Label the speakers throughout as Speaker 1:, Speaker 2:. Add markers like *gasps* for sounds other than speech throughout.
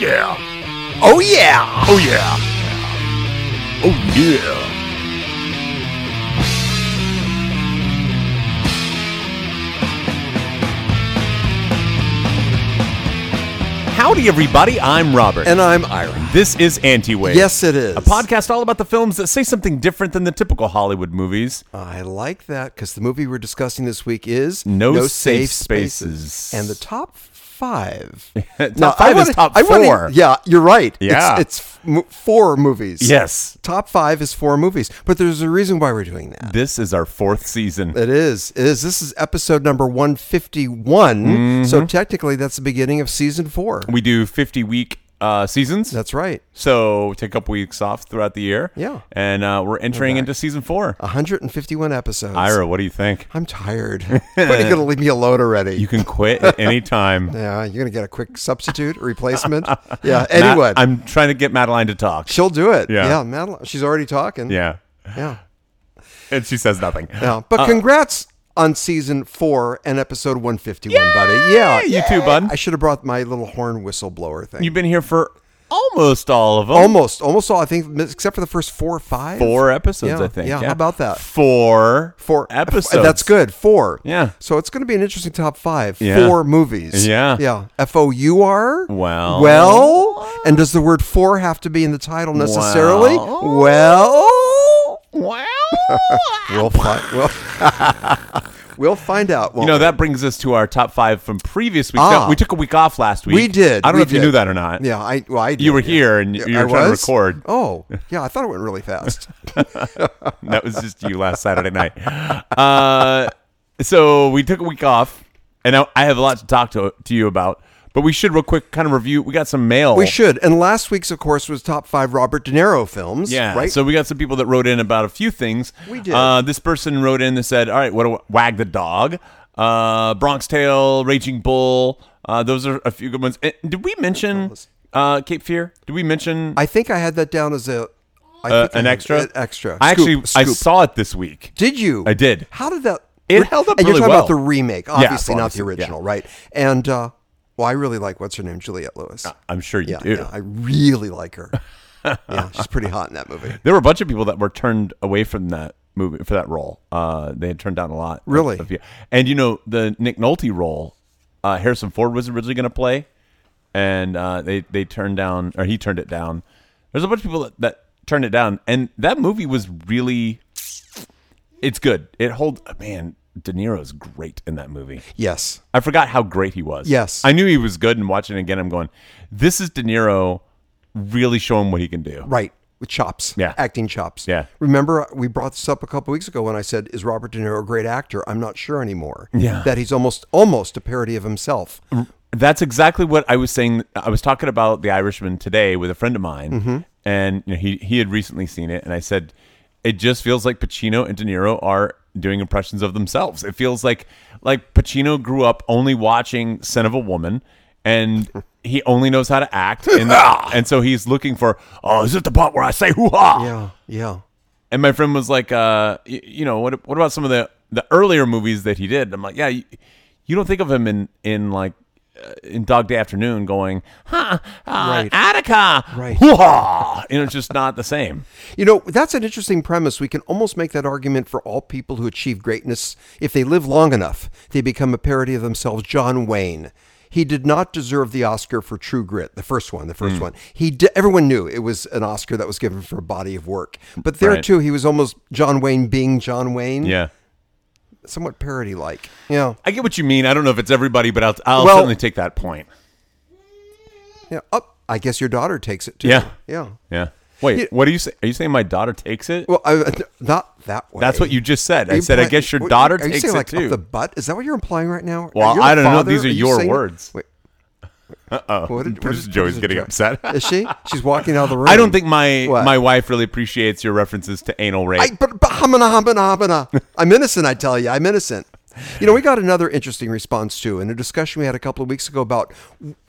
Speaker 1: yeah.
Speaker 2: Oh yeah.
Speaker 1: Oh yeah. Oh yeah.
Speaker 3: Howdy, everybody. I'm Robert.
Speaker 2: And I'm Ira.
Speaker 3: this is Anti-Wave.
Speaker 2: Yes, it is.
Speaker 3: A podcast all about the films that say something different than the typical Hollywood movies. *laughs*
Speaker 2: I like that because the movie we're discussing this week is
Speaker 3: No Safe Spaces.
Speaker 2: and the top five.
Speaker 3: *laughs* Top
Speaker 2: Now,
Speaker 3: five
Speaker 2: I
Speaker 3: is
Speaker 2: wanna-
Speaker 3: top
Speaker 2: I wanna-
Speaker 3: four.
Speaker 2: yeah, you're right.
Speaker 3: Yeah.
Speaker 2: it's, it's f- mo- four movies.
Speaker 3: Yes.
Speaker 2: top five is four movies, but there's a reason why we're doing that.
Speaker 3: This is our fourth season.
Speaker 2: It is. It is. This is episode number 151.
Speaker 3: Mm-hmm.
Speaker 2: So technically, that's the beginning of season four.
Speaker 3: We do 50 week uh, seasons.
Speaker 2: That's right.
Speaker 3: so take a couple weeks off throughout the year.
Speaker 2: Yeah. Uh,
Speaker 3: And uh, we're entering into season four.
Speaker 2: 151 episodes.
Speaker 3: Ira, what do you think? *laughs*
Speaker 2: I'm tired. When are you going to leave me alone already?
Speaker 3: You can quit at
Speaker 2: *laughs*
Speaker 3: any time.
Speaker 2: yeah, you're going to get
Speaker 3: *laughs*
Speaker 2: a quick substitute, replacement. yeah, anyone.
Speaker 3: Matt- I'm trying to get Madeline to talk.
Speaker 2: She'll do it.
Speaker 3: Yeah.
Speaker 2: Yeah, Madeline. She's already talking.
Speaker 3: yeah.
Speaker 2: Yeah.
Speaker 3: And she says
Speaker 2: *laughs*
Speaker 3: nothing.
Speaker 2: Yeah. But
Speaker 3: Uh,
Speaker 2: congrats on season four and episode 151, buddy. Yeah.
Speaker 3: Hey, you too, bud.
Speaker 2: I should have brought my little horn whistleblower thing.
Speaker 3: You've been here for almost all of them.
Speaker 2: almost, almost all, I think, except for the first four or five.
Speaker 3: four episodes,
Speaker 2: Yeah,
Speaker 3: I think.
Speaker 2: yeah, how about that?
Speaker 3: Four,
Speaker 2: Four
Speaker 3: episodes.
Speaker 2: That's good. Four.
Speaker 3: Yeah.
Speaker 2: So it's going to be an interesting top five.
Speaker 3: Yeah.
Speaker 2: Four movies.
Speaker 3: Yeah.
Speaker 2: Yeah. F O U R.
Speaker 3: Well.
Speaker 2: Well. And does the word four have to be in the title necessarily?
Speaker 3: Well.
Speaker 2: Well.
Speaker 3: *laughs*
Speaker 2: *laughs*
Speaker 3: Wow.
Speaker 2: We'll find. We'll, we'll *laughs* find out.
Speaker 3: you
Speaker 2: won't
Speaker 3: know
Speaker 2: we?
Speaker 3: that brings us to our top five from previous week.
Speaker 2: Ah.
Speaker 3: we took a week off last week.
Speaker 2: we did.
Speaker 3: I don't
Speaker 2: we
Speaker 3: know if you
Speaker 2: did.
Speaker 3: knew that or not.
Speaker 2: Yeah. I. Well, I. Did,
Speaker 3: You were
Speaker 2: yeah.
Speaker 3: here and you
Speaker 2: I
Speaker 3: were trying
Speaker 2: was?
Speaker 3: to record. *laughs*
Speaker 2: Oh. Yeah. I thought it went really fast.
Speaker 3: That was just you last Saturday night. Uh, so we took a week off, and I, I have a lot to talk to to you about. But we should real quick kind of review. We got some mail.
Speaker 2: we should. And last week's, of course, was top five Robert De Niro films.
Speaker 3: Yeah.
Speaker 2: Right.
Speaker 3: So we got some people that wrote in about a few things.
Speaker 2: We did.
Speaker 3: Uh, this person wrote in that said, "All right, what do Wag the Dog, uh, Bronx Tale, Raging Bull. Uh, those are a few good ones. And did we mention uh, Cape Fear? Did we mention
Speaker 2: I think I had that down as a I
Speaker 3: uh,
Speaker 2: think I
Speaker 3: an
Speaker 2: had
Speaker 3: extra?
Speaker 2: an extra.
Speaker 3: I
Speaker 2: Scoop,
Speaker 3: actually I
Speaker 2: scoop.
Speaker 3: saw it this week.
Speaker 2: Did you?
Speaker 3: I did.
Speaker 2: How did that?
Speaker 3: It held up
Speaker 2: And
Speaker 3: really
Speaker 2: you're talking
Speaker 3: well.
Speaker 2: about the remake, obviously, not the
Speaker 3: obviously, yeah.
Speaker 2: original, right? And uh, well, I really like what's her name, Juliette Lewis.
Speaker 3: I'm sure you
Speaker 2: yeah,
Speaker 3: do.
Speaker 2: yeah, I really
Speaker 3: *laughs*
Speaker 2: like her. yeah, she's pretty hot in that movie.
Speaker 3: There were a bunch of people that were turned away from that movie for that role. Uh, they had turned down a lot. of-
Speaker 2: Really?
Speaker 3: of- yeah. and you know the Nick Nolte role, uh, Harrison Ford was originally going to play, and uh, they they turned down or he turned it down. There's a bunch of people that, that turned it down, and that movie was really. It's good. It holds. Man, De Niro's great in that movie.
Speaker 2: Yes,
Speaker 3: I forgot how great he was.
Speaker 2: Yes.
Speaker 3: I knew he was good, and watching it again, I'm going, this is De Niro really showing what he can do.
Speaker 2: right. With chops,
Speaker 3: Yeah.
Speaker 2: acting chops.
Speaker 3: Yeah.
Speaker 2: Remember, we brought this up a couple weeks ago when I said, "Is Robert De Niro a great actor?" I'm not sure anymore.
Speaker 3: Yeah.
Speaker 2: that he's almost almost a parody of himself.
Speaker 3: That's exactly what I was saying. I was talking about The Irishman today with a friend of mine, and you know, he he had recently seen it, and I said, it just feels like Pacino and De Niro are doing impressions of themselves. It feels like like Pacino grew up only watching Son of a Woman, and he only knows how to act, and, and so he's looking for oh, is it the part where I say hoo ha?
Speaker 2: Yeah, yeah.
Speaker 3: And my friend was like, uh, y- you know, what what about some of the the earlier movies that he did? And I'm like, yeah, you, you don't think of him in in like uh, in Dog Day Afternoon going, huh, uh, Attica,
Speaker 2: Right.
Speaker 3: hoo-ha. You know, it's just not the same.
Speaker 2: You know, that's an interesting premise. We can almost make that argument for all people who achieve greatness. If they live long enough, they become a parody of themselves. John Wayne. He did not deserve the Oscar for True Grit, the first one, the first
Speaker 3: Mm.
Speaker 2: one. He di- everyone knew it was an Oscar that was given for a body of work. But there
Speaker 3: Right.
Speaker 2: too, he was almost John Wayne being John Wayne,
Speaker 3: Yeah,
Speaker 2: somewhat parody like. Yeah.
Speaker 3: I get what you mean. I don't know if it's everybody, but I'll, I'll
Speaker 2: Well-
Speaker 3: certainly take that point.
Speaker 2: Yeah. Oh, I guess your daughter takes it too.
Speaker 3: Yeah.
Speaker 2: Yeah.
Speaker 3: Yeah. Wait,
Speaker 2: You-
Speaker 3: what do you say? Are you saying my daughter takes it?
Speaker 2: Well, I, uh, not that way.
Speaker 3: That's what you just said. I
Speaker 2: You
Speaker 3: said, I
Speaker 2: imply-
Speaker 3: guess your
Speaker 2: what-
Speaker 3: daughter
Speaker 2: are you
Speaker 3: takes
Speaker 2: saying,
Speaker 3: it
Speaker 2: like,
Speaker 3: too.
Speaker 2: Up the butt? Is that what you're implying right now?
Speaker 3: Well,
Speaker 2: Are you the
Speaker 3: I don't know.
Speaker 2: father?
Speaker 3: These are
Speaker 2: you
Speaker 3: your
Speaker 2: saying-
Speaker 3: words.
Speaker 2: Wait,
Speaker 3: Uh-oh.
Speaker 2: what did, what
Speaker 3: Producer
Speaker 2: did-
Speaker 3: Joey's
Speaker 2: what did-
Speaker 3: getting
Speaker 2: *laughs*
Speaker 3: upset.
Speaker 2: Is she? She's walking out of the
Speaker 3: *laughs*
Speaker 2: room.
Speaker 3: I don't think my
Speaker 2: What?
Speaker 3: my wife really appreciates your references to anal rape.
Speaker 2: I, but, but, humana, humana, humana. I'm innocent. I tell you, I'm innocent. You know, we got another interesting response too in a discussion we had a couple of weeks ago about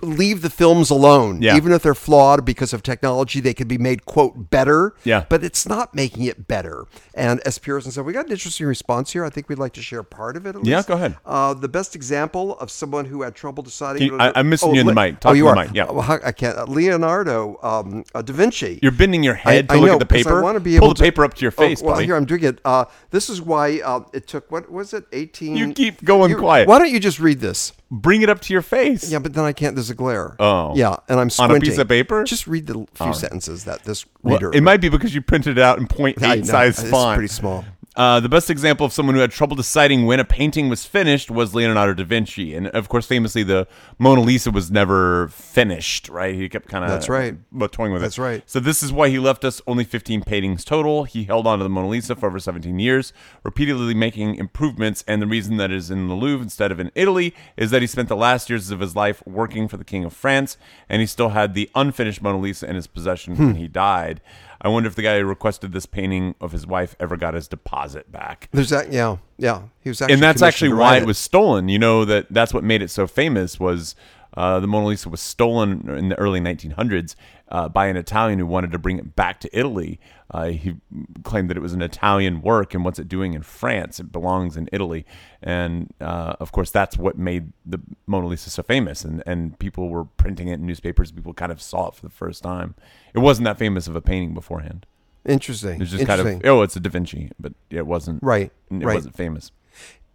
Speaker 2: leave the films alone,
Speaker 3: Yeah.
Speaker 2: even if they're flawed because of technology, they could be made quote better.
Speaker 3: Yeah.
Speaker 2: but it's not making it better. And as Pearson said, we got an interesting response here. I think we'd like to share part of it. At
Speaker 3: Yeah,
Speaker 2: least.
Speaker 3: go ahead.
Speaker 2: Uh, the best example of someone who had trouble deciding.
Speaker 3: Can you- I- I'm missing you in the
Speaker 2: Le-
Speaker 3: mic. Talk
Speaker 2: oh, you
Speaker 3: to
Speaker 2: are.
Speaker 3: the mic, yeah.
Speaker 2: Oh, how- I can't. uh, Leonardo um, uh, da Vinci.
Speaker 3: You're bending your head
Speaker 2: I-
Speaker 3: to
Speaker 2: I
Speaker 3: look
Speaker 2: know,
Speaker 3: at the
Speaker 2: 'cause I
Speaker 3: paper.
Speaker 2: wanna be
Speaker 3: Pull
Speaker 2: able
Speaker 3: the
Speaker 2: to-
Speaker 3: paper up to your
Speaker 2: Oh,
Speaker 3: face,
Speaker 2: well,
Speaker 3: Tony.
Speaker 2: here I'm doing it. Uh, this is why uh, it took. What was it? 18.
Speaker 3: You keep going quiet.
Speaker 2: Why don't you just read this?
Speaker 3: Bring it up to your face.
Speaker 2: Yeah, but then I can't. There's a glare.
Speaker 3: Oh.
Speaker 2: yeah, and I'm
Speaker 3: On
Speaker 2: squinting.
Speaker 3: a piece of paper?
Speaker 2: Just read the l- few sentences that this
Speaker 3: Well,
Speaker 2: reader.
Speaker 3: it might be because you printed it out in point
Speaker 2: I know,
Speaker 3: eight size
Speaker 2: it's
Speaker 3: font.
Speaker 2: pretty small.
Speaker 3: Uh, the best example of someone who had trouble deciding when a painting was finished was Leonardo da Vinci, and of course, famously, the Mona Lisa was never finished. Right? He kept kind of
Speaker 2: That's right.
Speaker 3: but toying with it.
Speaker 2: That's right.
Speaker 3: So this is why he left us only 15 paintings total. He held on to the Mona Lisa for over 17 years, repeatedly making improvements. And the reason that it is in the Louvre instead of in Italy is that he spent the last years of his life working for the King of France, and he still had the unfinished Mona Lisa in his possession
Speaker 2: Hmm.
Speaker 3: when he died. I wonder if the guy who requested this painting of his wife ever got his deposit back
Speaker 2: There's that. Yeah, yeah. He was actually.
Speaker 3: and that's
Speaker 2: commissioned
Speaker 3: actually
Speaker 2: to
Speaker 3: why
Speaker 2: write
Speaker 3: it was stolen. You know that that's what made it so famous was uh, the Mona Lisa was stolen in the early 1900s uh, by an Italian who wanted to bring it back to Italy. Uh, he claimed that it was an Italian work, and what's it doing in France? It belongs in Italy, and uh, of course that's what made the Mona Lisa so famous. And and people were printing it in newspapers. People kind of saw it for the first time. It wasn't that famous of a painting beforehand.
Speaker 2: Interesting.
Speaker 3: It was just kind
Speaker 2: Interesting.
Speaker 3: of oh, it's a Da Vinci, but it wasn't
Speaker 2: Right,
Speaker 3: It
Speaker 2: right.
Speaker 3: wasn't famous.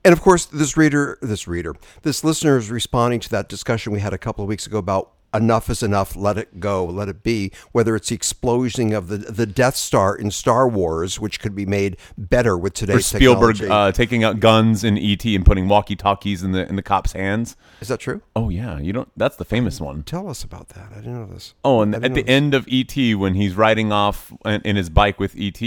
Speaker 2: And of course, this reader, this reader, this listener is responding to that discussion we had a couple of weeks ago about enough is enough, let it go, let it be. Whether it's the explosion of the the Death Star in Star Wars, which could be made better with today's
Speaker 3: Spielberg
Speaker 2: technology.
Speaker 3: uh, taking out guns in ET and putting walkie talkies in the in the cops' hands.
Speaker 2: is that true?
Speaker 3: Oh yeah, you don't. That's the famous one.
Speaker 2: Tell us about that. I didn't know this.
Speaker 3: Oh, and
Speaker 2: I
Speaker 3: at
Speaker 2: didn't
Speaker 3: the
Speaker 2: know
Speaker 3: end of ET, when he's riding off in, in his bike with ET,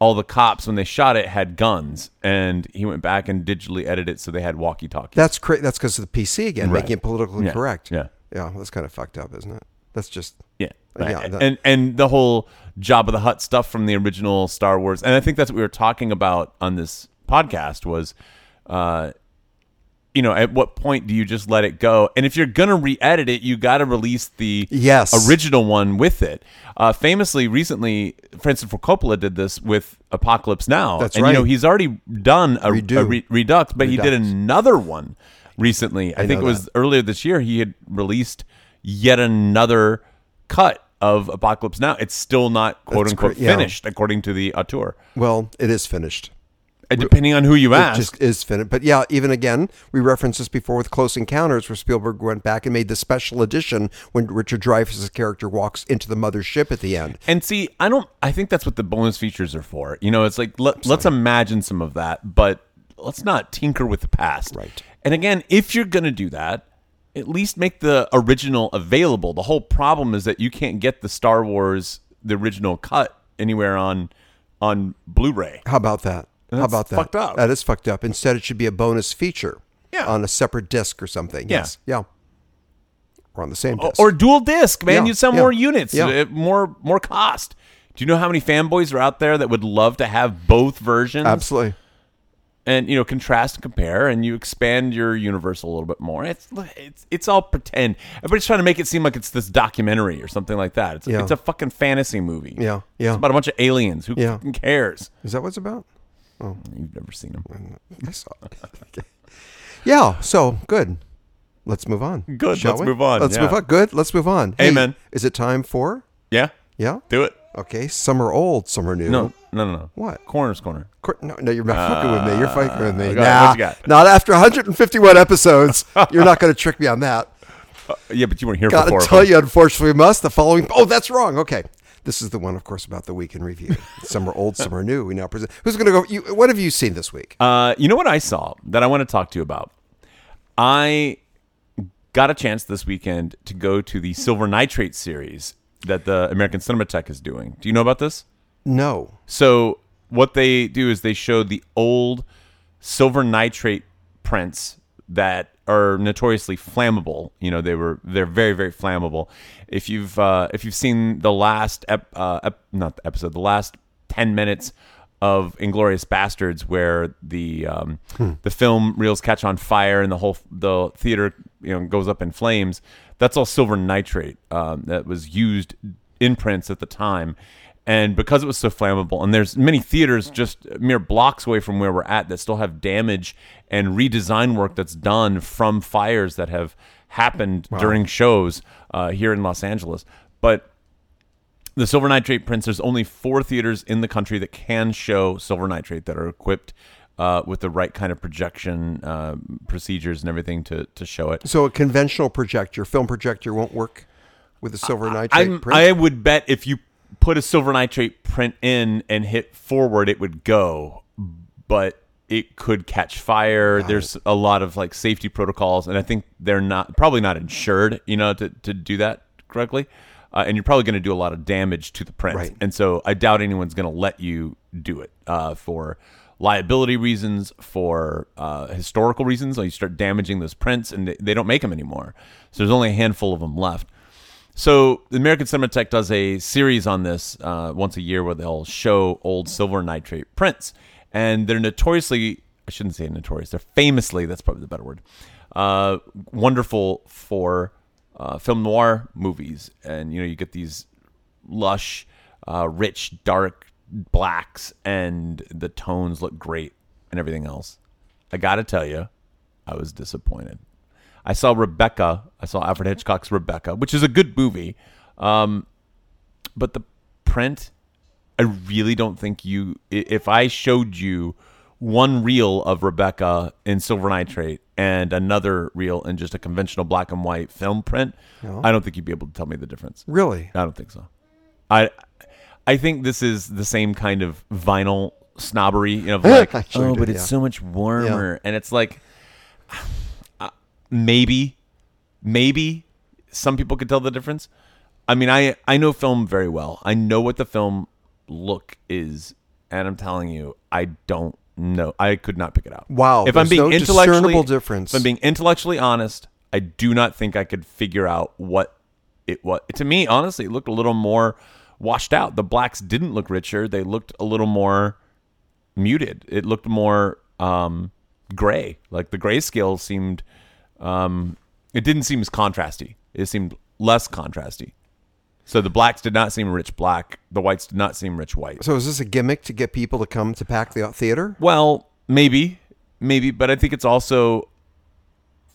Speaker 3: all the cops when they shot it had guns, and he went back and digitally edited it so they had walkie talkies.
Speaker 2: That's cra- That's because of the PC again,
Speaker 3: Right.
Speaker 2: making it politically
Speaker 3: Yeah,
Speaker 2: correct.
Speaker 3: yeah.
Speaker 2: yeah. That's kind of fucked up, isn't it? That's just
Speaker 3: Yeah.
Speaker 2: Yeah,
Speaker 3: Right.
Speaker 2: that-
Speaker 3: and and the whole Job of the Hut stuff from the original Star Wars, and I think that's what we were talking about on this podcast was, uh, you know, at what point do you just let it go? And if you're gonna re-edit it, you got to release the
Speaker 2: Yes.
Speaker 3: original one with it. Uh, famously, recently, Francis Ford Coppola did this with Apocalypse Now.
Speaker 2: That's
Speaker 3: and, You know,
Speaker 2: right.
Speaker 3: he's already done a,
Speaker 2: Redo.
Speaker 3: a re- redux, but he did
Speaker 2: Redux.
Speaker 3: another one recently. I, think it
Speaker 2: know
Speaker 3: was earlier this year. He had released yet another cut of Apocalypse Now. It's still not quote
Speaker 2: That's
Speaker 3: unquote
Speaker 2: cra- yeah.
Speaker 3: finished, according to the auteur.
Speaker 2: well, it is finished.
Speaker 3: Uh, Depending on who you
Speaker 2: It
Speaker 3: ask,
Speaker 2: just is finished. But yeah, even again, we referenced this before with Close Encounters, where Spielberg went back and made the special edition when Richard Dreyfuss's character walks into the mothership at the end.
Speaker 3: And see, I don't. I think that's what the bonus features are for. You know, it's like let, let's imagine some of that, but let's not tinker with the past.
Speaker 2: Right.
Speaker 3: And again, if you're gonna do that, at least make the original available. The whole problem is that you can't get the Star Wars the original cut anywhere on on Blu-ray.
Speaker 2: How about that? How about that?
Speaker 3: fucked up.
Speaker 2: That is fucked up. Instead, it should be a bonus feature
Speaker 3: Yeah.
Speaker 2: on a separate disc or something.
Speaker 3: Yeah. Oh,
Speaker 2: Yes. Yeah. Or on the same disc.
Speaker 3: Or dual disc, man.
Speaker 2: Yeah,
Speaker 3: you sell
Speaker 2: yeah,
Speaker 3: more units,
Speaker 2: yeah.
Speaker 3: uh, more more cost. Do you know how many fanboys are out there that would love to have both versions?
Speaker 2: Absolutely.
Speaker 3: and you know contrast and compare and you expand your universe a little bit more it's it's it's all pretend everybody's trying to make it seem like it's this documentary or something like that it's,
Speaker 2: Yeah.
Speaker 3: it's a fucking fantasy movie
Speaker 2: Yeah. Yeah.
Speaker 3: it's about a bunch of aliens who
Speaker 2: Yeah.
Speaker 3: fucking cares
Speaker 2: Is that what it's about?
Speaker 3: you've never seen them
Speaker 2: I saw it. *laughs* Okay. Yeah. So good. Let's move on.
Speaker 3: Good,
Speaker 2: shall
Speaker 3: let's
Speaker 2: we?
Speaker 3: move on,
Speaker 2: Let's
Speaker 3: yeah.
Speaker 2: move on. Good. Let's move on. Hey,
Speaker 3: Amen.
Speaker 2: Is it time for?
Speaker 3: yeah
Speaker 2: Yeah.
Speaker 3: do it
Speaker 2: Okay, some are old, some are new.
Speaker 3: no no no no
Speaker 2: What?
Speaker 3: corners corner
Speaker 2: Cor- no, no, you're not fucking with me. You're fucking with me.
Speaker 3: okay,
Speaker 2: Nah,
Speaker 3: what you Ah, got?
Speaker 2: not after 151 episodes. you're not going to trick me
Speaker 3: *laughs*
Speaker 2: on that.
Speaker 3: yeah but you weren't here
Speaker 2: Got
Speaker 3: before
Speaker 2: to tell you, unfortunately, we must. The following. Oh, that's wrong. Okay. This is the one, of course, about the week in
Speaker 3: *laughs*
Speaker 2: review. Some are old, some are new. We now present. Who's going to go? You, what have you seen this week?
Speaker 3: Uh, you know what I saw that I want to talk to you about? I got a chance this weekend to go to the Silver Nitrate series that the American Cinematheque is doing. Do you know about this?
Speaker 2: No.
Speaker 3: So what they do is they show the old silver nitrate prints that are notoriously flammable. You know, they were they're very very flammable. If you've uh, if you've seen the last ep, uh, ep, not the episode, the last ten minutes of Inglorious Bastards, where the um, the film reels catch on fire and the whole the theater you know goes up in flames. That's all silver nitrate um, that was used in prints at the time, and because it was so flammable, and there's many theaters just mere blocks away from where we're at that still have damage and redesign work that's done from fires that have happened during shows uh, here in Los Angeles, but the silver nitrate prints there's only four theaters in the country that can show silver nitrate that are equipped uh, with the right kind of projection uh, procedures and everything to, to show it
Speaker 2: So a conventional projector, film projector, won't work with a silver nitrate
Speaker 3: I'm,
Speaker 2: print.
Speaker 3: i would bet if you put a silver nitrate print in and hit forward it would go but it could catch fire there's a lot of like safety protocols and i think they're not probably not insured you know to, to do that correctly uh, and you're probably going to do a lot of damage to the print
Speaker 2: Right.
Speaker 3: and so I doubt anyone's going to let you do it uh, for liability reasons, for uh, historical reasons. Like you start damaging those prints, and they, they don't make them anymore. So there's only a handful of them left. So the American Cinematheque does a series on this uh, once a year, where they'll show old silver nitrate prints, and they're notoriously I shouldn't say notorious. They're famously that's probably the better word. Uh, wonderful for uh, film noir movies, and you know you get these lush, uh, rich, dark blacks, and the tones look great and everything else. I gotta tell you, I was disappointed. I saw Rebecca. I saw Alfred Hitchcock's Rebecca, which is a good movie, um, but the print. I really don't think you. i- If I showed you one reel of Rebecca in silver nitrate and another reel in just a conventional black and white film print, I don't think you'd be able to tell me the difference.
Speaker 2: really?
Speaker 3: I don't think so. I I think this is the same kind of vinyl snobbery, you know,
Speaker 2: *laughs*
Speaker 3: of like,
Speaker 2: I sure
Speaker 3: oh,
Speaker 2: do,
Speaker 3: but it's
Speaker 2: yeah.
Speaker 3: so much warmer, and it's like *sighs* uh, maybe, maybe some people could tell the difference. I mean, I I know film very well. I know what the film look is, and I'm telling you, I don't know. I could not pick it out.
Speaker 2: Wow,
Speaker 3: If I'm
Speaker 2: there's
Speaker 3: being
Speaker 2: no
Speaker 3: intellectually
Speaker 2: discernible difference.
Speaker 3: if I'm being intellectually honest, I do not think I could figure out what it was. To me, honestly, it looked a little more washed out. The blacks didn't look richer; they looked a little more muted. It looked more um, gray. Like the grayscale seemed. Um, it didn't seem as contrasty. It seemed less contrasty. So the blacks did not seem rich black. The whites did not seem rich white.
Speaker 2: So is this a gimmick to get people to come to pack the uh, theater?
Speaker 3: Well, maybe, maybe, but I think it's also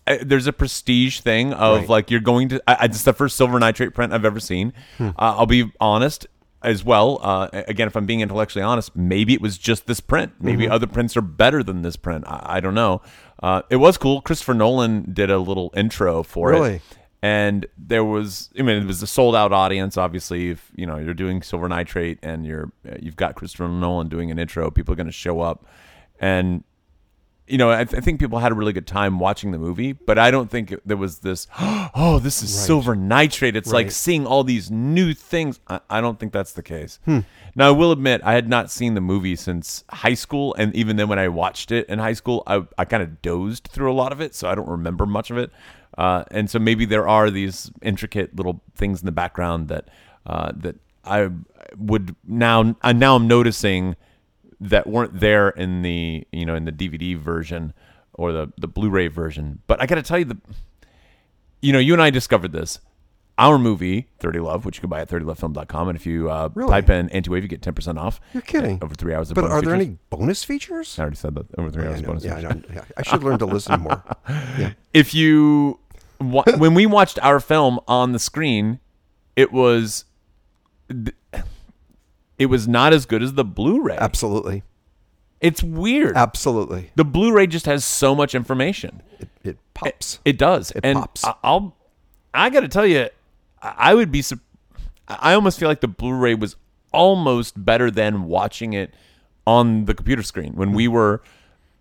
Speaker 3: I- there's a prestige thing of
Speaker 2: Right.
Speaker 3: like you're going to. I, I, it's the first silver nitrate print I've ever seen.
Speaker 2: Hmm.
Speaker 3: Uh, I'll be honest as well. Uh, a- again, if I'm being intellectually honest, maybe it was just this print. Maybe
Speaker 2: Mm-hmm.
Speaker 3: other prints are better than this print. I, I don't know. Uh, it was cool. Christopher Nolan did a little intro for
Speaker 2: Really?
Speaker 3: it. And there was, I mean, it was a sold out audience. Obviously, if you know you're doing Silver Nitrate and you're uh, you've got Christopher Nolan doing an intro, people are going to show up. And you know, I, th- I think people had a really good time watching the movie, but I don't think it- there was this, *gasps* oh, this is silver nitrate. It's like
Speaker 2: Right.
Speaker 3: seeing all these new things. I, I don't think that's the case. Now, I will admit, I had not seen the movie since high school. And even then, when I watched it in high school, I, I kind of dozed through a lot of it. So I don't remember much of it. Uh, and so maybe there are these intricate little things in the background that, uh, that I would now, I, now I'm noticing that weren't there in the you know in the DVD version or the the Blu-ray version. But I got to tell you the you know you and I discovered this. Our movie, 30 Love, which you can buy at 30lovefilm.com. And if you uh,
Speaker 2: Really?
Speaker 3: type in anti-wave, you get 10% off.
Speaker 2: You're kidding.
Speaker 3: Over three hours of
Speaker 2: But
Speaker 3: bonus
Speaker 2: are there
Speaker 3: features.
Speaker 2: any bonus features?
Speaker 3: I already said that. Over three hours
Speaker 2: I
Speaker 3: of
Speaker 2: know,
Speaker 3: bonus
Speaker 2: yeah, I,
Speaker 3: features.
Speaker 2: don't, yeah, I should learn to
Speaker 3: *laughs*
Speaker 2: listen more.
Speaker 3: if you
Speaker 2: *laughs*
Speaker 3: wa- when we watched our film on the screen, it was th- it was not as good as the Blu-ray.
Speaker 2: Absolutely,
Speaker 3: It's weird.
Speaker 2: absolutely,
Speaker 3: the Blu-ray just has so much information.
Speaker 2: it, it pops.
Speaker 3: It does. It and
Speaker 2: pops.
Speaker 3: I, I'll. I got to tell you, I I would be. sup- I I almost feel like the Blu-ray was almost better than watching it on the computer screen when we were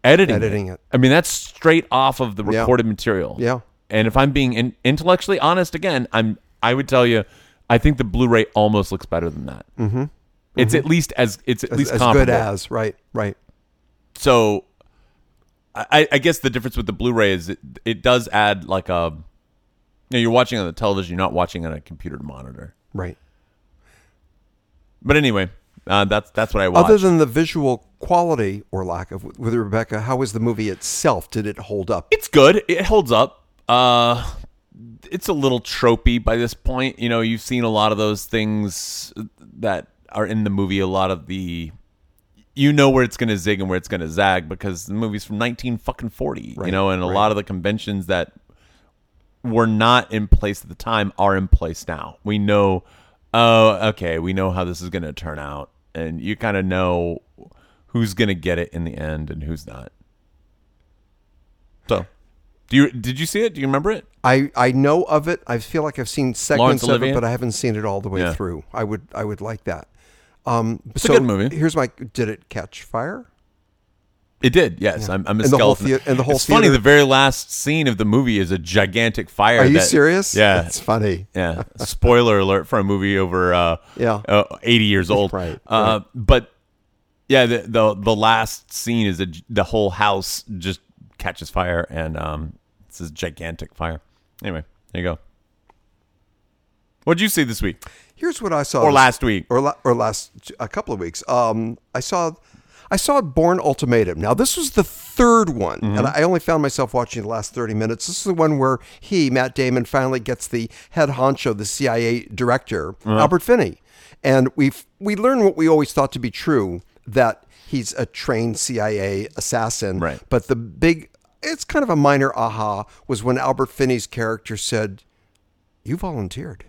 Speaker 3: editing.
Speaker 2: Editing it.
Speaker 3: I mean, that's straight off of the recorded material.
Speaker 2: Yeah.
Speaker 3: And if I'm being in, intellectually honest, again, I'm. I would tell you, I think the Blu-ray almost looks better than that. Mm-hmm. It's at least as it's at
Speaker 2: as,
Speaker 3: least
Speaker 2: as good
Speaker 3: comparable.
Speaker 2: as right, right.
Speaker 3: so I, I guess the difference with the Blu-ray is it, it does add like a you know, you're watching on the television, you're not watching on a computer monitor.
Speaker 2: Right.
Speaker 3: But anyway, Uh, that's that's what I watched.
Speaker 2: Other than the visual quality or lack of with Rebecca, how was the movie itself? Did it hold up?
Speaker 3: it's good. It holds up. Uh, it's a little tropey by this point. You know, you've seen a lot of those things that are in the movie. A lot of the, you know, where it's going to zig and where it's going to zag because the movie's from nineteen fucking forty. you know, and a lot of the conventions that were not in place at the time are in place now. We know, oh, okay, we know how this is going to turn out, and you kind of know who's going to get it in the end and who's not. So, do you did you see it? Do you remember it?
Speaker 2: I, I know of it. I feel like I've seen segments of it,
Speaker 3: Olivier?
Speaker 2: but I haven't seen it all the way
Speaker 3: Yeah.
Speaker 2: through. I would I would like that. Um, it's
Speaker 3: a
Speaker 2: so
Speaker 3: good movie.
Speaker 2: Here's my. Did it catch fire?
Speaker 3: It did. Yes, I'm, I'm a
Speaker 2: And the whole
Speaker 3: skeleton.
Speaker 2: thea- and the whole
Speaker 3: it's funny.
Speaker 2: theater-
Speaker 3: The very last scene of the movie is a gigantic fire.
Speaker 2: Are you
Speaker 3: that-
Speaker 2: serious?
Speaker 3: Yeah.
Speaker 2: it's funny.
Speaker 3: yeah. Spoiler alert for a movie over uh,
Speaker 2: Yeah.
Speaker 3: uh, 80 years old.
Speaker 2: Right,
Speaker 3: Uh, But yeah, the, the the last scene is a, g- the whole house just catches fire and um, it's this gigantic fire. Anyway, there you go. What'd you see this week
Speaker 2: Here's what I saw.
Speaker 3: or
Speaker 2: this-
Speaker 3: last week?
Speaker 2: or la- or last a couple of weeks. Um, I saw, I saw Born Ultimatum. Now this was the third one, and
Speaker 3: Mm-hmm.
Speaker 2: I only found myself watching the last thirty minutes. This is the one where he, Matt Damon, finally gets the head honcho, the CIA director,
Speaker 3: Uh-huh.
Speaker 2: Albert Finney, and we we learn what we always thought to be true that he's a trained CIA assassin.
Speaker 3: Right.
Speaker 2: But the big, it's kind of a minor aha was when Albert Finney's character said, "You volunteered."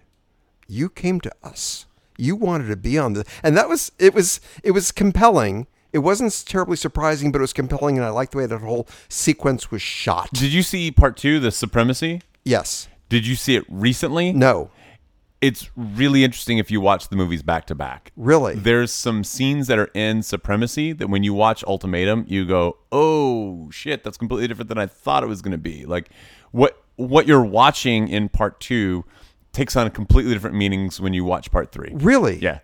Speaker 2: you came to us you wanted to be on the and that was it was it was compelling it wasn't terribly surprising but it was compelling and i liked the way that whole sequence was shot
Speaker 3: Did you see part two, The Supremacy?
Speaker 2: yes
Speaker 3: Did you see it recently?
Speaker 2: no
Speaker 3: it's really interesting if you watch the movies back to back.
Speaker 2: Really?
Speaker 3: There's some scenes that are in Supremacy that when you watch Ultimatum, you go, "Oh shit, that's completely different than I thought it was going to be." Like what what you're watching in part 2 takes on completely different meanings when you watch part 3.
Speaker 2: really
Speaker 3: Yeah.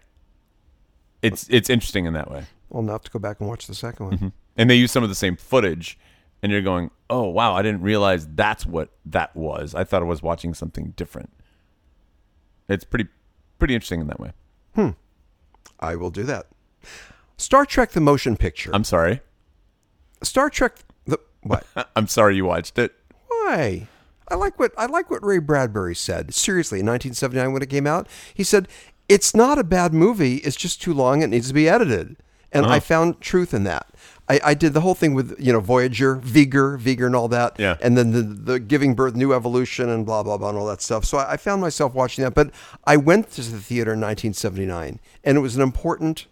Speaker 3: It's it's interesting in that way.
Speaker 2: well now I have to go back and watch the second one
Speaker 3: And they use some of the same footage and you're going, "Oh wow, I didn't realize that's what that was. I thought I was watching something different." It's pretty pretty interesting in that way.
Speaker 2: i will do that star trek the motion picture
Speaker 3: I'm sorry.
Speaker 2: star trek the what
Speaker 3: I'm sorry you watched it.
Speaker 2: Why? I like what I like what Ray Bradbury said. Seriously, in 1979 when it came out, he said it's not a bad movie. It's just too long. It needs to be edited. And I found truth in that. I, I did the whole thing with you know Voyager, Vigor, Vigor, and all that.
Speaker 3: Yeah.
Speaker 2: And then the, the giving birth, new evolution, and blah blah blah, and all that stuff. So I, I found myself watching that. But I went to the theater in 1979, and it was an important.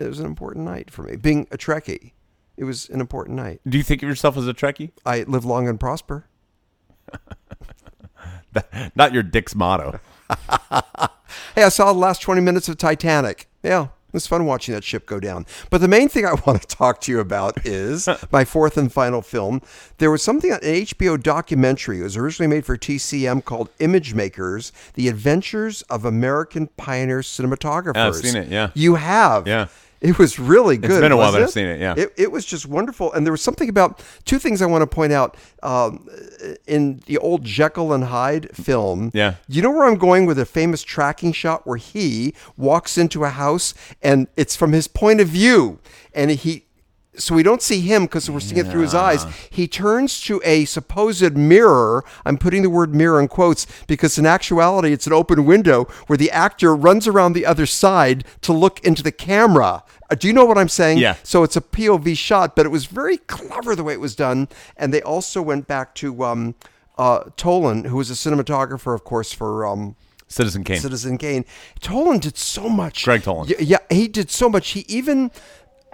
Speaker 2: It was an important night for me. Being a Trekkie, it was an important night.
Speaker 3: Do you think of yourself as a Trekkie? *laughs*
Speaker 2: I live long and prosper.
Speaker 3: Not your dick's motto.
Speaker 2: Hey, I saw the last 20 minutes of Titanic. Yeah, it was fun watching that ship go down. But the main thing I *laughs* want to talk to you about
Speaker 3: *laughs*
Speaker 2: is my fourth and final film. There was something, an HBO documentary. It was originally made for TCM called Image Makers The Adventures of American Pioneer Cinematographers.
Speaker 3: seen it, yeah.
Speaker 2: You have?
Speaker 3: Yeah.
Speaker 2: It was really good.
Speaker 3: been a while that
Speaker 2: wasn't
Speaker 3: I've seen it, yeah.
Speaker 2: It, it was just wonderful. And there was something about two things I want to point out. Um, in the old Jekyll and Hyde film,
Speaker 3: Yeah.
Speaker 2: you know where I'm going with a famous tracking shot where he walks into a house and it's from his point of view and he so we don't see him because we're seeing it through his eyes. He turns to a supposed mirror. I'm putting the word mirror in quotes because in actuality it's an open window where the actor runs around the other side to look into the camera. Uh, Do you know what I'm saying?
Speaker 3: Yeah.
Speaker 2: So it's a POV shot, but it was very clever the way it was done. And they also went back to um, uh, Tolan, who was a cinematographer, of course, for um,
Speaker 3: Citizen Kane.
Speaker 2: Citizen Kane. Tolan did so much.
Speaker 3: Greg Tolan.
Speaker 2: Y- Yeah, he did so much. He even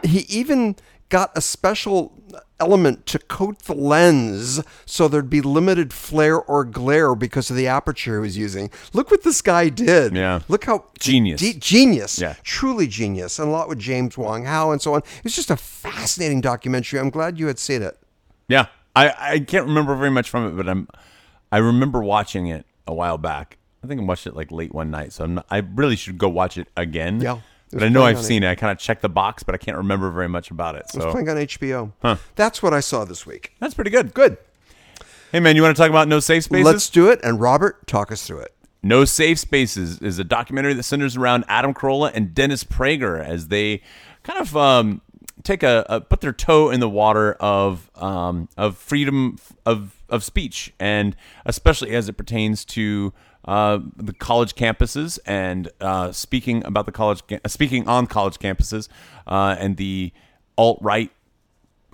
Speaker 2: he even got a special element to coat the lens so there'd be limited flare or glare because of the aperture he was using. Look what this guy did.
Speaker 3: Yeah.
Speaker 2: Look how
Speaker 3: Genius.
Speaker 2: de- genius.
Speaker 3: Yeah.
Speaker 2: Truly genius. And a lot with James Wong Howe and so on. It was just a fascinating documentary. I'm glad you had seen it.
Speaker 3: yeah. I, I can't remember very much from it, but I'm I remember watching it a while back. I think I watched it like late one night, so I'm not, I really should go watch it again.
Speaker 2: Yeah. It was
Speaker 3: But I know
Speaker 2: playing
Speaker 3: I've
Speaker 2: on
Speaker 3: seen it. I kind of checked the box, but I can't remember very much about it. So
Speaker 2: Playing on HBO. That's what I saw this week.
Speaker 3: that's pretty good. Good. Hey man, you want to talk about no safe spaces?
Speaker 2: Let's do it. And Robert, talk us through it.
Speaker 3: No Safe Spaces is a documentary that centers around Adam Carolla and Dennis Prager as they kind of um, take a, a put their toe in the water of um, of freedom of of speech, and especially as it pertains to. Uh, the college campuses and uh, speaking about the college, ca- speaking on college campuses, uh, and the alt right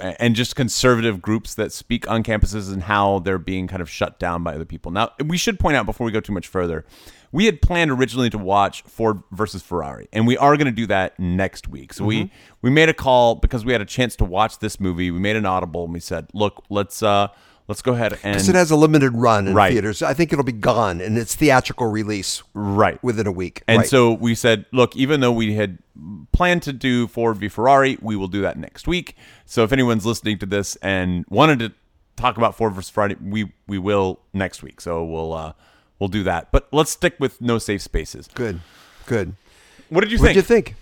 Speaker 3: and just conservative groups that speak on campuses and how they're being kind of shut down by other people. Now, we should point out before we go too much further, we had planned originally to watch Ford versus Ferrari, and we are going to do that next week. So we we made a call because we had a chance to watch this movie. We made an audible, and we said, "Look, let's uh let's go ahead and
Speaker 2: Because it has a limited run in
Speaker 3: Right.
Speaker 2: theaters. I think it'll be gone in its theatrical release
Speaker 3: right
Speaker 2: within a week.
Speaker 3: And
Speaker 2: Right.
Speaker 3: so we said, look, even though we had planned to do Ford v Ferrari, we will do that next week. So if anyone's listening to this and wanted to talk about Ford versus Ferrari, we we will next week. So we'll uh, we'll do that. But let's stick with no safe spaces.
Speaker 2: good, good.
Speaker 3: What did you think?
Speaker 2: What do you think?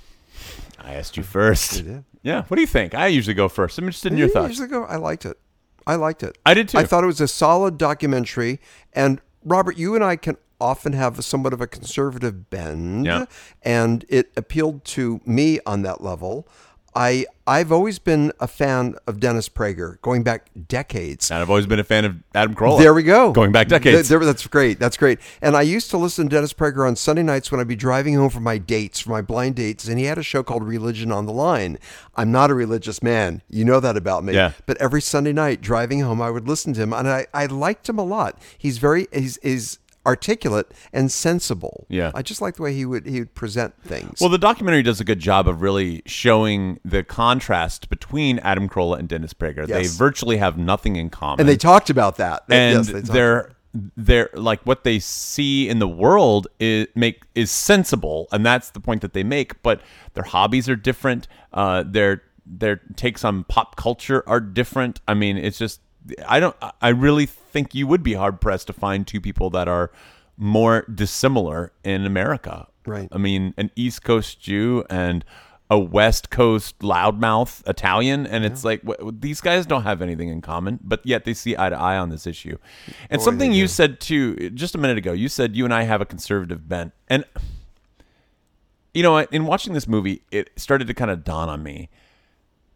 Speaker 3: I asked you first.
Speaker 2: did.
Speaker 3: Yeah. What do you think? I usually go first. I'm interested in your
Speaker 2: Yeah,
Speaker 3: thoughts.
Speaker 2: years ago, I liked it. I liked it.
Speaker 3: I did too.
Speaker 2: I thought it was a solid documentary. And Robert, you and I can often have somewhat of a conservative bend,
Speaker 3: Yeah.
Speaker 2: and it appealed to me on that level. I I've always been a fan of Dennis Prager, going back decades.
Speaker 3: and I've always been a fan of Adam Carolla.
Speaker 2: There we go.
Speaker 3: Oh, Going back decades.
Speaker 2: There- there- that's great. That's great. And I used to listen to Dennis Prager on Sunday nights when I'd be driving home from my dates, from my blind dates, and he had a show called Religion on the Line. I'm not a religious man. You know that about me.
Speaker 3: Yeah.
Speaker 2: But every Sunday night driving home, I would listen to him, and I, I liked him a lot. He's very he's, he's articulate and sensible.
Speaker 3: Yeah.
Speaker 2: I just like the way he would he would present things.
Speaker 3: Well, the documentary does a good job of really showing the contrast between Adam Carolla and Dennis Prager. They
Speaker 2: Yes.
Speaker 3: virtually have nothing in common,
Speaker 2: and they talked about that. They-
Speaker 3: and
Speaker 2: yes, they talked
Speaker 3: they're they're like what they see in the world is make is sensible, and that's the point that they make. But their hobbies are different. Uh, their their takes on pop culture are different. I mean, it's just I don't. I really think you would be hard pressed to find two people that are more dissimilar in America.
Speaker 2: Right.
Speaker 3: I mean, an East Coast Jew and a West Coast loudmouth Italian, and it's like wh- wh- these guys don't have anything in common, but yet they see eye to eye on this issue. And something you said too, just a minute ago, you said you and I have a conservative bent, and you know, in watching this movie, it started to kind of dawn on me.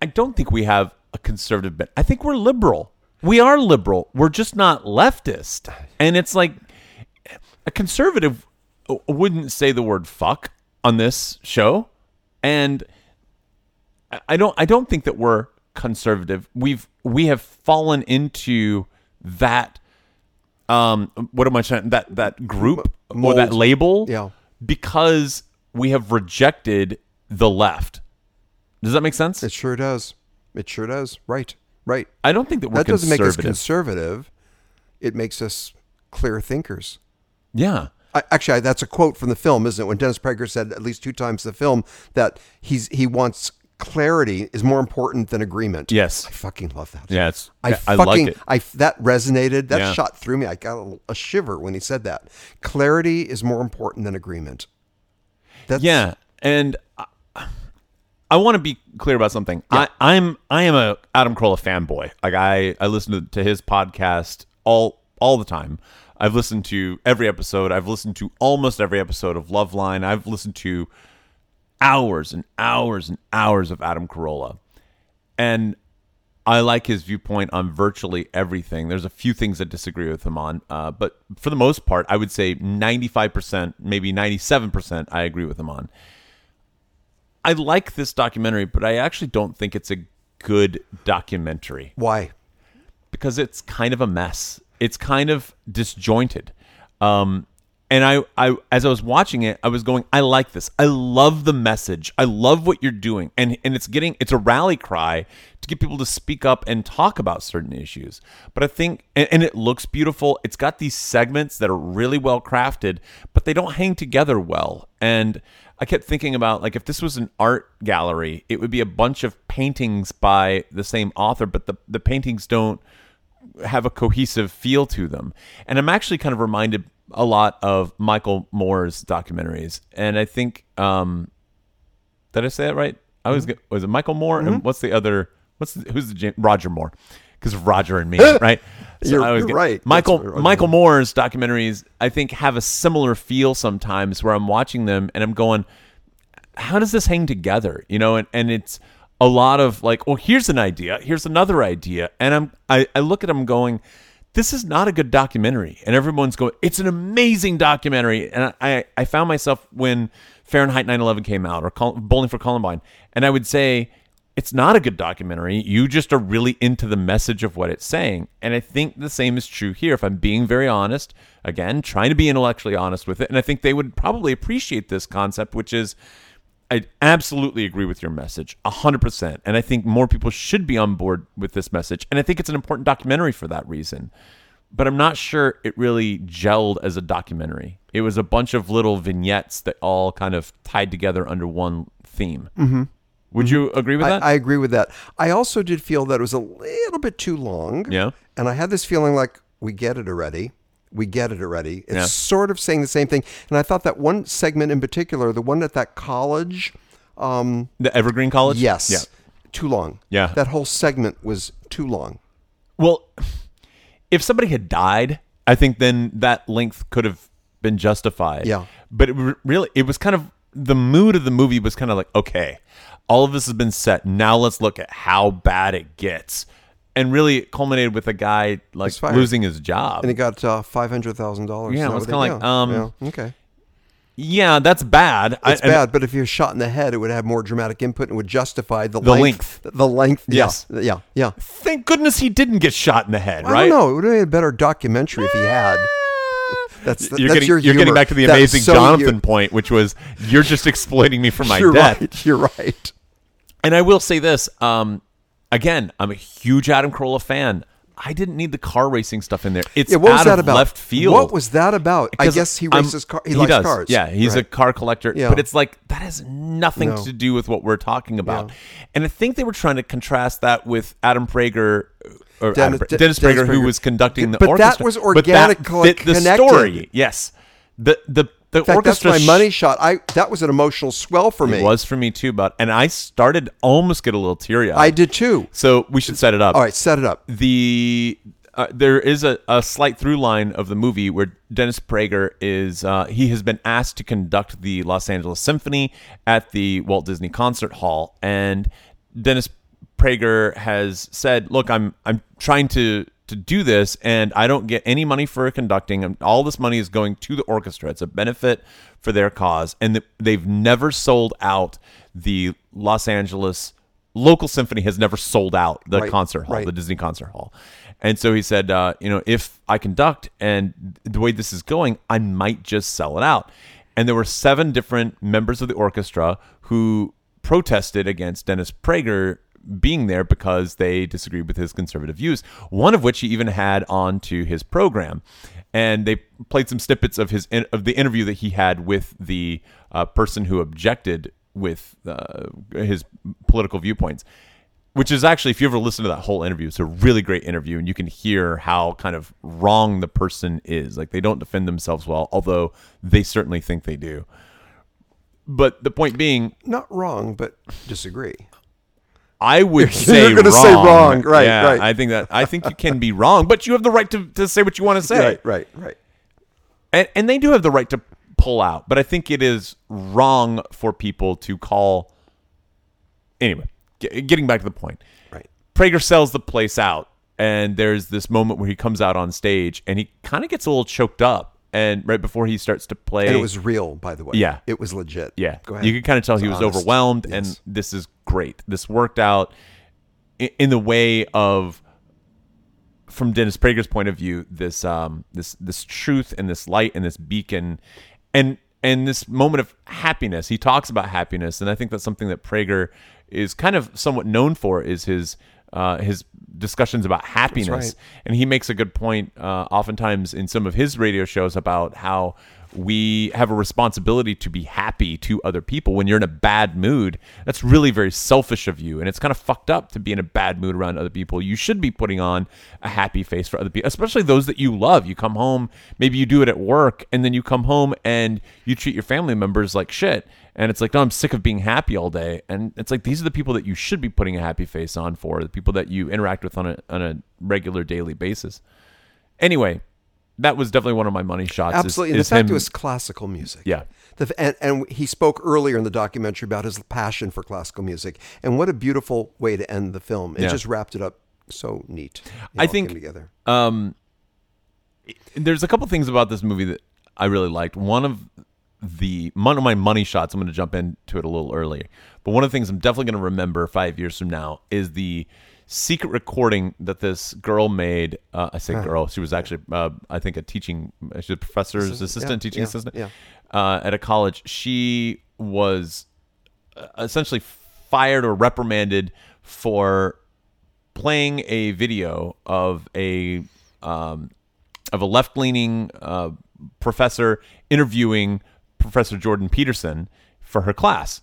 Speaker 3: I don't think we have a conservative bent. I think we're liberal. We are liberal. We're just not leftist. And it's like a conservative w- wouldn't say the word fuck on this show. And I- I don't I don't think that we're conservative. We've we have fallen into that um what am I trying that that group or that
Speaker 2: Mold.
Speaker 3: label
Speaker 2: Yeah.
Speaker 3: because we have rejected the left. Does that make sense?
Speaker 2: it sure does. It sure does. Right. Right.
Speaker 3: I don't think that we're
Speaker 2: that doesn't make us
Speaker 3: conservative.
Speaker 2: conservative. It makes us clear thinkers.
Speaker 3: yeah.
Speaker 2: I, actually, I, that's a quote from the film, isn't it? When Dennis Prager said at least two times in the film that he's he wants clarity is more important than agreement.
Speaker 3: Yes.
Speaker 2: I fucking love that.
Speaker 3: Yeah, it's
Speaker 2: I
Speaker 3: I, I
Speaker 2: fucking
Speaker 3: liked it.
Speaker 2: I that resonated. That
Speaker 3: Yeah.
Speaker 2: shot through me. I got a, little- a shiver when he said that. Clarity is more important than agreement. That's,
Speaker 3: Yeah, and I, I want to be clear about something. I, I'm I am a Adam Carolla fanboy. Like I I listen to, to his podcast all all the time. I've listened to every episode. I've listened to almost every episode of Loveline. I've listened to hours and hours and hours of Adam Carolla. And I like his viewpoint on virtually everything. There's a few things I disagree with him on, uh, but for the most part, I would say 95%, maybe 97%, I agree with him on. I like this documentary, but I actually don't think it's a good documentary
Speaker 2: Why?
Speaker 3: because it's kind of a mess. It's kind of disjointed. Um, and I, I, as I was watching it, I was going, I like this. I love the message. I love what you're doing, and and it's getting, it's a rally cry to get people to speak up and talk about certain issues. But I think, and, and it looks beautiful. It's got these segments that are really well crafted, but they don't hang together well. And I kept thinking about like if this was an art gallery, it would be a bunch of paintings by the same author, but the the paintings don't have a cohesive feel to them. And I'm actually kind of reminded a lot of Michael Moore's documentaries. And I think um
Speaker 2: Mm-hmm.
Speaker 3: did I say that right? I was go- was it Michael Moore and what's the other what's the, who's the Jam- Roger Moore? because of Roger
Speaker 2: *laughs*
Speaker 3: and me, right?
Speaker 2: You're-
Speaker 3: I always
Speaker 2: you're right.
Speaker 3: Michael
Speaker 2: That's right, Roger.
Speaker 3: Michael Moore's documentaries, I think, have a similar feel sometimes where I'm watching them and I'm going, how does this hang together? You know, and, and it's a lot of like, well, here's an idea, here's another idea. And I'm I, I look at them going, this is not a good documentary. And everyone's going, it's an amazing documentary. And I, I found myself when Fahrenheit 9-11 came out or Col- Bowling for Columbine. And I would say, it's not a good documentary. You just are really into the message of what it's saying. And I think the same is true here. If I'm being very honest, again, trying to be intellectually honest with it. And I think they would probably appreciate this concept, which is I absolutely agree with your message, 100%. And I think more people should be on board with this message. And I think it's an important documentary for that reason. But I'm not sure it really gelled as a documentary. It was a bunch of little vignettes that all kind of tied together under one theme. Mm-hmm. Would you agree with that?
Speaker 2: I, I agree with that. I also did feel that it was a little bit too long.
Speaker 3: Yeah.
Speaker 2: And I had this feeling like, we get it already. We get it already. It's
Speaker 3: Yeah.
Speaker 2: sort of saying the same thing. And I thought that one segment in particular, the one at that college, um,
Speaker 3: the Evergreen College?
Speaker 2: yes,
Speaker 3: Yeah.
Speaker 2: too long.
Speaker 3: Yeah.
Speaker 2: That whole segment was too long.
Speaker 3: Well, if somebody had died, I think then that length could have been justified.
Speaker 2: Yeah.
Speaker 3: But it re- really, it was kind of the mood of the movie was kind of like, okay, all of this has been set. Now let's look at how bad it gets. And really, it culminated with a guy like
Speaker 2: fired.
Speaker 3: losing his job.
Speaker 2: And it got uh, $500,000.
Speaker 3: Yeah,
Speaker 2: Is that
Speaker 3: it was
Speaker 2: what they-
Speaker 3: kinda like,
Speaker 2: yeah,
Speaker 3: um,
Speaker 2: yeah, okay.
Speaker 3: yeah, that's bad. I-
Speaker 2: It's
Speaker 3: and-
Speaker 2: bad, but if you're shot in the head, it would have more dramatic input and would justify the, length. The length. yeah,
Speaker 3: Yes.
Speaker 2: Yeah. Yeah.
Speaker 3: Thank goodness he didn't get shot in the head,
Speaker 2: I
Speaker 3: right?
Speaker 2: don't know. It would have been a better documentary if he had. That's
Speaker 3: You're,
Speaker 2: that's
Speaker 3: getting,
Speaker 2: your
Speaker 3: you're getting
Speaker 2: humor.
Speaker 3: back to the
Speaker 2: That is
Speaker 3: amazing
Speaker 2: so
Speaker 3: Jonathan
Speaker 2: you-
Speaker 3: point, which was you're just *laughs* exploiting me for my
Speaker 2: You're
Speaker 3: death.
Speaker 2: right. You're right.
Speaker 3: And I will say this. Um, again, I'm a huge Adam Carolla fan. I didn't need the car racing stuff in there. It's
Speaker 2: Yeah. What was
Speaker 3: out
Speaker 2: that
Speaker 3: of
Speaker 2: about?
Speaker 3: left field.
Speaker 2: What was that about? I
Speaker 3: 'Cause
Speaker 2: guess he
Speaker 3: I'm-
Speaker 2: races car. He, likes
Speaker 3: does.
Speaker 2: cars.
Speaker 3: Yeah, he's a car collector.
Speaker 2: Yeah.
Speaker 3: But it's like that has nothing
Speaker 2: No.
Speaker 3: to do with what we're talking about. And I think they were trying to contrast that with Adam Prager. uh, Or Adam
Speaker 2: Dennis-
Speaker 3: Pra-
Speaker 2: De-
Speaker 3: Dennis, Prager,
Speaker 2: Dennis
Speaker 3: who
Speaker 2: Prager.
Speaker 3: was conducting the
Speaker 2: But that
Speaker 3: orchestra,
Speaker 2: was
Speaker 3: But that
Speaker 2: organically
Speaker 3: fit the
Speaker 2: connected.
Speaker 3: story. Yes, the the the
Speaker 2: In fact, that's
Speaker 3: orchestra
Speaker 2: my
Speaker 3: sh-
Speaker 2: money shot. I that was an emotional swell for me.
Speaker 3: It was for me too, but and I started almost get a little teary eyed.
Speaker 2: I did too.
Speaker 3: So we should set it up.
Speaker 2: All right, set it up.
Speaker 3: The uh, there is a, a slight through line of the movie where Dennis Prager is uh, he has been asked to conduct the Los Angeles Symphony at the Walt Disney Concert Hall, and Dennis Prager has said, "Look, I'm I'm trying to." To do this, and I don't get any money for conducting. And all this money is going to the orchestra. It's a benefit for their cause, and th- they've never sold out the Los Angeles local symphony has never sold out the
Speaker 2: Right,
Speaker 3: concert hall,
Speaker 2: right.
Speaker 3: the Disney concert hall. And so he said, uh, you know, if I conduct and the way this is going, I might just sell it out. And there were seven different members of the orchestra who protested against Dennis Prager being there because they disagreed with his conservative views, one of which he even had onto his program. And they played some snippets of his of the interview that he had with the uh, person who objected with uh, his political viewpoints which is actually if you ever listen to that whole interview it's a really great interview and you can hear how kind of wrong the person is like they don't defend themselves well although they certainly think they do but the point being
Speaker 2: Not wrong, but disagree.
Speaker 3: i would
Speaker 2: *laughs* You're
Speaker 3: say
Speaker 2: gonna
Speaker 3: wrong.
Speaker 2: say wrong, right,
Speaker 3: Yeah,
Speaker 2: right.
Speaker 3: i think that i think you can be wrong but you have the right to, to say what you want to say
Speaker 2: Right, right, right.
Speaker 3: and, and they do have the right to pull out but i think it is wrong for people to call anyway ge- getting back to the point
Speaker 2: Right.
Speaker 3: Prager sells the place out, and there's this moment where he comes out on stage and he kind of gets a little choked up, and right before he starts to play,
Speaker 2: And it was real, by the way.
Speaker 3: Yeah.
Speaker 2: It was legit.
Speaker 3: yeah,
Speaker 2: Go ahead.
Speaker 3: you could kind of tell he
Speaker 2: It's
Speaker 3: was
Speaker 2: honest.
Speaker 3: overwhelmed,
Speaker 2: Yes.
Speaker 3: and this is great. This worked out i- in the way of, from Dennis Prager's point of view, this um this this truth and this light and this beacon, and and this moment of happiness. He talks about happiness, and I think that's something that Prager is kind of somewhat known for is his. Uh, his discussions about happiness, and he makes a good point uh, oftentimes in some of his radio shows about how we have a responsibility to be happy to other people when you're in a bad mood that's really very selfish of you and it's kind of fucked up to be in a bad mood around other people you should be putting on a happy face for other people especially those that you love you come home maybe you do it at work and then you come home and you treat your family members like shit and it's like no i'm sick of being happy all day and it's like these are the people that you should be putting a happy face on for the people that you interact with on a, on a regular daily basis anyway that was definitely one of my money shots. is-
Speaker 2: Absolutely. And
Speaker 3: is
Speaker 2: the fact
Speaker 3: him-
Speaker 2: it was classical music.
Speaker 3: Yeah.
Speaker 2: The, f- and, and he spoke earlier in the documentary about his passion for classical music. And what a beautiful way to end the film. It
Speaker 3: Yeah.
Speaker 2: just wrapped it up so neat. It
Speaker 3: I
Speaker 2: all
Speaker 3: think-
Speaker 2: came together.
Speaker 3: um there's a couple things about this movie that I really liked. One of the one of my money shots, I'm going to jump into it a little earlier. But one of the things I'm definitely going to remember 5 years from now is the secret recording that this girl made uh, I
Speaker 2: Uh-huh.
Speaker 3: say girl, she was actually uh, I think a teaching she was a professor's assistant,
Speaker 2: yeah,
Speaker 3: teaching
Speaker 2: yeah,
Speaker 3: assistant
Speaker 2: yeah.
Speaker 3: uh, at a college. She was uh, essentially fired or reprimanded for playing a video of a um, of a left leaning uh, professor interviewing Professor Jordan Peterson for her class,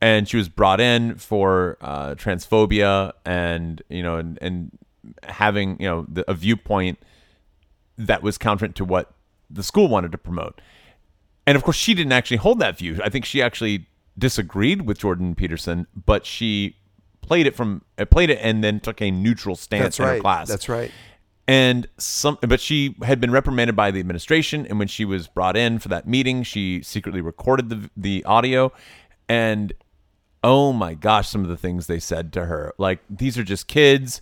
Speaker 3: and she was brought in for uh, transphobia and you know and, and having you know the, a viewpoint that was counter to what the school wanted to promote. And of course, she didn't actually hold that view. I think she actually disagreed with Jordan Peterson, but she played it from uh, played it and then took a neutral stance
Speaker 2: That's
Speaker 3: in her
Speaker 2: right.
Speaker 3: class.
Speaker 2: That's right.
Speaker 3: And some, but she had been reprimanded by the administration. And when she was brought in for that meeting, she secretly recorded the the audio. And oh my gosh, some of the things they said to her, like these are just kids,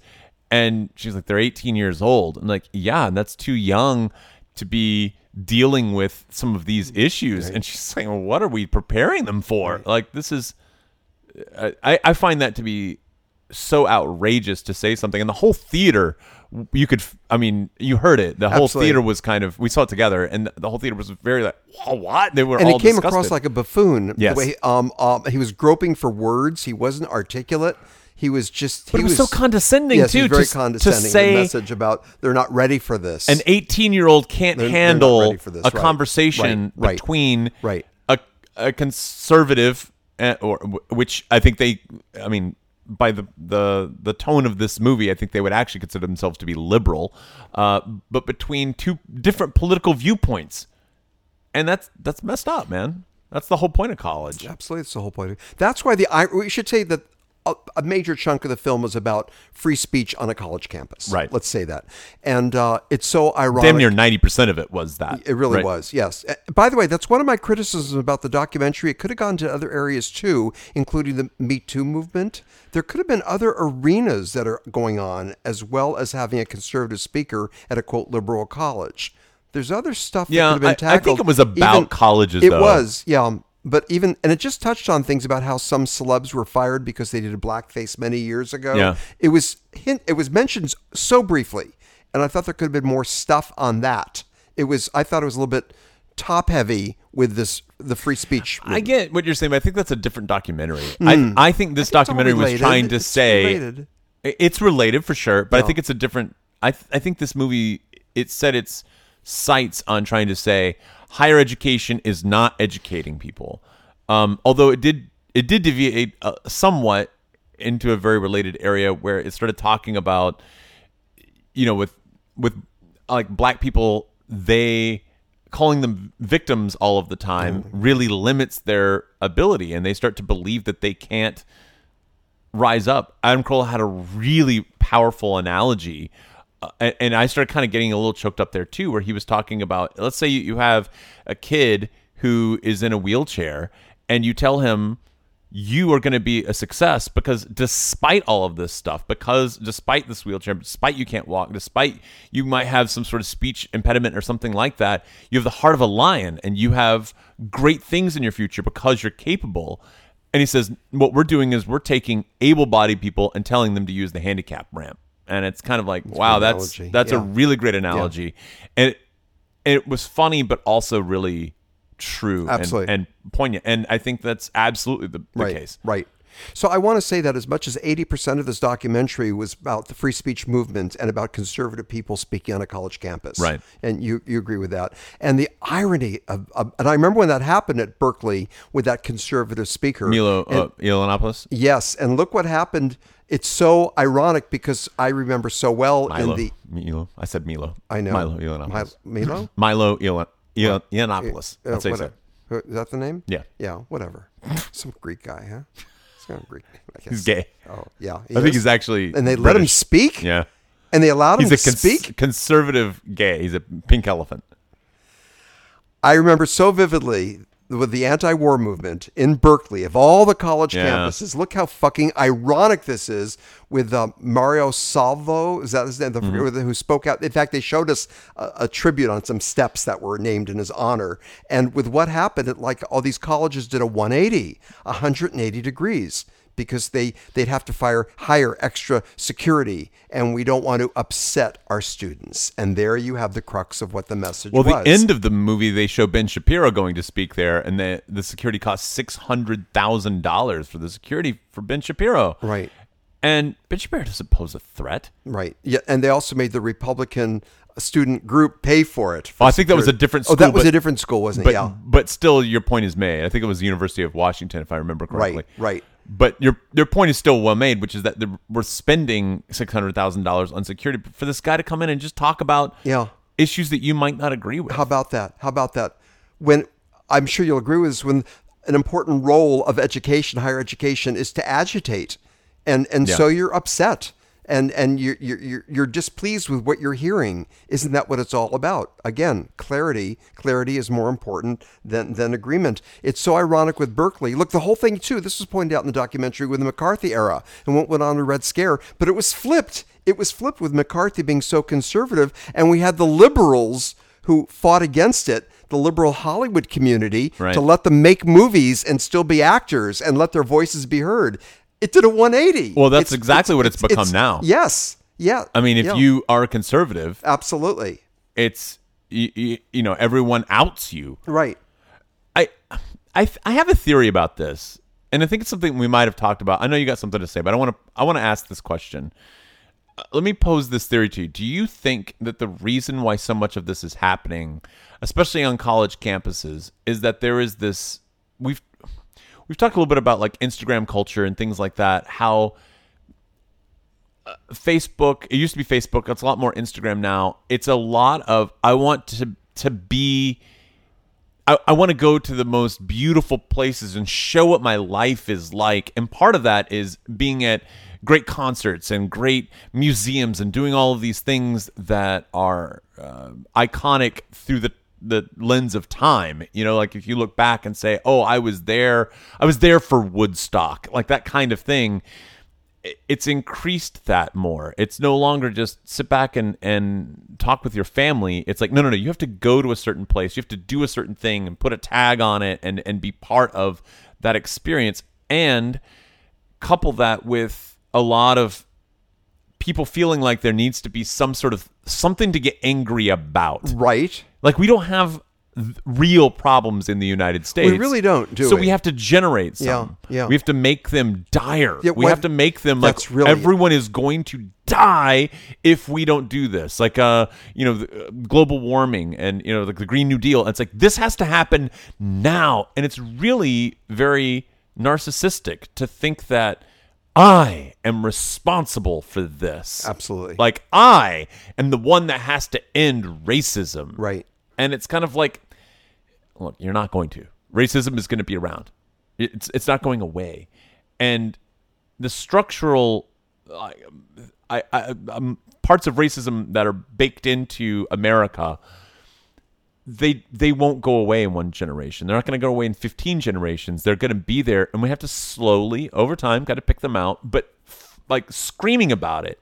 Speaker 3: and she's like they're 18 years old. I'm like, yeah, and that's too young to be dealing with some of these
Speaker 2: Mm,
Speaker 3: issues. And she's *laughs* saying, well, what are we preparing them for? Like this is I, I find that to be so outrageous to say something and the whole theater you could i mean you heard it the whole
Speaker 2: Absolutely.
Speaker 3: theater was kind of we saw it together and the whole theater was very like "Wha- what they were
Speaker 2: And
Speaker 3: all
Speaker 2: it came
Speaker 3: disgusted.
Speaker 2: across like a buffoon.
Speaker 3: Yes.
Speaker 2: The way um, um, he was groping for words. He wasn't articulate. He was just.
Speaker 3: But
Speaker 2: he
Speaker 3: it was so condescending,
Speaker 2: yes,
Speaker 3: too,
Speaker 2: He was very
Speaker 3: to- to
Speaker 2: condescending. The
Speaker 3: say-
Speaker 2: message about they're not ready for this.
Speaker 3: an 18 year old can't
Speaker 2: They're- they're not
Speaker 3: handle
Speaker 2: ready for this,
Speaker 3: a
Speaker 2: right,
Speaker 3: conversation
Speaker 2: right, right,
Speaker 3: between
Speaker 2: right.
Speaker 3: a, a conservative uh, or which i think they i mean by the, the the tone of this movie i think they would actually consider themselves to be liberal uh, but between two different political viewpoints and that's that's messed up man that's the whole point of college
Speaker 2: Absolutely, that's the whole point. That's why the ir- we should say that a, a major chunk of the film is about free speech on a college campus.
Speaker 3: Right.
Speaker 2: Let's say that, and uh, it's so ironic.
Speaker 3: damn near 90% of it was that
Speaker 2: It really
Speaker 3: right?
Speaker 2: was, yes. Uh, By the way, that's one of my criticisms about the documentary. It could have gone to other areas too, including the Me Too movement. There could have been other arenas that are going on, as well as having a conservative speaker at a quote liberal college. There's other stuff
Speaker 3: Yeah,
Speaker 2: that could have been
Speaker 3: I- I think
Speaker 2: tackled.
Speaker 3: it was about colleges,
Speaker 2: It
Speaker 3: though.
Speaker 2: was, yeah. um, But even and it just touched on things about how some celebs were fired because they did a blackface many years ago.
Speaker 3: Yeah.
Speaker 2: It was hint, it was mentioned so briefly, and I thought there could have been more stuff on that. It was I thought it was a little bit top heavy with this the free speech.
Speaker 3: I get what you're saying, but I think that's a different documentary.
Speaker 2: Hmm.
Speaker 3: I, I think this documentary was
Speaker 2: related.
Speaker 3: trying to
Speaker 2: It's
Speaker 3: say
Speaker 2: related.
Speaker 3: I- it's related for sure, but I think it's a different. I th- I think this movie it set its sights on trying to say higher education is not educating people. Um, although it did it did deviate uh, somewhat into a very related area where it started talking about you know with with like black people they calling them victims all of the time really limits their ability and they start to believe that they can't rise up adam carolla had a really powerful analogy uh, and, and i started kind of getting a little choked up there too where he was talking about let's say you, you have a kid who is in a wheelchair and you tell him you are going to be a success because despite all of this stuff, because despite this wheelchair, despite you can't walk, despite you might have some sort of speech impediment or something like that, you have the heart of a lion and you have great things in your future because you're capable. And he says, What we're doing is we're taking able bodied people and telling them to use the handicap ramp. And it's kind of like, wow, that's
Speaker 2: analogy.
Speaker 3: that's a
Speaker 2: Yeah.
Speaker 3: really great analogy. And it, it was funny, but also really true and-
Speaker 2: Absolutely.
Speaker 3: and, poignant. And I think that's absolutely the, the
Speaker 2: right,
Speaker 3: case.
Speaker 2: Right. So I want to say that as much as 80% of this documentary was about the free speech movement and about conservative people speaking on a college campus.
Speaker 3: Right.
Speaker 2: And you, you agree with that. And the irony of, of- and I remember when that happened at Berkeley with that conservative speaker.
Speaker 3: Milo uh, Yiannopoulos.
Speaker 2: Yes. And look what happened. It's so ironic because I remember so well
Speaker 3: Milo.
Speaker 2: in the,
Speaker 3: Milo. I said Milo.
Speaker 2: I know.
Speaker 3: Milo Yiannopoulos.
Speaker 2: Mi- Milo?
Speaker 3: Milo Ilan- Ilan- Yiannopoulos.
Speaker 2: Uh,
Speaker 3: That's how you
Speaker 2: what-
Speaker 3: say it.
Speaker 2: uh, Is that the name?
Speaker 3: Yeah.
Speaker 2: Yeah, whatever. Some Greek guy, huh? It's kind of Greek. name, I guess.
Speaker 3: He's gay.
Speaker 2: Oh, yeah.
Speaker 3: I think he's actually.
Speaker 2: And they let him
Speaker 3: British.
Speaker 2: speak?
Speaker 3: Yeah.
Speaker 2: And they allowed him
Speaker 3: He's a
Speaker 2: to
Speaker 3: cons-
Speaker 2: speak?
Speaker 3: conservative gay. He's a pink elephant.
Speaker 2: I remember so vividly with the anti-war movement in Berkeley of all the college
Speaker 3: Yeah.
Speaker 2: campuses. Look how fucking ironic this is with um, Mario Salvo. Is that his name? The,
Speaker 3: Mm-hmm.
Speaker 2: Who spoke out? In fact, they showed us a, a tribute on some steps that were named in his honor. And with what happened, it, like all these colleges did a 180, 180 degrees. Because they, they'd have to fire hire extra security, and we don't want to upset our students. And there you have the crux of what the message
Speaker 3: Well,
Speaker 2: was.
Speaker 3: the end of the movie, they show Ben Shapiro going to speak there, and the the security costs six hundred thousand dollars for the security for Ben Shapiro.
Speaker 2: Right.
Speaker 3: And Ben Shapiro doesn't pose a threat.
Speaker 2: Right. Yeah, and they also made the Republican student group pay for it. for
Speaker 3: Oh, I think that was a
Speaker 2: security.
Speaker 3: different
Speaker 2: Oh, that
Speaker 3: school,
Speaker 2: was
Speaker 3: but-
Speaker 2: a different school, wasn't it?
Speaker 3: But
Speaker 2: Yeah.
Speaker 3: but still, your point is made. I think it was the University of Washington, if I remember correctly.
Speaker 2: Right, right.
Speaker 3: But your your point is still well made, which is that the, we're spending six hundred thousand dollars on security for this guy to come in and just talk about
Speaker 2: Yeah.
Speaker 3: issues that you might not agree with.
Speaker 2: How about that? How about that? When I'm sure you'll agree with this, when an important role of education, higher education, is to agitate, and and so you're upset, and and you're you're you're- you're displeased with what you're hearing. Isn't that what it's all about? Again, clarity. Clarity is more important than than agreement. It's so ironic with Berkeley. Look, the whole thing too. This was pointed out in the documentary with the McCarthy era and what went on with Red Scare, but it was flipped. It was flipped with McCarthy being so conservative, and we had the liberals who fought against it, the liberal Hollywood community,
Speaker 3: Right.
Speaker 2: to let them make movies and still be actors and let their voices be heard. It did a 180.
Speaker 3: Well, that's exactly what it's become now.
Speaker 2: Yes. Yeah.
Speaker 3: I mean, if
Speaker 2: yeah,
Speaker 3: you are a conservative,
Speaker 2: Absolutely.
Speaker 3: it's you, you, you know everyone outs you.
Speaker 2: Right.
Speaker 3: I, I, th- I have a theory about this, and I think it's something we might have talked about. I know you got something to say, but I want to, I want to ask this question. Uh, Let me pose this theory to you. Do you think that the reason why so much of this is happening, especially on college campuses, is that there is this we've we've talked a little bit about like Instagram culture and things like that, how uh, Facebook. It used to be Facebook. It's a lot more Instagram now. It's a lot of I want to to be. I, I want to go to the most beautiful places and show what my life is like. And part of that is being at great concerts and great museums and doing all of these things that are uh, iconic through the the lens of time you know like if you look back and say oh i was there i was there for woodstock like that kind of thing it's increased that more. It's no longer just sit back and and talk with your family. It's like no, no, no. You have to go to a certain place. You have to do a certain thing and put a tag on it and and be part of that experience. And couple that with a lot of people feeling like there needs to be some sort of something to get angry about.
Speaker 2: Right.
Speaker 3: Like we don't have th- real problems in the United States.
Speaker 2: really don't, do
Speaker 3: so
Speaker 2: we?
Speaker 3: we have to generate some.
Speaker 2: Yeah, yeah.
Speaker 3: We have to make them dire.
Speaker 2: Yeah,
Speaker 3: we
Speaker 2: what-
Speaker 3: have to make them like
Speaker 2: That's really-
Speaker 3: everyone is going to die if we don't do this. Like uh, you know, the, uh, global warming and you know, like the Green New Deal. It's like this has to happen now, and it's really very narcissistic to think that I am responsible for this.
Speaker 2: Absolutely.
Speaker 3: Like I am the one that has to end racism.
Speaker 2: Right.
Speaker 3: And it's kind of like, look, you're not going to. Racism is going to be around. It's it's not going away, and the structural, I, I, I um, parts of racism that are baked into America. They they won't go away in one generation. They're not going to go away in fifteen generations. They're going to be there, and we have to slowly, over time, got to pick them out. But f- like screaming about it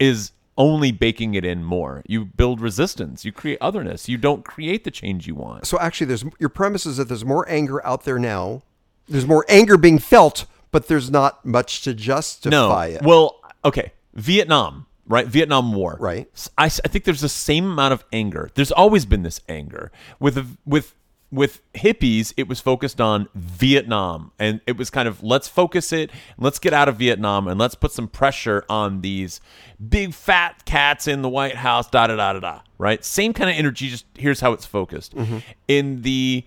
Speaker 3: is only baking it in more. You build resistance. You create otherness. You don't create the change you want.
Speaker 2: So actually, there's your premise is that there's more anger out there now. There's more anger being felt, but there's not much to justify it.
Speaker 3: Well, okay, Vietnam, right? Vietnam War,
Speaker 2: Right.
Speaker 3: S- I, s- I think there's the same amount of anger. There's always been this anger with with with hippies, it was focused on Vietnam, and it was kind of let's focus it, let's get out of Vietnam, and let's put some pressure on these big fat cats in the White House. Da da da da da. Right, same kind of energy. Just here's how it's focused
Speaker 2: Mm-hmm.
Speaker 3: in the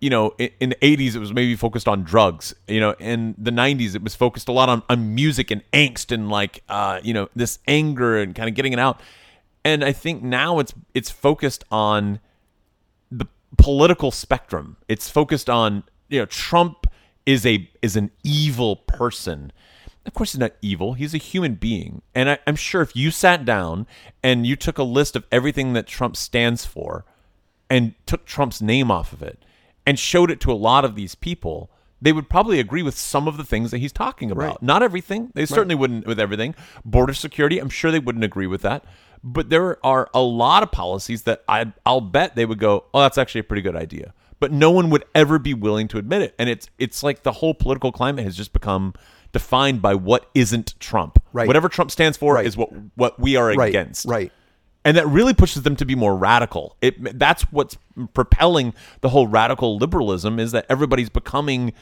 Speaker 3: you know i- in the 80s it was maybe focused on drugs you know in the 90s it was focused a lot on, on music and angst and like uh you know this anger and kind of getting it out and i think now it's it's focused on the political spectrum. It's focused on you know Trump is a is an evil person. Of course, he's not evil. He's a human being, and I, I'm sure if you sat down and you took a list of everything that Trump stands for, and took Trump's name off of it, and showed it to a lot of these people, they would probably agree with some of the things that he's talking about.
Speaker 2: Right.
Speaker 3: Not everything. They certainly wouldn't with everything. Border security, I'm sure they wouldn't agree with that. But there are a lot of policies that I, I'll bet they would go, oh, that's actually a pretty good idea. But no one would ever be willing to admit it. And it's it's like the whole political climate has just become defined by what isn't Trump.
Speaker 2: Right.
Speaker 3: Whatever Trump stands for
Speaker 2: Right.
Speaker 3: is what what we are
Speaker 2: Right,
Speaker 3: against
Speaker 2: right.
Speaker 3: and that really pushes them to be more radical. It that's what's propelling the whole radical liberalism is that everybody's becoming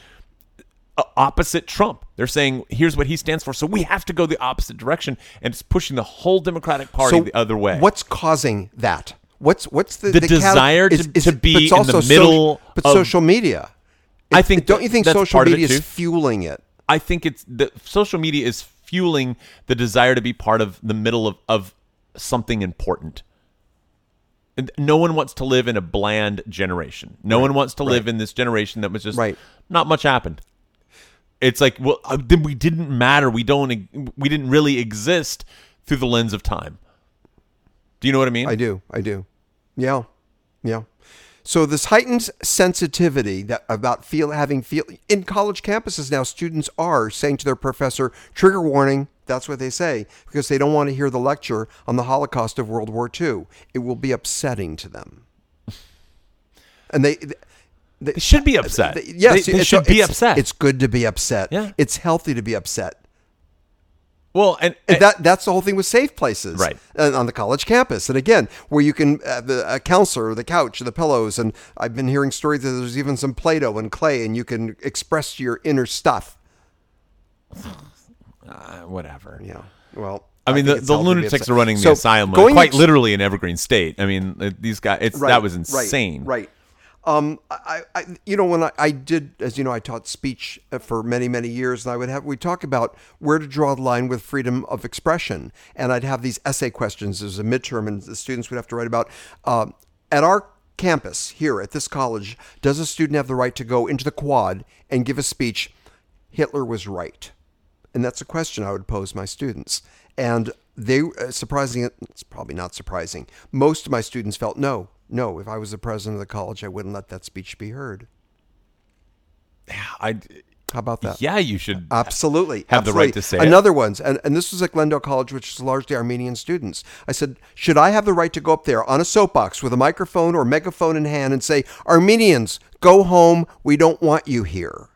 Speaker 3: uh, opposite Trump. They're saying here's what he stands for, so we have to go the opposite direction, and it's pushing the whole Democratic Party the other way.
Speaker 2: What's causing that? What's what's the,
Speaker 3: The
Speaker 2: cat-
Speaker 3: desire to- to
Speaker 2: but
Speaker 3: be
Speaker 2: it's
Speaker 3: in the
Speaker 2: also
Speaker 3: middle
Speaker 2: soci- but
Speaker 3: of-
Speaker 2: social media.
Speaker 3: I
Speaker 2: It's-
Speaker 3: think
Speaker 2: don't
Speaker 3: that-
Speaker 2: you think
Speaker 3: that's
Speaker 2: social
Speaker 3: part of it
Speaker 2: media is
Speaker 3: too.
Speaker 2: fueling it?
Speaker 3: I think it's the social media is fueling the desire to be part of the middle of, of something important. And No one wants to live in a bland generation. No one wants to live in this generation that was just
Speaker 2: Right.
Speaker 3: not much happened. It's like, well, uh, then we didn't matter. We don't. e, We didn't really exist through the lens of time. Do you know what I mean?
Speaker 2: I do. I do. Yeah. Yeah. So this heightened sensitivity that about feel having feel in college campuses now students are saying to their professor trigger warning that's what they say because they don't want to hear the lecture on the Holocaust of World War II it will be upsetting to them and they
Speaker 3: they should be upset.
Speaker 2: Th- Yes,
Speaker 3: they,
Speaker 2: you-
Speaker 3: they
Speaker 2: it's-
Speaker 3: should be
Speaker 2: it's-
Speaker 3: upset.
Speaker 2: It's good to be upset.
Speaker 3: Yeah.
Speaker 2: It's healthy to be upset.
Speaker 3: well, and,
Speaker 2: And that that's the whole thing with safe places,
Speaker 3: Eh. Right.
Speaker 2: And on the college campus, and again, where you can uh, the a counselor, the couch, the pillows, and I've been hearing stories that there's even some Play-Doh and clay, and you can express your inner stuff.
Speaker 3: uh, whatever.
Speaker 2: Yeah. Well,
Speaker 3: I mean,
Speaker 2: think
Speaker 3: the,
Speaker 2: it's
Speaker 3: the
Speaker 2: healthy to be
Speaker 3: lunatics
Speaker 2: upset.
Speaker 3: are running the
Speaker 2: So,
Speaker 3: asylum,
Speaker 2: going
Speaker 3: quite
Speaker 2: into-
Speaker 3: literally in Evergreen State. I mean, uh, these guys, it's,
Speaker 2: Right,
Speaker 3: that was
Speaker 2: right,
Speaker 3: insane.
Speaker 2: Right. Um, I, I, you know, when I, I did, as you know, I taught speech uh, for many, many years, and I would have we talk about where to draw the line with freedom of expression, and I'd have these essay questions as a midterm, and the students would have to write about uh, at our campus here at this college, does a student have the right to go into the quad and give a speech? Hitler was right, and that's a question I would pose my students, and they uh, surprising it's probably not surprising most of my students felt no no if i was the president of the college i wouldn't let that speech be heard
Speaker 3: I,
Speaker 2: how about that?
Speaker 3: yeah, you should.
Speaker 2: uh, Absolutely.
Speaker 3: Have the
Speaker 2: absolutely.
Speaker 3: right to say it.
Speaker 2: Another one's, and, and this was at Glendale College, which is largely Armenian students. I said, Should I have the right to go up there on a soapbox with a microphone or megaphone in hand and say, Armenians, go home. We don't want you here?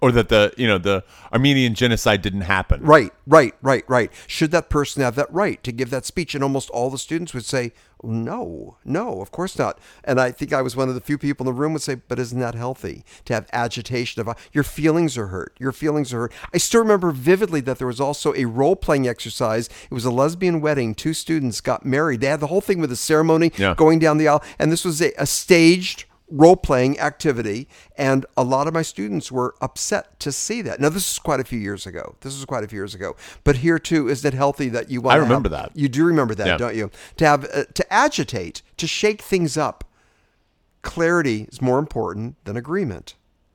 Speaker 3: or that the you know the Armenian genocide didn't happen.
Speaker 2: Right, right, right, right. Should that person have that right to give that speech? And almost all the students would say, no, no, of course not. And I think I was one of the few people in the room would say, but isn't that healthy to have agitation of your feelings are hurt? Your feelings are hurt. I still remember vividly that there was also a role playing exercise. It was a lesbian wedding. Two students got married. They had the whole thing with a ceremony
Speaker 3: Yeah.
Speaker 2: going down the aisle. And this was a, a staged role playing activity. And a lot of my students were upset to see that. Now, this is quite a few years ago. This is quite a few years ago. But here, too, is that healthy that you want
Speaker 3: I remember that.
Speaker 2: You do remember that,
Speaker 3: Yeah.
Speaker 2: don't you? To have, uh, to agitate, to shake things up. Clarity is more important than agreement.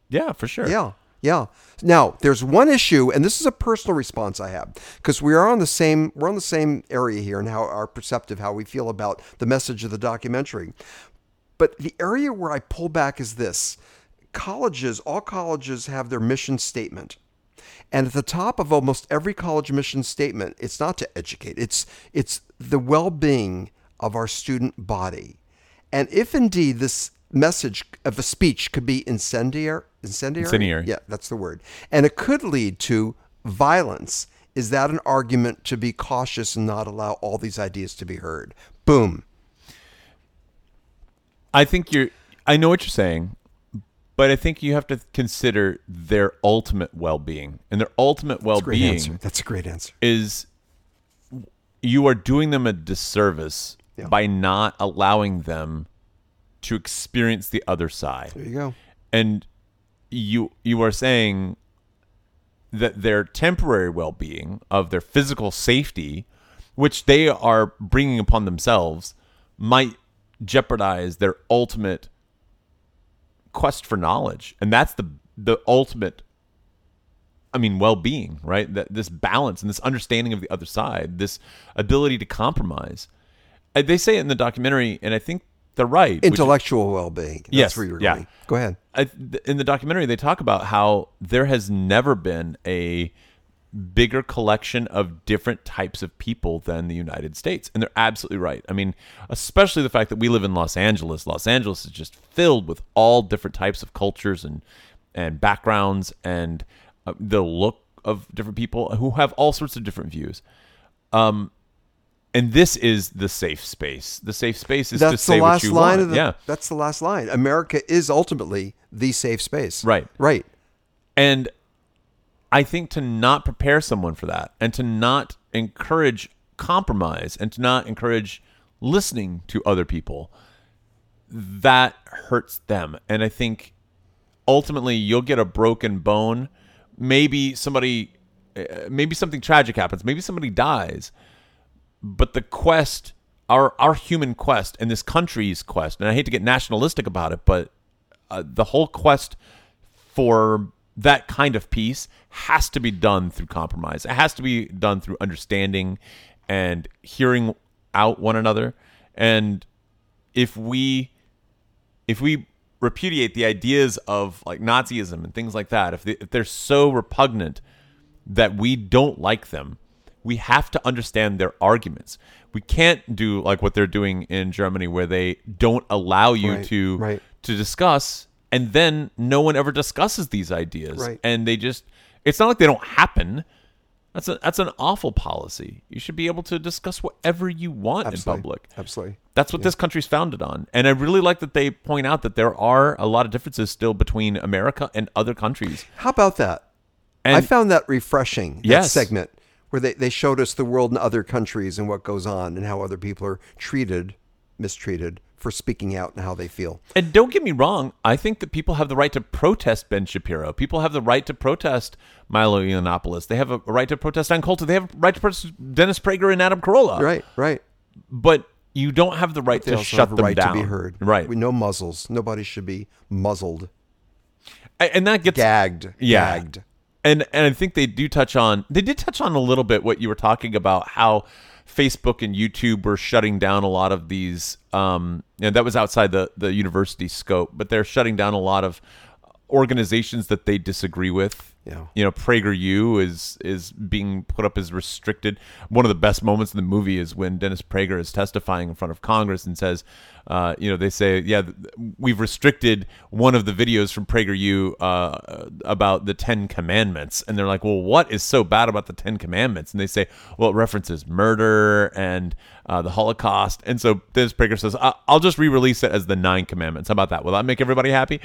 Speaker 3: Yeah, for sure.
Speaker 2: Yeah. Yeah. Now, there's one issue, and this is a personal response I have because we are on the same we're on the same area here and how our perceptive, how we feel about the message of the documentary. But the area where I pull back is this: colleges, all colleges have their mission statement. And at the top of almost every college mission statement, it's not to educate, it's it's the well-being of our student body. And if indeed this message of a speech could be incendiary, incendiary,
Speaker 3: Incendiary.
Speaker 2: yeah, that's the word, and it could lead to violence, is that an argument to be cautious and not allow all these ideas to be heard? Boom.
Speaker 3: I think you're. I know what you're saying, but I think you have to consider their ultimate well-being, and their ultimate
Speaker 2: Great answer.
Speaker 3: well-being
Speaker 2: That's a great answer.
Speaker 3: is you are doing them a disservice
Speaker 2: Yeah.
Speaker 3: by not allowing them to experience the other side
Speaker 2: There you go.
Speaker 3: and you you are saying that their temporary well-being of their physical safety which they are bringing upon themselves might jeopardize their ultimate quest for knowledge and that's the the ultimate i mean well-being right that this balance and this understanding of the other side this ability to compromise Uh, they say it in the documentary and i think they're right which is-
Speaker 2: Intellectual well-being. That's
Speaker 3: Yes,
Speaker 2: where you're
Speaker 3: yeah.
Speaker 2: going. Go ahead.
Speaker 3: I, th- in the documentary, they talk about how there has never been a bigger collection of different types of people than the United States. And they're absolutely right. I mean, especially the fact that we live in Los Angeles. Los Angeles is just filled with all different types of cultures and, and backgrounds and uh, the look of different people who have all sorts of different views. Um, and this is the safe space. The safe space is to
Speaker 2: That's
Speaker 3: say
Speaker 2: the last
Speaker 3: what you
Speaker 2: line
Speaker 3: want.
Speaker 2: of the.
Speaker 3: yeah.
Speaker 2: That's the last line. America is ultimately the safe space.
Speaker 3: Right.
Speaker 2: Right.
Speaker 3: And I think to not prepare someone for that and to not encourage compromise and to not encourage listening to other people, that hurts them. And I think ultimately you'll get a broken bone. Maybe somebody, uh, maybe something tragic happens. Maybe somebody dies. But the quest, our our human quest, and this country's quest, and I hate to get nationalistic about it, but uh, the whole quest for that kind of peace has to be done through compromise. It has to be done through understanding and hearing out one another. And if we if we repudiate the ideas of like Nazism and things like that, if, they, if they're so repugnant that we don't like them, we have to understand their arguments. We can't do like what they're doing in Germany, where they don't allow you
Speaker 2: Right,
Speaker 3: to
Speaker 2: right.
Speaker 3: to discuss, and then no one ever discusses these ideas,
Speaker 2: Right.
Speaker 3: and they just. It's not like they don't happen. That's a, that's an awful policy. You should be able to discuss whatever you want
Speaker 2: Absolutely.
Speaker 3: in public.
Speaker 2: Absolutely.
Speaker 3: That's what this country's founded on. And I really like that they point out that there are a lot of differences still between America and other countries.
Speaker 2: How about that?
Speaker 3: And
Speaker 2: I found that refreshing. That
Speaker 3: Yes.
Speaker 2: segment where they, they showed us the world and other countries and what goes on and how other people are treated, mistreated for speaking out and how they feel.
Speaker 3: and don't get me wrong, I think that people have the right to protest Ben Shapiro. People have the right to protest Milo Yiannopoulos. They have a right to protest Ann Coulter. They have a right to protest Dennis Prager and Adam Carolla.
Speaker 2: Right. Right.
Speaker 3: But you don't have the right
Speaker 2: They
Speaker 3: to
Speaker 2: also
Speaker 3: Uh, shut
Speaker 2: have a
Speaker 3: them
Speaker 2: right
Speaker 3: down.
Speaker 2: to be heard.
Speaker 3: Right.
Speaker 2: We, no muzzles. Nobody should be muzzled,
Speaker 3: A- and that gets
Speaker 2: gagged,
Speaker 3: Yeah.
Speaker 2: gagged.
Speaker 3: and and I think they do touch on they did touch on a little bit what you were talking about how Facebook and YouTube were shutting down a lot of these um you know, that was outside the the university scope but they're shutting down a lot of organizations that they disagree with
Speaker 2: Yeah.
Speaker 3: you know PragerU is is being put up as restricted. One of the best moments in the movie is when Dennis Prager is testifying in front of Congress and says, uh, you know, they say, yeah, th- we've restricted one of the videos from PragerU uh, about the Ten Commandments, and they're like, well, what is so bad about the Ten Commandments? And they say, well, it references murder and uh, the Holocaust, and so Dennis Prager says, I- I'll just re-release it as the Nine Commandments. How about that? Will that make everybody happy?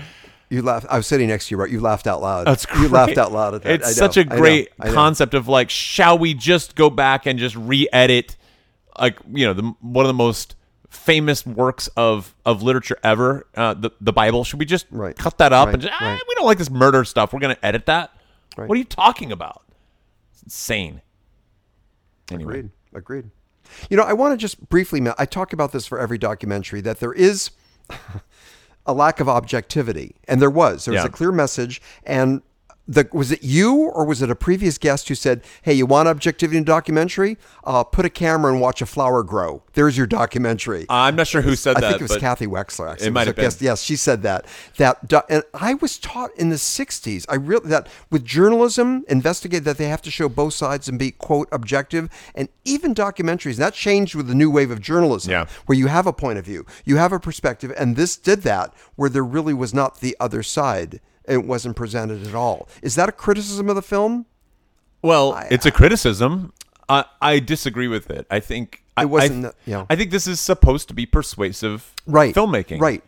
Speaker 2: You laughed. I was sitting next to you, right? You laughed out loud.
Speaker 3: That's great.
Speaker 2: You laughed out loud at that.
Speaker 3: It's
Speaker 2: I know,
Speaker 3: such a
Speaker 2: I know,
Speaker 3: great
Speaker 2: I know.
Speaker 3: concept of like, shall we just go back and just re-edit, like you know, the one of the most famous works of of literature ever, uh, the the Bible. Should we just
Speaker 2: Right.
Speaker 3: cut that up
Speaker 2: Right.
Speaker 3: and just, "Ah,
Speaker 2: Right.
Speaker 3: we don't like this murder stuff. We're gonna edit that.
Speaker 2: Right.
Speaker 3: What are you talking about? It's insane. Anyway,
Speaker 2: Agreed. Agreed. You know, I want to just briefly, ma- I talk about this for every documentary that there is *laughs* a lack of objectivity. And there was. There was
Speaker 3: Yeah.
Speaker 2: a clear message. And the, was it you or was it a previous guest who said, hey, you want objectivity in a documentary? Uh, put a camera and watch a flower grow. There's your documentary.
Speaker 3: I'm not sure who said
Speaker 2: I
Speaker 3: that.
Speaker 2: think it was
Speaker 3: but
Speaker 2: Kathy Wexler. Actually,
Speaker 3: it might
Speaker 2: was
Speaker 3: have
Speaker 2: a
Speaker 3: been.
Speaker 2: guest- Yes, she said that. That do- and I was taught in the '60s. I really that with journalism, investigate that they have to show both sides and be quote objective, and even documentaries. That changed with the new wave of journalism,
Speaker 3: Yeah.
Speaker 2: where you have a point of view, you have a perspective, and this did that where there really was not the other side. It wasn't presented at all. Is that a criticism of the film?
Speaker 3: Well, it's a criticism. I, I disagree with it. I think I,
Speaker 2: It wasn't
Speaker 3: I,
Speaker 2: that- yeah.
Speaker 3: I think this is supposed to be persuasive
Speaker 2: Right.
Speaker 3: filmmaking.
Speaker 2: Right.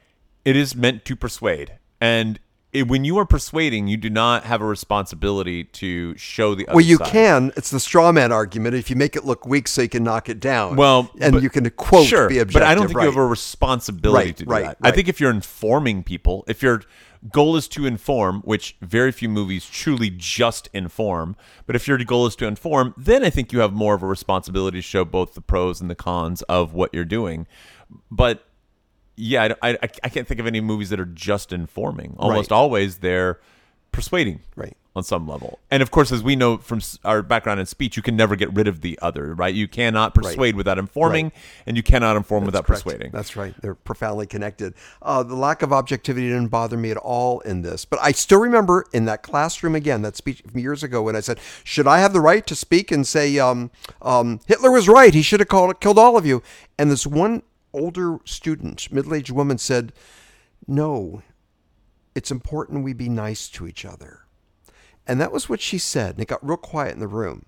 Speaker 3: it is meant to persuade. And it, when you are persuading, you do not have a responsibility to show the other
Speaker 2: Well, you
Speaker 3: side.
Speaker 2: can. It's the straw man argument. If you make it look weak, so you can knock it down.
Speaker 3: Well,
Speaker 2: and
Speaker 3: but-
Speaker 2: you can quote
Speaker 3: sure,
Speaker 2: be objective.
Speaker 3: but I don't think
Speaker 2: right.
Speaker 3: you have a responsibility
Speaker 2: Right,
Speaker 3: to do
Speaker 2: right,
Speaker 3: that. I
Speaker 2: right.
Speaker 3: think if you're informing people, if your goal is to inform, which very few movies truly just inform, but if your goal is to inform, then I think you have more of a responsibility to show both the pros and the cons of what you're doing. But yeah, I don't- I, I, I can't think of any movies that are just informing. Almost
Speaker 2: Right.
Speaker 3: always they're persuading,
Speaker 2: Right.
Speaker 3: on some level. And of course, as we know from s- our background in speech, you can never get rid of the other, right? You cannot persuade without informing, and you cannot inform without
Speaker 2: Correct.
Speaker 3: persuading.
Speaker 2: That's right. They're profoundly connected. Uh, the lack of objectivity didn't bother me at all in this, but I still remember in that classroom again, that speech from years ago when I said, "Should I have the right to speak and say um, um, Hitler was right? He should have called, killed all of you." And this one older student, middle-aged woman, said, "No, it's important we be nice to each other." And that was what she said, and it got real quiet in the room.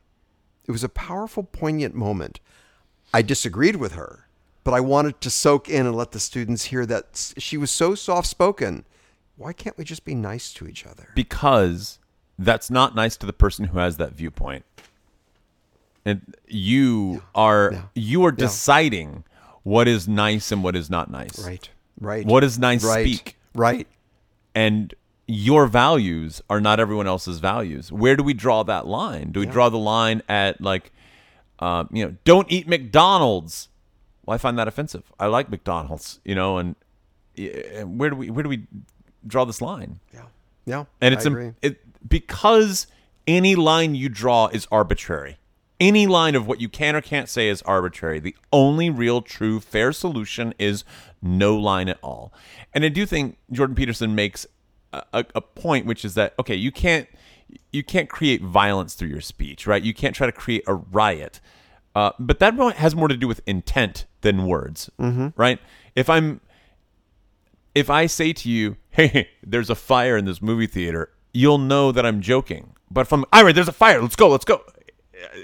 Speaker 2: It was a powerful, poignant moment. I disagreed with her, but I wanted to soak in and let the students hear that s- she was so soft spoken. Why can't we just be nice to each other?
Speaker 3: Because that's not nice to the person who has that viewpoint. And you are you are deciding what is nice and what is not nice.
Speaker 2: Right, right.
Speaker 3: What does nice
Speaker 2: right,
Speaker 3: speak?
Speaker 2: Right.
Speaker 3: and your values are not everyone else's values. Where do we draw that line? Do we draw the line at like, um, you know, don't eat McDonald's? Well, I find that offensive. I like McDonald's, you know, and, and where do we where do we draw this line?
Speaker 2: Yeah. Yeah.
Speaker 3: And it's
Speaker 2: I
Speaker 3: im-
Speaker 2: agree.
Speaker 3: it, because any line you draw is arbitrary. Any line of what you can or can't say is arbitrary. The only real, true, fair solution is no line at all. And I do think Jordan Peterson makes a, a, a point, which is that okay, you can't you can't create violence through your speech, right? You can't try to create a riot. Uh, but that mo- has more to do with intent than words,
Speaker 2: Mm-hmm.
Speaker 3: right? If I'm if I say to you, "Hey, there's a fire in this movie theater," you'll know that I'm joking. But if I'm, "All right, there's a fire. Let's go. Let's go,"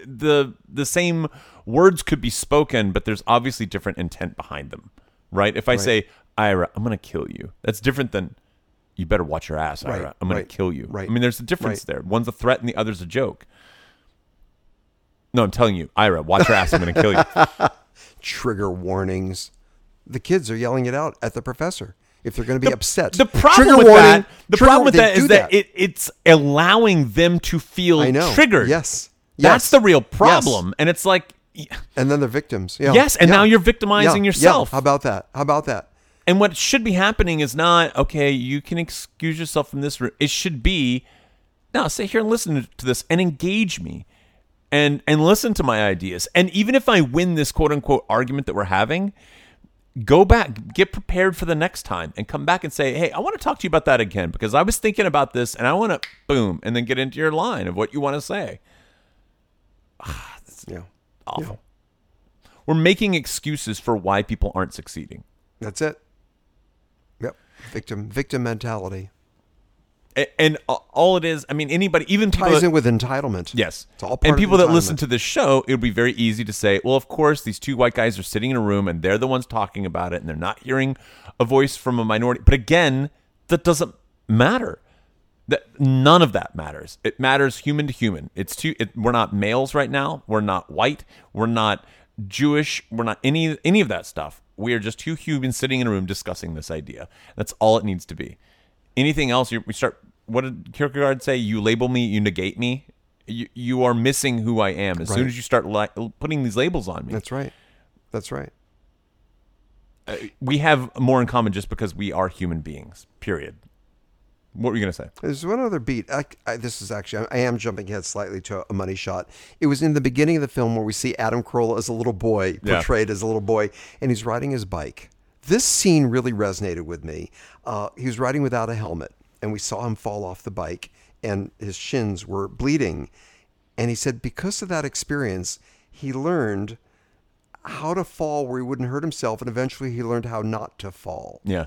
Speaker 3: the the same words could be spoken, but there's obviously different intent behind them, right? If I say, "Ira, I'm going to kill you," that's different than "You better watch your ass, Ira.
Speaker 2: Right,
Speaker 3: I'm going
Speaker 2: right,
Speaker 3: to kill you."
Speaker 2: right,
Speaker 3: I mean, there's a difference there. One's a threat, and the other's a joke. No, I'm telling you, Ira, watch your ass. I'm going to kill you.
Speaker 2: Trigger warnings. The kids are yelling it out at the professor if they're going to be upset.
Speaker 3: The problem
Speaker 2: Trigger
Speaker 3: with
Speaker 2: warning,
Speaker 3: that, the
Speaker 2: trigger-
Speaker 3: problem with
Speaker 2: they
Speaker 3: that
Speaker 2: do
Speaker 3: is that, it, it's allowing them to feel
Speaker 2: I know.
Speaker 3: triggered.
Speaker 2: Yes.
Speaker 3: that's
Speaker 2: Yes.
Speaker 3: the real
Speaker 2: Yes.
Speaker 3: problem. And it's like, y-
Speaker 2: and then they're victims. Yeah.
Speaker 3: yes, and
Speaker 2: Yeah.
Speaker 3: now you're
Speaker 2: Yeah.
Speaker 3: victimizing
Speaker 2: Yeah.
Speaker 3: yourself.
Speaker 2: How about that? How about that?
Speaker 3: and what should be happening is not okay. You can excuse yourself from this room. It should be now. Sit here and listen to this and engage me, and and listen to my ideas. And even if I win this quote unquote argument that we're having, go back, get prepared for the next time, and come back and say, "Hey, I want to talk to you about that again because I was thinking about this, and I want to boom," and then get into your line of what you want to say.
Speaker 2: Yeah.
Speaker 3: Awful. We're making excuses for why people aren't succeeding.
Speaker 2: That's it. Yep. Victim victim mentality
Speaker 3: A- And a- all it is, I mean, anybody, even people,
Speaker 2: ties
Speaker 3: that-
Speaker 2: in with entitlement.
Speaker 3: yes,
Speaker 2: It's all part
Speaker 3: and
Speaker 2: of
Speaker 3: people that
Speaker 2: entitlement.
Speaker 3: listen to this show, it would be very easy to say, well, of course, these two white guys are sitting in a room and they're the ones talking about it, and they're not hearing a voice from a minority. But again, that doesn't matter. That none of that matters. It matters human to human. It's two. It, we're not males right now. We're not white. We're not Jewish. We're not any any of that stuff. We are just two humans sitting in a room discussing this idea. That's all it needs to be. Anything else, you we start. What did Kierkegaard say? You label me. You negate me. You you are missing who I am. As soon
Speaker 2: Right.
Speaker 3: as you start li- putting these labels on me,
Speaker 2: That's right. That's right.
Speaker 3: uh, we have more in common just because we are human beings. Period. What were you gonna say?
Speaker 2: There's one other beat. I, I, this is actually, I am jumping ahead slightly to a money shot. It was in the beginning of the film where we see Adam Carolla as a little boy,
Speaker 3: Yeah.
Speaker 2: portrayed as a little boy, and he's riding his bike. This scene really resonated with me. Uh, he was riding without a helmet, and we saw him fall off the bike, and his shins were bleeding. And he said, because of that experience, he learned how to fall where he wouldn't hurt himself, and eventually he learned how not to fall
Speaker 3: Yeah.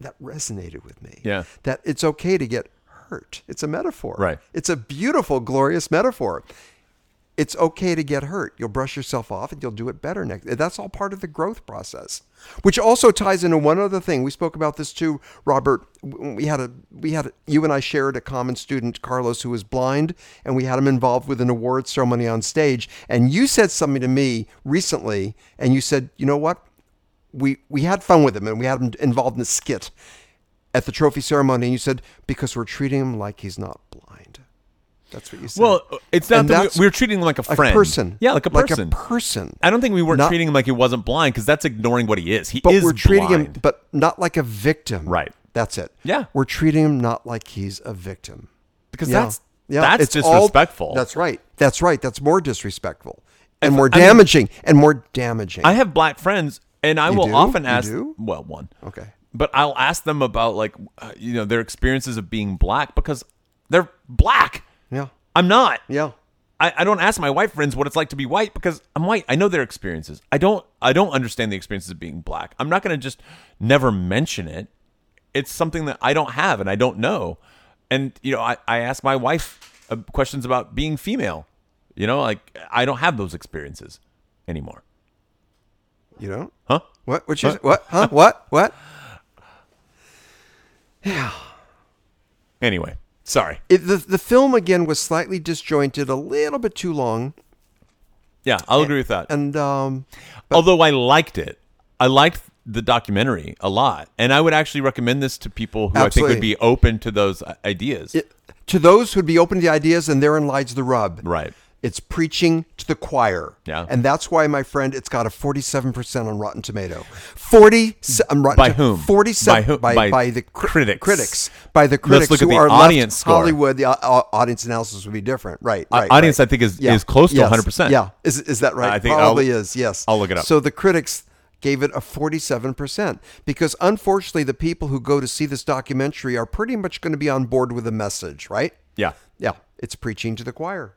Speaker 2: that resonated with me.
Speaker 3: Yeah.
Speaker 2: That it's okay to get hurt. It's a metaphor.
Speaker 3: Right.
Speaker 2: It's a beautiful, glorious metaphor. it's okay to get hurt. You'll brush yourself off and you'll do it better next. That's all part of the growth process, which also ties into one other thing. We spoke about this too, Robert. We had a we had a, you and I shared a common student, Carlos, who was blind, and we had him involved with an award ceremony on stage. And you said something to me recently, and you said, you know what? We we had fun with him, and we had him involved in a skit at the trophy ceremony. And you said because we're treating him like he's not blind. That's what you said.
Speaker 3: Well, it's not
Speaker 2: And
Speaker 3: that
Speaker 2: that's-
Speaker 3: we, we were treating him like a
Speaker 2: a
Speaker 3: friend.
Speaker 2: person.
Speaker 3: Yeah, like a person.
Speaker 2: Like a person.
Speaker 3: I don't think we were
Speaker 2: Not-
Speaker 3: treating him like he wasn't blind because that's ignoring what he is. He
Speaker 2: But
Speaker 3: is
Speaker 2: we're treating him,
Speaker 3: blind.
Speaker 2: but not like a victim.
Speaker 3: Right.
Speaker 2: That's it.
Speaker 3: Yeah.
Speaker 2: We're treating him not like he's a victim.
Speaker 3: because
Speaker 2: Yeah.
Speaker 3: that's
Speaker 2: yeah.
Speaker 3: that's
Speaker 2: it's all-
Speaker 3: disrespectful.
Speaker 2: that's right. That's right. That's more disrespectful and
Speaker 3: If-
Speaker 2: more
Speaker 3: I mean-
Speaker 2: damaging and more damaging.
Speaker 3: I have black friends, and I
Speaker 2: You
Speaker 3: will
Speaker 2: do?
Speaker 3: often
Speaker 2: You
Speaker 3: ask.
Speaker 2: do?
Speaker 3: Well, one.
Speaker 2: okay.
Speaker 3: But I'll ask them about like uh, you know their experiences of being black because they're black.
Speaker 2: Yeah.
Speaker 3: I'm not.
Speaker 2: Yeah.
Speaker 3: I, I don't ask my white friends what it's like to be white because I'm white. I know their experiences. I don't I don't understand the experiences of being black. I'm not gonna just never mention it. It's something that I don't have and I don't know. And you know, I, I ask my wife uh, questions about being female. You know, like I don't have those experiences anymore.
Speaker 2: You don't?
Speaker 3: Huh?
Speaker 2: What? What? You, say? what?
Speaker 3: *laughs*
Speaker 2: Huh? what? What?
Speaker 3: Anyway, sorry.
Speaker 2: It, the the film again was slightly disjointed, a little bit too long,
Speaker 3: Yeah, I'll agree with that.
Speaker 2: and um,
Speaker 3: Although I liked it, I liked the documentary a lot, and I would actually recommend this to people who I
Speaker 2: Absolutely.
Speaker 3: think would be open to those i- ideas.
Speaker 2: it, to those who'd be open to the ideas, and therein lies the rub.
Speaker 3: right.
Speaker 2: It's preaching to the choir.
Speaker 3: Yeah.
Speaker 2: And that's why, my friend, it's got a 47% on Rotten Tomato. 40 on Rotten
Speaker 3: By
Speaker 2: To-
Speaker 3: whom?
Speaker 2: 47
Speaker 3: By who-
Speaker 2: by,
Speaker 3: by
Speaker 2: by the cri-
Speaker 3: critics.
Speaker 2: Critics. By the critics
Speaker 3: look at
Speaker 2: who
Speaker 3: the
Speaker 2: are
Speaker 3: audience
Speaker 2: left
Speaker 3: score.
Speaker 2: Hollywood, the au- au- audience analysis would be different. Right. right
Speaker 3: audience,
Speaker 2: right.
Speaker 3: I think, is-
Speaker 2: Yeah.
Speaker 3: is close to
Speaker 2: Yes.
Speaker 3: 100%.
Speaker 2: Yeah. Is, is that right?
Speaker 3: I think I'll-
Speaker 2: Probably is. Yes.
Speaker 3: I'll look it up.
Speaker 2: So the critics gave it a 47% because unfortunately the people who go to see this documentary are pretty much going to be on board with the message, right?
Speaker 3: Yeah.
Speaker 2: Yeah. It's preaching to the choir.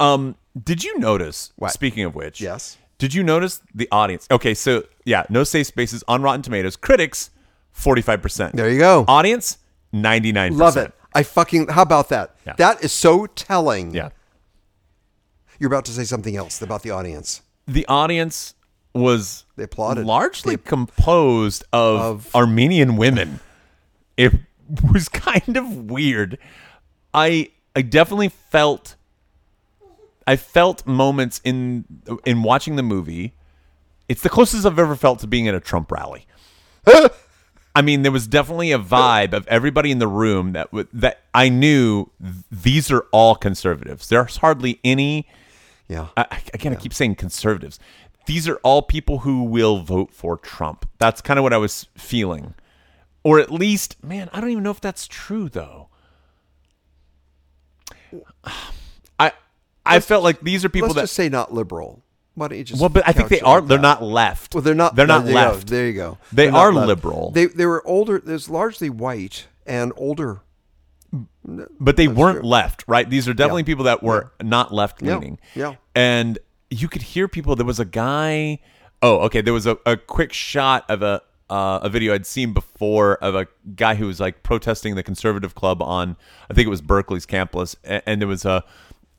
Speaker 3: Um, did you notice?
Speaker 2: What?
Speaker 3: Speaking of which,
Speaker 2: Yes.
Speaker 3: Did you notice the audience? Okay, so yeah, no safe spaces on Rotten Tomatoes. Critics, forty-five percent.
Speaker 2: There you go.
Speaker 3: Audience, ninety-nine.
Speaker 2: Love it. I fucking. How about that?
Speaker 3: Yeah.
Speaker 2: That is so telling.
Speaker 3: Yeah.
Speaker 2: You're about to say something else about the audience.
Speaker 3: The audience was
Speaker 2: They applauded.
Speaker 3: largely composed of, Armenian women. It *laughs* was kind of weird. I I definitely felt I felt moments in in watching the movie. It's the closest I've ever felt to being at a Trump
Speaker 2: *laughs*
Speaker 3: rally. I mean, there was definitely a vibe of everybody in the room that w- that I knew th- these are all conservatives. There's hardly any
Speaker 2: Yeah.
Speaker 3: I, I- again, I keep saying conservatives. These are all people who will vote for Trump. That's kind of what I was feeling. Or at least, man, I don't even know if that's true though. *sighs* I I felt like these are people
Speaker 2: Let's
Speaker 3: that
Speaker 2: just say not liberal. Why don't you just?
Speaker 3: well, but I think they
Speaker 2: couch it
Speaker 3: are.
Speaker 2: like
Speaker 3: they're
Speaker 2: that?
Speaker 3: not left.
Speaker 2: Well, they're not.
Speaker 3: They're
Speaker 2: no,
Speaker 3: not
Speaker 2: there you go.
Speaker 3: left.
Speaker 2: There you go.
Speaker 3: They
Speaker 2: They're not
Speaker 3: are
Speaker 2: left.
Speaker 3: liberal.
Speaker 2: They they were older. There's largely white and older.
Speaker 3: but they weren't left, right? These are definitely people that were not left leaning.
Speaker 2: Yeah.
Speaker 3: And you could hear people. There was a guy. Oh, okay. There was a, a quick shot of a uh, a video I'd seen before of a guy who was like protesting the conservative club on I think it was Berkeley's campus, and, and there was a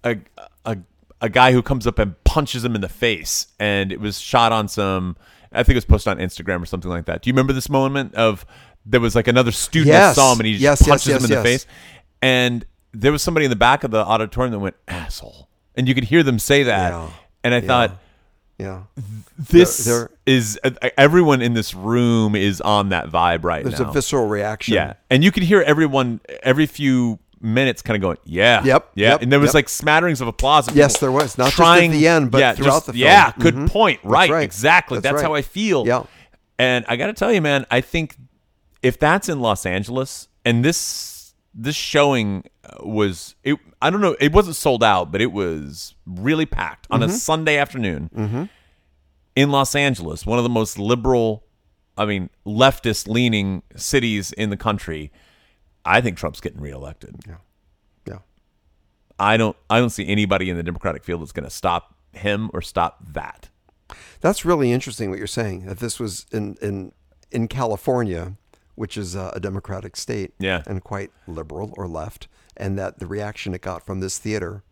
Speaker 3: a a a guy who comes up and punches him in the face, and it was shot on some. I think it was posted on Instagram or something like that. Do you remember this moment of there was like another student
Speaker 2: Yes.
Speaker 3: that saw him and he just
Speaker 2: Yes, yes,
Speaker 3: punches
Speaker 2: yes,
Speaker 3: him in
Speaker 2: yes.
Speaker 3: the face? and there was somebody in the back of the auditorium that went asshole and you could hear them say that
Speaker 2: Yeah.
Speaker 3: and i thought
Speaker 2: Yeah.
Speaker 3: this
Speaker 2: They're-
Speaker 3: is uh, everyone in this room is on that vibe right
Speaker 2: There's
Speaker 3: now
Speaker 2: a visceral reaction.
Speaker 3: yeah and you could hear everyone every few minutes kind of going yeah
Speaker 2: Yep,
Speaker 3: yeah
Speaker 2: yep,
Speaker 3: and there was
Speaker 2: yep.
Speaker 3: like smatterings of applause of
Speaker 2: Yes,
Speaker 3: people
Speaker 2: there was. Not just at
Speaker 3: trying
Speaker 2: the end, but
Speaker 3: yeah,
Speaker 2: throughout
Speaker 3: just-
Speaker 2: the film. Mm-hmm.
Speaker 3: yeah good point right,
Speaker 2: right.
Speaker 3: exactly
Speaker 2: That's
Speaker 3: that's, how
Speaker 2: right.
Speaker 3: i feel
Speaker 2: Yeah.
Speaker 3: and i gotta tell you man i think if that's in Los Angeles and this this showing uh, was it I don't know it wasn't sold out but it was really packed on a
Speaker 2: Mm-hmm.
Speaker 3: Sunday afternoon in Los Angeles one of the most liberal I mean leftist leaning cities in the country I think Trump's getting reelected
Speaker 2: Yeah.
Speaker 3: I don't I don't see anybody in the Democratic field that's going to stop him or stop that
Speaker 2: That's really interesting what you're saying. That this was in in in California, which is uh, a democratic state,
Speaker 3: Yeah.
Speaker 2: and quite liberal or left, and that the reaction it got from this theater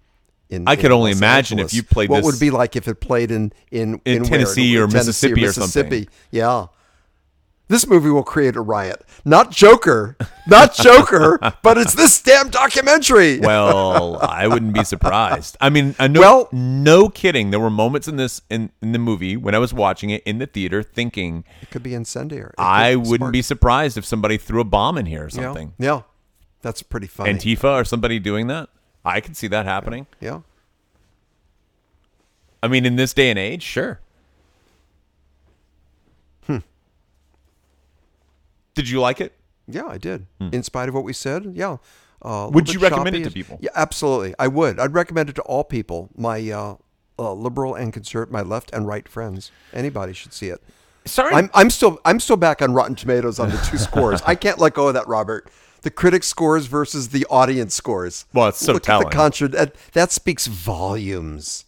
Speaker 2: in
Speaker 3: I could
Speaker 2: in
Speaker 3: only
Speaker 2: Los
Speaker 3: imagine if
Speaker 2: Angeles.
Speaker 3: you played
Speaker 2: what
Speaker 3: this-
Speaker 2: would it be like if it played in in
Speaker 3: In
Speaker 2: where?
Speaker 3: Tennessee or Mississippi or something.
Speaker 2: Mississippi. Yeah. This movie will create a riot. Not Joker,
Speaker 3: *laughs*
Speaker 2: not Joker, but it's this damn documentary.
Speaker 3: Well, I wouldn't be surprised. I mean, I know,
Speaker 2: Well-
Speaker 3: no kidding. There were moments in this in, in the movie when I was watching it in the theater, thinking
Speaker 2: it could be incendiary. It
Speaker 3: I
Speaker 2: could
Speaker 3: wouldn't
Speaker 2: spark-
Speaker 3: be surprised if somebody threw a bomb in here or
Speaker 2: Yeah.
Speaker 3: something.
Speaker 2: Yeah. That's pretty funny.
Speaker 3: Antifa or somebody doing that. I could see that happening.
Speaker 2: yeah.
Speaker 3: I mean, in this day and age, sure. Did you like it?
Speaker 2: Yeah, I did. In spite of what we said, yeah. Uh, a
Speaker 3: Hmm. Would
Speaker 2: little
Speaker 3: you
Speaker 2: bit
Speaker 3: recommend it
Speaker 2: choppy.
Speaker 3: to people?
Speaker 2: Yeah, absolutely. I would. I'd recommend it to all people. My uh, uh, liberal and conservative, my left and right friends. Anybody should see it.
Speaker 3: Sorry,
Speaker 2: I'm, I'm still I'm still back on Rotten Tomatoes on the
Speaker 3: *laughs*
Speaker 2: two scores. I can't let go of that, Robert. The critic scores versus the audience scores.
Speaker 3: Well, it's so
Speaker 2: Look At
Speaker 3: telling.
Speaker 2: the contra- that, that speaks volumes.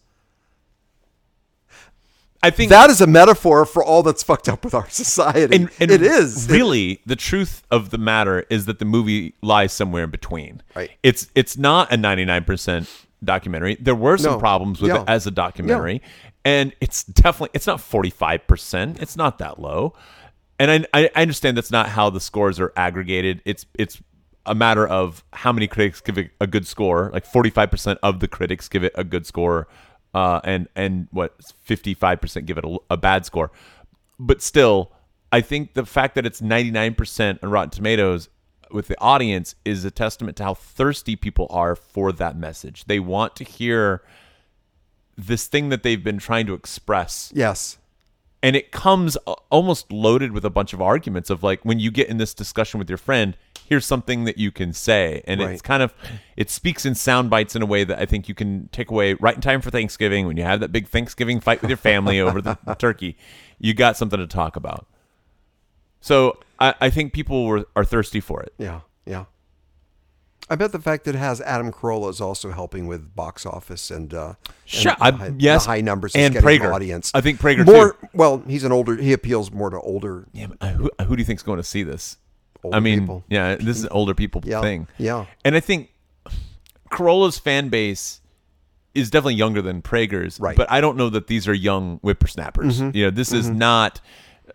Speaker 3: I think
Speaker 2: That is a metaphor for all that's fucked up with our *laughs* society.
Speaker 3: and, and
Speaker 2: it is. It-
Speaker 3: really the truth of the matter is that the movie lies somewhere in between
Speaker 2: Right.
Speaker 3: it's it's not a 99% documentary there were some
Speaker 2: No.
Speaker 3: problems with
Speaker 2: Yeah.
Speaker 3: it as a documentary and it's definitely it's not 45% it's not that low and I, I I understand that's not how the scores are aggregated it's it's a matter of how many critics give it a good score like 45% of the critics give it a good score uh, and and what 55% give it a, a bad score but still, I think the fact that it's 99% on Rotten Tomatoes with the audience is a testament to how thirsty people are for that message. They want to hear this thing that they've been trying to express.
Speaker 2: yes.
Speaker 3: And it comes a- almost loaded with a bunch of arguments of like when you get in this discussion with your friend, here's something that you can say. And
Speaker 2: Right.
Speaker 3: it's kind of it speaks in sound bites in a way that I think you can take away right in time for Thanksgiving when you have that big Thanksgiving fight with your family over
Speaker 2: *laughs*
Speaker 3: the turkey. You got something to talk about. So I, I think people were, are thirsty for it.
Speaker 2: Yeah, yeah. I bet the fact that it has Adam Carolla is also helping with box office and uh,
Speaker 3: Sure,
Speaker 2: and
Speaker 3: I-
Speaker 2: the high, the
Speaker 3: yes,
Speaker 2: high numbers
Speaker 3: and
Speaker 2: it's getting in
Speaker 3: Prager.
Speaker 2: the audience.
Speaker 3: I think Prager,
Speaker 2: more. Well, he's an older. He appeals more to older.
Speaker 3: Yeah, but who, who do you think's going to see this?
Speaker 2: Older
Speaker 3: I mean,
Speaker 2: people.
Speaker 3: yeah, this is an older people
Speaker 2: Yeah,
Speaker 3: thing.
Speaker 2: yeah.
Speaker 3: and I think Corolla's fan base is definitely younger than Prager's,
Speaker 2: Right. Mm-hmm.
Speaker 3: But I don't know that these are young whippersnappers. You know, this is not.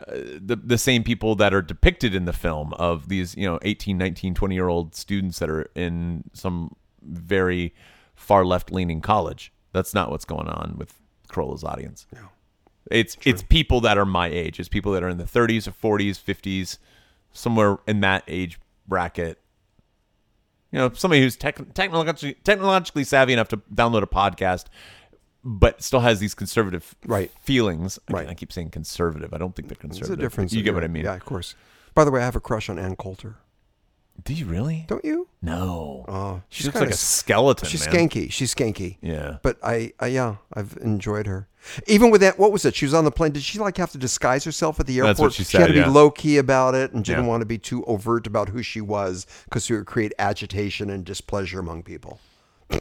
Speaker 3: uh, The, the same people that are depicted in the film of these you know 18 19 20 year old students that are in some very far left leaning college that's not what's going on with Corolla's audience it's it's people that are my age. It's people that are in the 30s or 40s, 50s, somewhere in that age bracket. You know, somebody who's tech, technologically technologically savvy enough to download a podcast, but still has these conservative
Speaker 2: Right.
Speaker 3: feelings. I,
Speaker 2: Right.
Speaker 3: I keep saying conservative. I don't think they're
Speaker 2: There's
Speaker 3: conservative.
Speaker 2: a difference.
Speaker 3: You
Speaker 2: in
Speaker 3: get what
Speaker 2: your-
Speaker 3: I mean?
Speaker 2: Yeah, of course. By the way, I have a crush on Ann Coulter.
Speaker 3: Do you really?
Speaker 2: Don't you?
Speaker 3: No.
Speaker 2: Oh,
Speaker 3: she
Speaker 2: she's
Speaker 3: looks
Speaker 2: kinda
Speaker 3: like a
Speaker 2: s-
Speaker 3: skeleton.
Speaker 2: She's
Speaker 3: man.
Speaker 2: skanky. She's skanky.
Speaker 3: Yeah.
Speaker 2: But I, I, yeah, I've enjoyed her. Even with that, what was it? She was on the plane. Did she like have to disguise herself at the airport?
Speaker 3: That's what she
Speaker 2: had to
Speaker 3: said,
Speaker 2: be
Speaker 3: yeah.
Speaker 2: low key about it and didn't
Speaker 3: Yeah.
Speaker 2: want to be too overt about who she was because it would create agitation and displeasure
Speaker 3: *laughs*
Speaker 2: among people.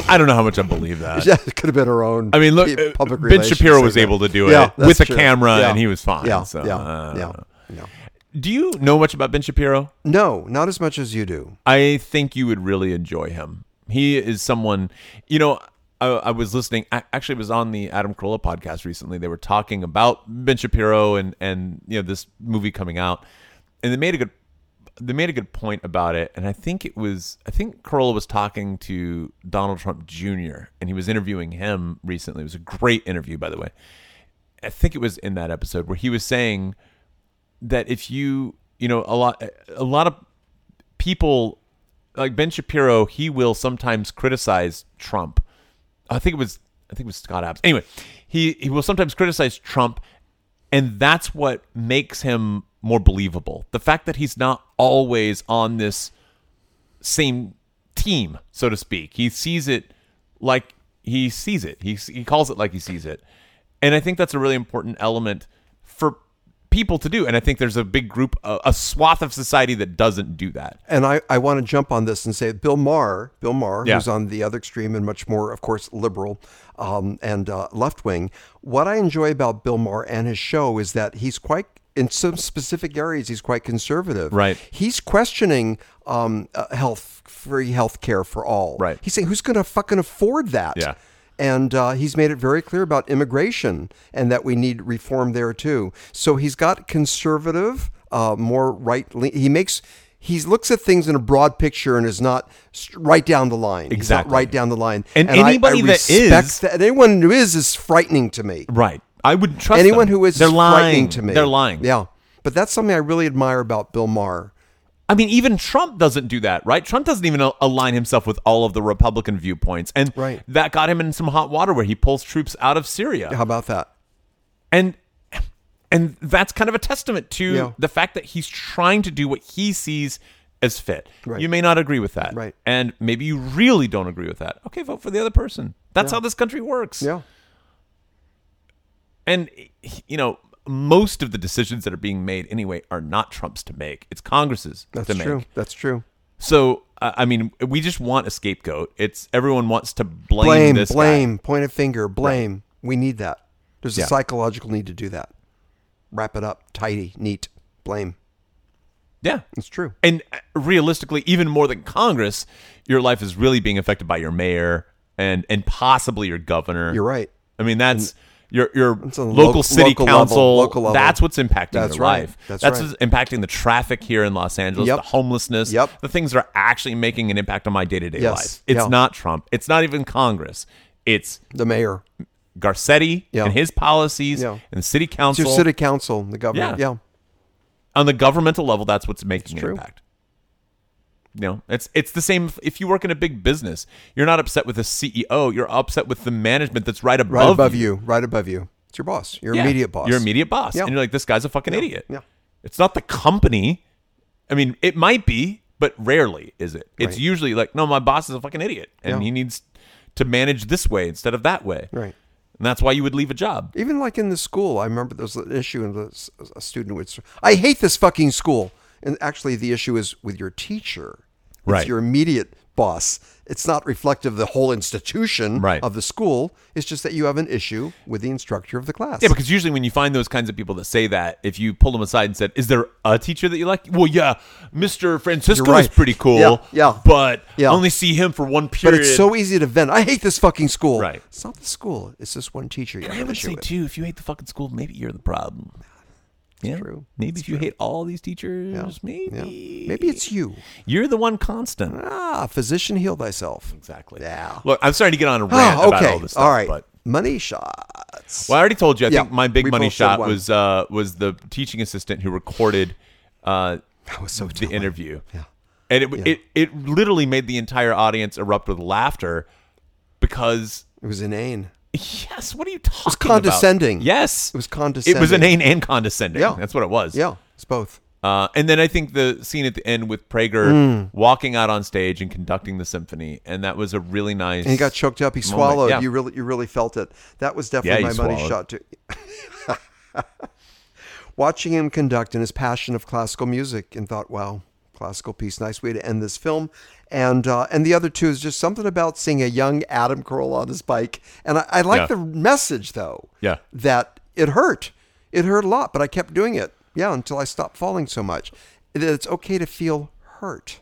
Speaker 3: I don't know how much I believe that.
Speaker 2: Yeah, it could have been her own.
Speaker 3: I mean, look,
Speaker 2: pe-
Speaker 3: uh, Ben
Speaker 2: relations
Speaker 3: Shapiro
Speaker 2: thing.
Speaker 3: was able to do it
Speaker 2: Yeah,
Speaker 3: with
Speaker 2: that's
Speaker 3: a
Speaker 2: true.
Speaker 3: camera,
Speaker 2: Yeah.
Speaker 3: and he was fine.
Speaker 2: Yeah,
Speaker 3: so,
Speaker 2: yeah,
Speaker 3: uh,
Speaker 2: yeah, yeah.
Speaker 3: Do you know much about Ben Shapiro?
Speaker 2: No, not as much as you do.
Speaker 3: I think you would really enjoy him. He is someone, you know. I, I was listening. I actually was on the Adam Carolla podcast recently. They were talking about Ben Shapiro and and you know this movie coming out, and they made a good they made a good point about it. And I think it was I think Carolla was talking to Donald Trump Jr. and he was interviewing him recently. It was a great interview, by the way. I think it was in that episode where he was saying that if you you know a lot a lot of people like Ben Shapiro, he will sometimes criticize Trump. I think it was I think it was Scott Adams. Anyway, he he will sometimes criticize Trump, and that's what makes him more believable. The fact that he's not always on this same team, so to speak. He sees it like he sees it. He he calls it like he sees it, and I think that's a really important element for people to do. And I think there's a big group, a, a swath of society that doesn't do that.
Speaker 2: And I, I want to jump on this and say Bill Maher, Bill Maher,
Speaker 3: Yeah.
Speaker 2: who's on the other extreme and much more, of course, liberal um, and uh, left wing. What I enjoy about Bill Maher and his show is that he's quite, in some specific areas, he's quite conservative.
Speaker 3: Right.
Speaker 2: He's questioning um, uh, health, free health care for all.
Speaker 3: Right.
Speaker 2: He's saying, who's going to fucking afford that?
Speaker 3: Yeah.
Speaker 2: And uh, he's made it very clear about immigration and that we need reform there too. So he's got conservative, uh, more right lean. He makes he looks at things in a broad picture and is not st- right down the line. He's not
Speaker 3: Exactly.
Speaker 2: right down the line.
Speaker 3: And
Speaker 2: I- I
Speaker 3: anybody that
Speaker 2: respect
Speaker 3: is-
Speaker 2: that. anyone who is is frightening to me.
Speaker 3: Right. I wouldn't trust
Speaker 2: Anyone
Speaker 3: them.
Speaker 2: who is
Speaker 3: They're
Speaker 2: is
Speaker 3: lying
Speaker 2: frightening to me.
Speaker 3: They're lying.
Speaker 2: Yeah, but that's something I really admire about Bill Maher.
Speaker 3: I mean, even Trump doesn't do that, right? Trump doesn't even al- align himself with all of the Republican viewpoints, and
Speaker 2: Right.
Speaker 3: that got him in some hot water where he pulls troops out of Syria,
Speaker 2: How about that?
Speaker 3: and and that's kind of a testament to
Speaker 2: Yeah.
Speaker 3: the fact that he's trying to do what he sees as fit.
Speaker 2: Right.
Speaker 3: You may not agree with that,
Speaker 2: Right.
Speaker 3: And maybe you really don't agree with that. Okay, vote for the other person. That's how this country works.
Speaker 2: Yeah.
Speaker 3: And you know, most of the decisions that are being made anyway are not Trump's to make; it's Congress's
Speaker 2: That's
Speaker 3: to make.
Speaker 2: true. That's true.
Speaker 3: So I I mean, we just want a scapegoat. It's everyone wants to blame,
Speaker 2: Blame,
Speaker 3: this guy.
Speaker 2: blame, point a finger, blame. We need that. There's a
Speaker 3: Yeah.
Speaker 2: psychological need to do that. Wrap it up, tidy, neat, blame.
Speaker 3: Yeah,
Speaker 2: It's true.
Speaker 3: and uh, realistically, even more than Congress, your life is really being affected by your mayor and and possibly your governor.
Speaker 2: You're right.
Speaker 3: I mean, that's your your
Speaker 2: on
Speaker 3: local,
Speaker 2: the loc-
Speaker 3: city
Speaker 2: local level,
Speaker 3: council.
Speaker 2: local level.
Speaker 3: That's what's impacting
Speaker 2: That's
Speaker 3: your
Speaker 2: right.
Speaker 3: life.
Speaker 2: That's right.
Speaker 3: what's impacting the traffic here in Los Angeles,
Speaker 2: Yep.
Speaker 3: the homelessness,
Speaker 2: Yep.
Speaker 3: the things that are actually making an impact on my day to day
Speaker 2: Yes.
Speaker 3: life. It's
Speaker 2: Yeah.
Speaker 3: not Trump. It's not even Congress. It's
Speaker 2: The mayor,
Speaker 3: Garcetti
Speaker 2: Yeah.
Speaker 3: and his policies
Speaker 2: Yeah.
Speaker 3: and the city
Speaker 2: it's
Speaker 3: council.
Speaker 2: your city council, the
Speaker 3: Yeah.
Speaker 2: governor. Yeah.
Speaker 3: on the governmental level, that's what's making an
Speaker 2: true.
Speaker 3: impact. You know, it's it's the same. if- If you work in a big business, you're not upset with the CEO. You're upset with the management that's right above,
Speaker 2: Right above you. right above you. It's your boss, your
Speaker 3: Yeah.
Speaker 2: immediate boss.
Speaker 3: Your immediate boss,
Speaker 2: Yeah.
Speaker 3: and you're like, this guy's a fucking idiot.
Speaker 2: Yeah.
Speaker 3: It's not the company. I mean, it might be, but rarely is it. It's
Speaker 2: Right.
Speaker 3: usually like, no, my boss is a fucking idiot, and
Speaker 2: Yeah.
Speaker 3: he needs to manage this way instead of that way.
Speaker 2: Right.
Speaker 3: And that's why you would leave a job.
Speaker 2: Even like in the school, I remember there was an issue, and the s- a student would, s- "I hate this fucking school." And actually, the issue is with your teacher, it's
Speaker 3: Right.
Speaker 2: Your immediate boss. It's not reflective of the whole institution
Speaker 3: Right.
Speaker 2: of the school. It's just that you have an issue with the instructor of the class.
Speaker 3: Yeah, because usually when you find those kinds of people that say that, if you pull them aside and said, "Is there a teacher that you like?" Well, yeah, Mister Francisco
Speaker 2: You're right.
Speaker 3: is pretty cool.
Speaker 2: Yeah, yeah.
Speaker 3: but
Speaker 2: Yeah.
Speaker 3: I only see him for one
Speaker 2: But
Speaker 3: period.
Speaker 2: it's so easy to vent. I hate this fucking school.
Speaker 3: Right.
Speaker 2: It's not the school. It's this one teacher. You have
Speaker 3: I
Speaker 2: an
Speaker 3: would
Speaker 2: issue
Speaker 3: say
Speaker 2: with.
Speaker 3: too, if you hate the fucking school, maybe you're the problem. yeah,
Speaker 2: true.
Speaker 3: Maybe if you hate all these teachers, maybe
Speaker 2: Yeah. Maybe it's you.
Speaker 3: you're the one constant.
Speaker 2: Ah, physician, heal thyself.
Speaker 3: Exactly.
Speaker 2: Yeah.
Speaker 3: Look, I'm starting to get on a rant
Speaker 2: Ah,
Speaker 3: about
Speaker 2: okay.
Speaker 3: all this stuff.
Speaker 2: all right.
Speaker 3: But
Speaker 2: Money shots.
Speaker 3: Well, I already told you. I
Speaker 2: Yeah,
Speaker 3: think my big
Speaker 2: we
Speaker 3: money
Speaker 2: both said
Speaker 3: shot
Speaker 2: one.
Speaker 3: was uh, was the teaching assistant who recorded uh,
Speaker 2: That was so
Speaker 3: the
Speaker 2: telling.
Speaker 3: interview.
Speaker 2: Yeah.
Speaker 3: and it, it it literally made the entire audience erupt with laughter because
Speaker 2: It was inane.
Speaker 3: yes, what are you talking? It was
Speaker 2: condescending.
Speaker 3: Yes,
Speaker 2: It was
Speaker 3: It
Speaker 2: condescending.
Speaker 3: was inane and condescending.
Speaker 2: Yeah.
Speaker 3: that's what it was.
Speaker 2: Yeah, it's both.
Speaker 3: Uh, and then I think the scene at the end with Prager
Speaker 2: Mm.
Speaker 3: walking out on stage and conducting the symphony, and that was a really nice.
Speaker 2: And he got choked up. He
Speaker 3: Moment,
Speaker 2: swallowed.
Speaker 3: yeah.
Speaker 2: You really, you really felt it. That was
Speaker 3: Yeah,
Speaker 2: definitely
Speaker 3: he
Speaker 2: my money
Speaker 3: swallowed.
Speaker 2: shot too. *laughs* Watching him conduct in his passion of classical music, and thought, wow, classical piece. Nice way to end this film. And uh, and the other two is just something about seeing a young Adam Carolla on his bike. And I, I like
Speaker 3: Yeah.
Speaker 2: the message though.
Speaker 3: Yeah.
Speaker 2: That it hurt. It hurt a lot, but I kept doing it. Yeah, until I stopped falling so much. That it's okay to feel hurt.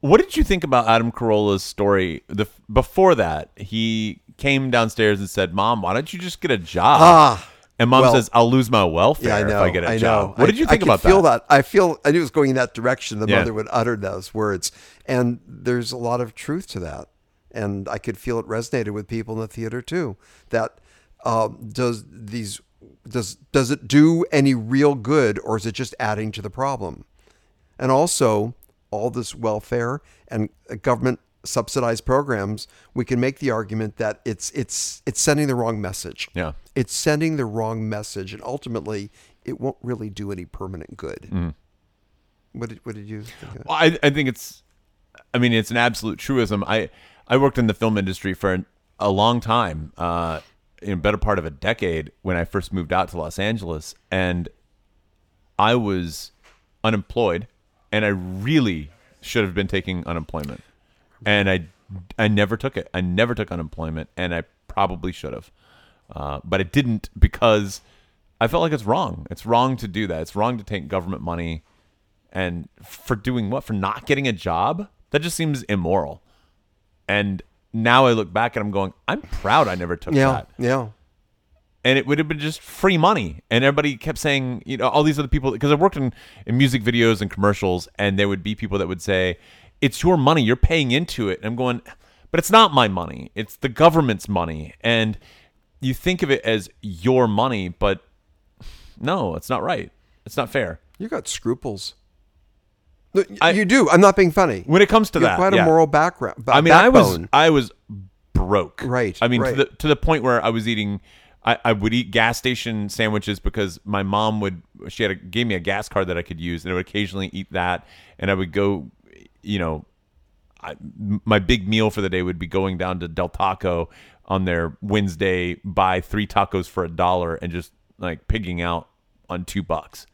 Speaker 3: What did you think about Adam Carolla's story? The before that, he came downstairs and said, "Mom, why don't you just get a job?"
Speaker 2: Ah,
Speaker 3: and mom
Speaker 2: well-
Speaker 3: says, "I'll lose my welfare
Speaker 2: Yeah, I know.
Speaker 3: if I get a
Speaker 2: I
Speaker 3: job."
Speaker 2: Know.
Speaker 3: What
Speaker 2: I-
Speaker 3: did you think
Speaker 2: I could
Speaker 3: about
Speaker 2: feel that? I feel I knew it was going in that direction. The
Speaker 3: Yeah.
Speaker 2: mother would utter those words, and there's a lot of truth to that. And I could feel it resonated with people in the theater too. That um, does these does does it do any real good, or is it just adding to the problem? And also, all this welfare and uh, government subsidized programs, we can make the argument that it's it's it's sending the wrong message
Speaker 3: Yeah.
Speaker 2: it's sending the wrong message, and ultimately, it won't really do any permanent good.
Speaker 3: Mm.
Speaker 2: What did what did you? Think of?
Speaker 3: Well, I, I think it's, I mean, it's an absolute truism. I, I worked in the film industry for an, a long time, uh, in a better part of a decade when I first moved out to Los Angeles, and I was unemployed, and I really should have been taking unemployment, and I, I never took it. I never took unemployment, and I probably should have, uh, but I didn't because I felt like it's wrong. It's wrong to do that. It's wrong to take government money and for doing what for not getting a job that just seems immoral and now I look back and I'm going, I'm proud I never took
Speaker 2: Yeah.
Speaker 3: that.
Speaker 2: Yeah.
Speaker 3: and it would have been just free money. And everybody kept saying, you know, all these other people, because I worked in, in music videos and commercials, and there would be people that would say, it's your money, you're paying into it. And I'm going, but it's not my money, it's the government's money. And you think of it as your money, but no, it's not right. It's not fair.
Speaker 2: You got scruples. No, y-
Speaker 3: I-
Speaker 2: you do. I'm not being funny.
Speaker 3: When it comes to
Speaker 2: you
Speaker 3: that,
Speaker 2: have quite
Speaker 3: yeah.
Speaker 2: a moral background. ba-
Speaker 3: I mean,
Speaker 2: backbone.
Speaker 3: I was I was broke.
Speaker 2: Right,
Speaker 3: I mean,
Speaker 2: right.
Speaker 3: to the to the point where I was eating. I, I would eat gas station sandwiches because my mom would she had a, gave me a gas card that I could use and I would occasionally eat that and I would go you know I, m- my big meal for the day would be going down to Del Taco on their Wednesday buy three tacos for a dollar and just like pigging out on 2 bucks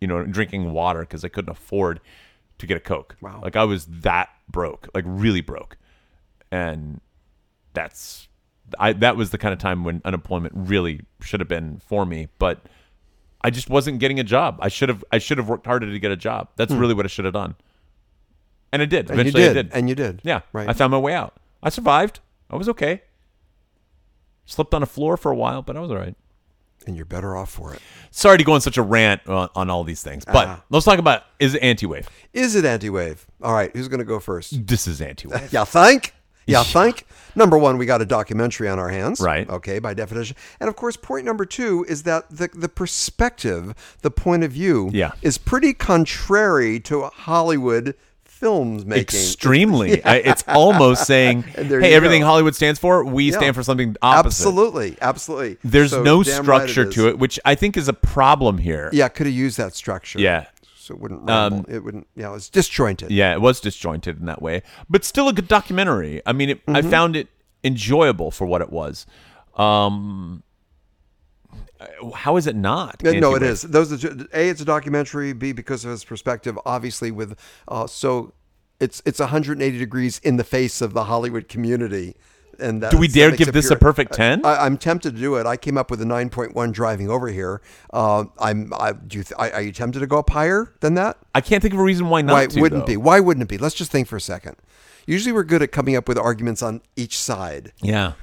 Speaker 3: you know, drinking water because I couldn't afford to get a Coke.
Speaker 2: Wow.
Speaker 3: Like I was that broke, like really broke. And that's I that was the kind of time when unemployment really should have been for me, but I just wasn't getting a job. I should have I should have worked harder to get a job. That's really what I should have done. And I did.
Speaker 2: Hmm. and you
Speaker 3: Eventually
Speaker 2: did,
Speaker 3: I did.
Speaker 2: and you did.
Speaker 3: yeah.
Speaker 2: right.
Speaker 3: I found my way out. I survived. I was okay. Slept on a floor for a while, but I was all right
Speaker 2: and you're better off for it.
Speaker 3: sorry to go on such a rant on, on all these things, but
Speaker 2: Ah.
Speaker 3: let's talk about is it anti-wave?
Speaker 2: Is it anti-wave? All right, who's going to go first?
Speaker 3: This is
Speaker 2: *laughs*
Speaker 3: anti-wave.
Speaker 2: Yeah, think? Yeah, think? Number one, we got a documentary on our hands.
Speaker 3: Right.
Speaker 2: Okay, by definition. And of course, point number two is that the, the perspective, the point of view,
Speaker 3: Yeah.
Speaker 2: is pretty contrary to Hollywood films making. *laughs*
Speaker 3: Extremely. I, it's almost saying,
Speaker 2: there
Speaker 3: hey,
Speaker 2: you
Speaker 3: everything
Speaker 2: go.
Speaker 3: Hollywood stands for, we stand for something opposite.
Speaker 2: Absolutely, absolutely.
Speaker 3: There's
Speaker 2: So
Speaker 3: no
Speaker 2: damn
Speaker 3: structure
Speaker 2: right
Speaker 3: to it, which I think is a problem here.
Speaker 2: is. Yeah, could have used that structure.
Speaker 3: Yeah. Um,
Speaker 2: So it wouldn't rumble. it wouldn't, yeah, it's disjointed.
Speaker 3: Yeah, it was disjointed in that way, but still a good documentary. I mean, it, I
Speaker 2: Mm-hmm.
Speaker 3: found it enjoyable for what it was. Um, how is it not?
Speaker 2: Uh, No, it
Speaker 3: anti-wave?
Speaker 2: is. Those are two- a. It's a documentary. B because of his perspective, obviously with uh, so it's it's 180 degrees in the face of the Hollywood community. And that,
Speaker 3: Do we
Speaker 2: that
Speaker 3: dare
Speaker 2: makes
Speaker 3: give
Speaker 2: it
Speaker 3: this a
Speaker 2: pure. Uh,
Speaker 3: perfect 10?
Speaker 2: I, I'm tempted to do it. I came up with a 9.1 driving over here. Uh, I'm. I, do you th- I, are you tempted to go up higher than that?
Speaker 3: I can't think of a reason why not.
Speaker 2: Why it
Speaker 3: to,
Speaker 2: wouldn't
Speaker 3: though.
Speaker 2: be? Why wouldn't it be? Let's just think for a second. Usually, we're good at coming up with arguments on each side.
Speaker 3: Yeah.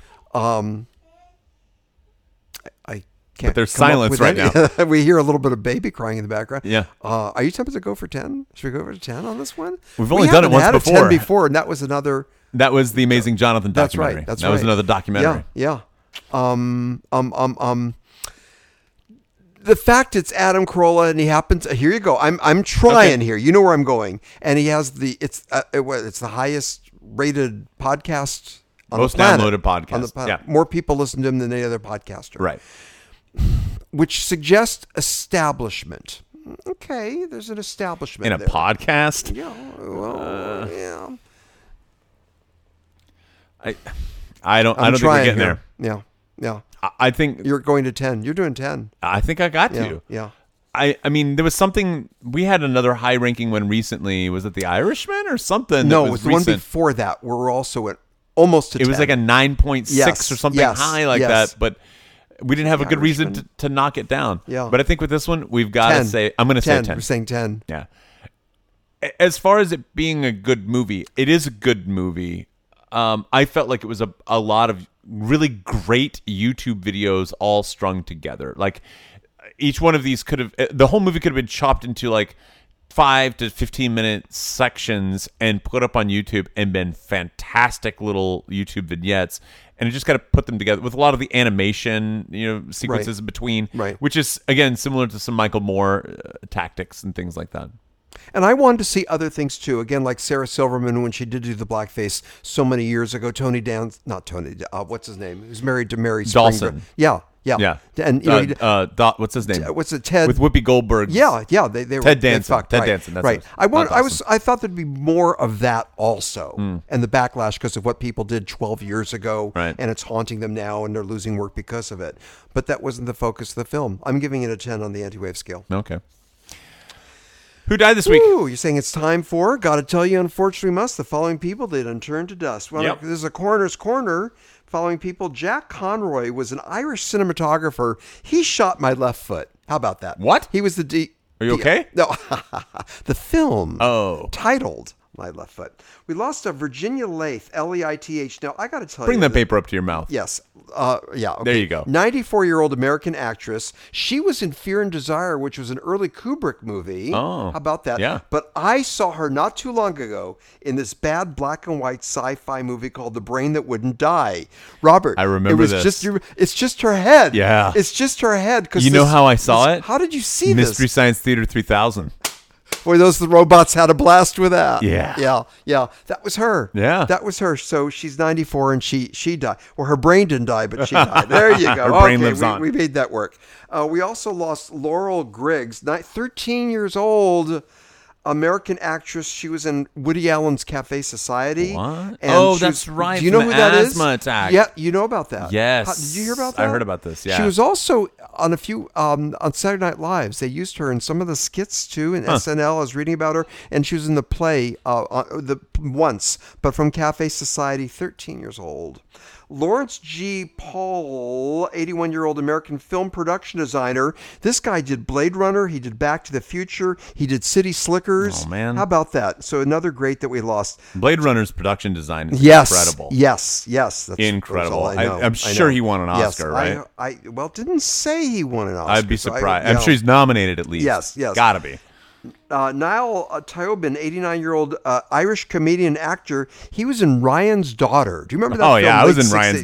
Speaker 2: I can't.
Speaker 3: there's
Speaker 2: come up
Speaker 3: silence
Speaker 2: with
Speaker 3: right
Speaker 2: any- *laughs* we hear a little bit of baby crying in the background.
Speaker 3: Yeah.
Speaker 2: Uh, are you tempted to go for ten? Should we go for ten on this one?
Speaker 3: We've
Speaker 2: We
Speaker 3: only done it
Speaker 2: haven't
Speaker 3: once
Speaker 2: had a
Speaker 3: before.
Speaker 2: 10 before, and that was another.
Speaker 3: That was the amazing Jonathan
Speaker 2: That's
Speaker 3: documentary.
Speaker 2: right. That's
Speaker 3: that
Speaker 2: right.
Speaker 3: was another documentary.
Speaker 2: Yeah. Yeah. Um. Um. Um. Um. The fact it's Adam Carolla and he happens here you go I'm I'm trying here you know where I'm going and he has the it's uh, it, was- it's the highest rated podcast on
Speaker 3: Most
Speaker 2: the planet,
Speaker 3: downloaded podcast.
Speaker 2: on the planet.
Speaker 3: Yeah.
Speaker 2: more people listen to him than any other podcaster
Speaker 3: Right.
Speaker 2: which suggests establishment. Okay, there's an establishment
Speaker 3: In a Uh,
Speaker 2: there.
Speaker 3: podcast.
Speaker 2: Yeah, well, yeah.
Speaker 3: I, I don't. I'm I do not think
Speaker 2: I'm
Speaker 3: we're
Speaker 2: trying
Speaker 3: getting
Speaker 2: here.
Speaker 3: there.
Speaker 2: Yeah, yeah.
Speaker 3: I, I think.
Speaker 2: You're going to ten. You're doing ten.
Speaker 3: I think I got
Speaker 2: Yeah,
Speaker 3: you.
Speaker 2: yeah.
Speaker 3: I, I mean, there was something. We had another high ranking one recently. Was it The Irishman or something?
Speaker 2: No,
Speaker 3: that was
Speaker 2: it was the one
Speaker 3: recent.
Speaker 2: before that. We're also at almost to.
Speaker 3: It was
Speaker 2: 10.
Speaker 3: like a 9.6
Speaker 2: Yes,
Speaker 3: or something
Speaker 2: yes,
Speaker 3: high like
Speaker 2: yes.
Speaker 3: that, but we didn't have a good reason to, to knock it down.
Speaker 2: Yeah.
Speaker 3: But I think with this one, we've got to
Speaker 2: 10.
Speaker 3: say, I'm going to say 10.
Speaker 2: We're saying ten.
Speaker 3: Yeah. A- As far as it being a good movie, it is a good movie. Um, I felt like it was a, a lot of really great YouTube videos all strung together. Like each one of these could have, eh, the whole movie could have been chopped into like five to 15 minute sections and put up on YouTube and been fantastic little YouTube vignettes. And it just kind of put them together with a lot of the animation, you know, sequences in between,
Speaker 2: Right.
Speaker 3: which is again similar to some Michael Moore uh, tactics and things like that.
Speaker 2: And I wanted to see other things too. Again, like Sarah Silverman when she did do the blackface so many years ago. Tony Dan, not Tony. Uh, what's his name? Who's married to Mary Springfield.
Speaker 3: Dawson.
Speaker 2: Yeah, yeah,
Speaker 3: Yeah,
Speaker 2: And you know,
Speaker 3: uh,
Speaker 2: he did-
Speaker 3: uh, Dot- what's his name?
Speaker 2: what's it, Ted-
Speaker 3: with Whoopi Goldberg?
Speaker 2: Yeah, yeah, they they were
Speaker 3: Ted
Speaker 2: they
Speaker 3: Danson.
Speaker 2: fucked,
Speaker 3: Ted
Speaker 2: right,
Speaker 3: Danson, that's
Speaker 2: right.
Speaker 3: what it was.
Speaker 2: I want.
Speaker 3: Not Hmm.
Speaker 2: I was. I thought there'd be more of that also, and the backlash because of what people did 12 years ago,
Speaker 3: Right.
Speaker 2: and it's haunting them now, and they're losing work because of it. But that wasn't the focus of the film. I'm giving it a 10 on the anti-wave scale.
Speaker 3: Okay. Who died this week?
Speaker 2: Ooh, you're saying it's time for? Gotta tell you, unfortunately, must. The following people did and turn to dust. Well,
Speaker 3: Yep.
Speaker 2: this is a coroner's corner. Following people, Jack Conroy was an Irish cinematographer. He shot my left foot. How about that?
Speaker 3: What?
Speaker 2: He was the D.
Speaker 3: Are you
Speaker 2: *laughs* the-
Speaker 3: okay?
Speaker 2: No, the film.
Speaker 3: Oh.
Speaker 2: titled my left foot. We lost a Virginia Leith, L E I T H. Now I got to tell
Speaker 3: Bring
Speaker 2: you,
Speaker 3: that
Speaker 2: that-
Speaker 3: paper up to your mouth.
Speaker 2: Yes. Uh, yeah. okay.
Speaker 3: There you go.
Speaker 2: 94 year old American actress. She was in Fear and Desire, which was an early Kubrick movie.
Speaker 3: Oh,
Speaker 2: How about that?
Speaker 3: yeah.
Speaker 2: But I saw her not too long ago in this bad black and white sci fi movie called The Brain That Wouldn't Die. Robert,
Speaker 3: I remember
Speaker 2: it was
Speaker 3: this.
Speaker 2: Just, it's just her head.
Speaker 3: Yeah.
Speaker 2: It's just her head. Cause
Speaker 3: You know
Speaker 2: this-
Speaker 3: how I saw
Speaker 2: this-
Speaker 3: it?
Speaker 2: How did you see this?
Speaker 3: Mystery Science Theater 3000.
Speaker 2: Boy, those the robots had a blast with that.
Speaker 3: Yeah.
Speaker 2: yeah, yeah. That was her.
Speaker 3: Yeah.
Speaker 2: that was her. So she's 94 and she she died. Well, her brain didn't die, but she died. There you go.
Speaker 3: *laughs* Her brain
Speaker 2: Okay,
Speaker 3: lives
Speaker 2: we,
Speaker 3: on.
Speaker 2: We made that work. Uh, we also lost Laurel Griggs, ni- 13 years old. American actress. She was in Woody Allen's Cafe Society.
Speaker 3: What?
Speaker 2: And
Speaker 3: Oh,
Speaker 2: she
Speaker 3: that's right,
Speaker 2: Do you know
Speaker 3: from
Speaker 2: who
Speaker 3: the
Speaker 2: that is?
Speaker 3: asthma attack.
Speaker 2: Yeah, you know about that.
Speaker 3: Yes.
Speaker 2: How- did you hear about that?
Speaker 3: I heard about this,
Speaker 2: She
Speaker 3: yeah.
Speaker 2: was also on a few um, on Saturday Night Lives. They used her in some of the skits too. In SNL, I was reading about her, and she was in the play uh, on the once, but from Cafe Society, 13 years old. Lawrence G. Paul, 81 year old American film production designer. This guy did Blade Runner. He did Back to the Future. He did City Slickers.
Speaker 3: Oh, man.
Speaker 2: how about that? So another great that we lost.
Speaker 3: Blade Runner's production design is
Speaker 2: Yes,
Speaker 3: incredible.
Speaker 2: Yes, yes, that's,
Speaker 3: Incredible.
Speaker 2: That's all I
Speaker 3: I-
Speaker 2: know.
Speaker 3: I'm sure
Speaker 2: know.
Speaker 3: he won an
Speaker 2: Yes,
Speaker 3: Oscar,
Speaker 2: I-
Speaker 3: right?
Speaker 2: I, well, didn't say he won an Oscar.
Speaker 3: I'd be
Speaker 2: so I-
Speaker 3: surprised.
Speaker 2: no.
Speaker 3: I'm sure he's nominated at least.
Speaker 2: Yes, yes.
Speaker 3: Gotta be.
Speaker 2: uh, Niall uh, Tyobin, 89 year old uh, Irish comedian actor. He was in Ryan's Daughter. Do you remember that?
Speaker 3: Oh
Speaker 2: film,
Speaker 3: yeah, I was
Speaker 2: late
Speaker 3: in Ryan's
Speaker 2: 60s? *laughs*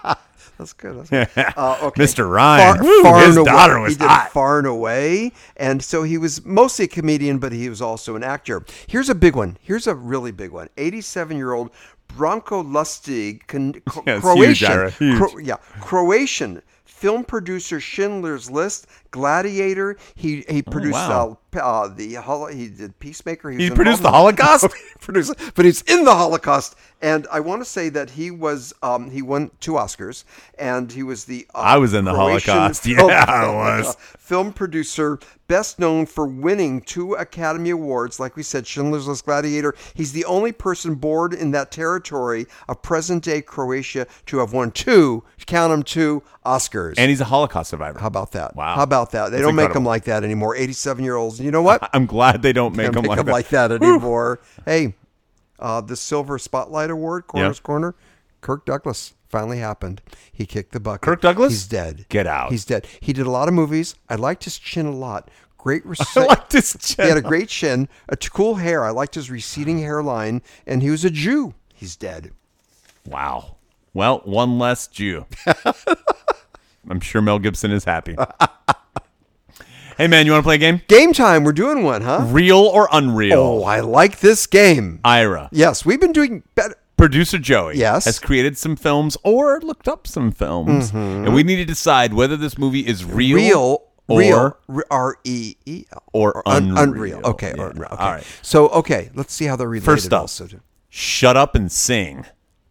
Speaker 3: daughter.
Speaker 2: That's good. That's good.
Speaker 3: *laughs*
Speaker 2: Uh, okay.
Speaker 3: Mr. Ryan.
Speaker 2: Far,
Speaker 3: Woo,
Speaker 2: far
Speaker 3: his
Speaker 2: and away.
Speaker 3: daughter was
Speaker 2: he did
Speaker 3: hot.
Speaker 2: Far and away, and so he was mostly a comedian, but he was also an actor. Here's a big one. Here's a really big one. 87 year old Bronko
Speaker 3: *laughs*
Speaker 2: Lustig, con- Cro-
Speaker 3: Yeah, it's huge,
Speaker 2: Croatian,
Speaker 3: Ira, huge.
Speaker 2: Cro- yeah, Croatian film producer Schindler's List, Gladiator. He he produced
Speaker 3: Oh, wow.
Speaker 2: uh, p- uh, the hol- he did Peacemaker.
Speaker 3: He
Speaker 2: was
Speaker 3: produced the
Speaker 2: involved in- *laughs*
Speaker 3: Holocaust.
Speaker 2: produce, but he's in the Holocaust. And I want to say that he was um, he won two Oscars, and he was the uh,
Speaker 3: I was in the Holocaust. *laughs* Yeah, I was.
Speaker 2: *laughs* film producer best known for winning two Academy Awards. Like we said, Schindler's List, Gladiator. He's the only person born in that territory of present day Croatia to have won two. Count them two Oscars.
Speaker 3: and he's a Holocaust survivor.
Speaker 2: how about that?
Speaker 3: Wow.
Speaker 2: How about that? They
Speaker 3: That's
Speaker 2: don't make them
Speaker 3: incredible.
Speaker 2: like that anymore. 87 year olds. You know what?
Speaker 3: I'm glad they don't make
Speaker 2: Can't
Speaker 3: him
Speaker 2: make
Speaker 3: like,
Speaker 2: them
Speaker 3: that.
Speaker 2: like that anymore. Hey, uh, the Silver Spotlight Award, Corner's
Speaker 3: Yeah.
Speaker 2: Corner, Kirk Douglas finally happened. He kicked the bucket.
Speaker 3: Kirk Douglas?
Speaker 2: He's dead.
Speaker 3: Get out.
Speaker 2: He's dead. He did a lot of movies. I liked his chin a lot.
Speaker 3: *laughs*
Speaker 2: Great
Speaker 3: I
Speaker 2: recite.
Speaker 3: liked his
Speaker 2: he had a
Speaker 3: chin.
Speaker 2: great chin, a t- cool hair. I liked
Speaker 3: *sighs*
Speaker 2: his receding hairline, and he was a Jew. He's dead.
Speaker 3: Wow. Well, one less
Speaker 2: *laughs*
Speaker 3: Jew. I'm sure Mel Gibson is happy. hey man, you want to play a game?
Speaker 2: Game time. We're doing one, huh?
Speaker 3: Real or unreal?
Speaker 2: Oh, I like this game.
Speaker 3: Ira.
Speaker 2: Yes, we've been doing better.
Speaker 3: Producer Joey
Speaker 2: Yes.
Speaker 3: has created some films or looked up some films, and we need to decide whether this movie is real,
Speaker 2: Mm-hmm. real,
Speaker 3: or
Speaker 2: real, R E E L,
Speaker 3: or
Speaker 2: un-
Speaker 3: unreal.
Speaker 2: Okay,
Speaker 3: Yeah.
Speaker 2: unreal. Okay.
Speaker 3: All right.
Speaker 2: So okay, let's see how they're related.
Speaker 3: First up.
Speaker 2: also to-
Speaker 3: Shut Up and Sing,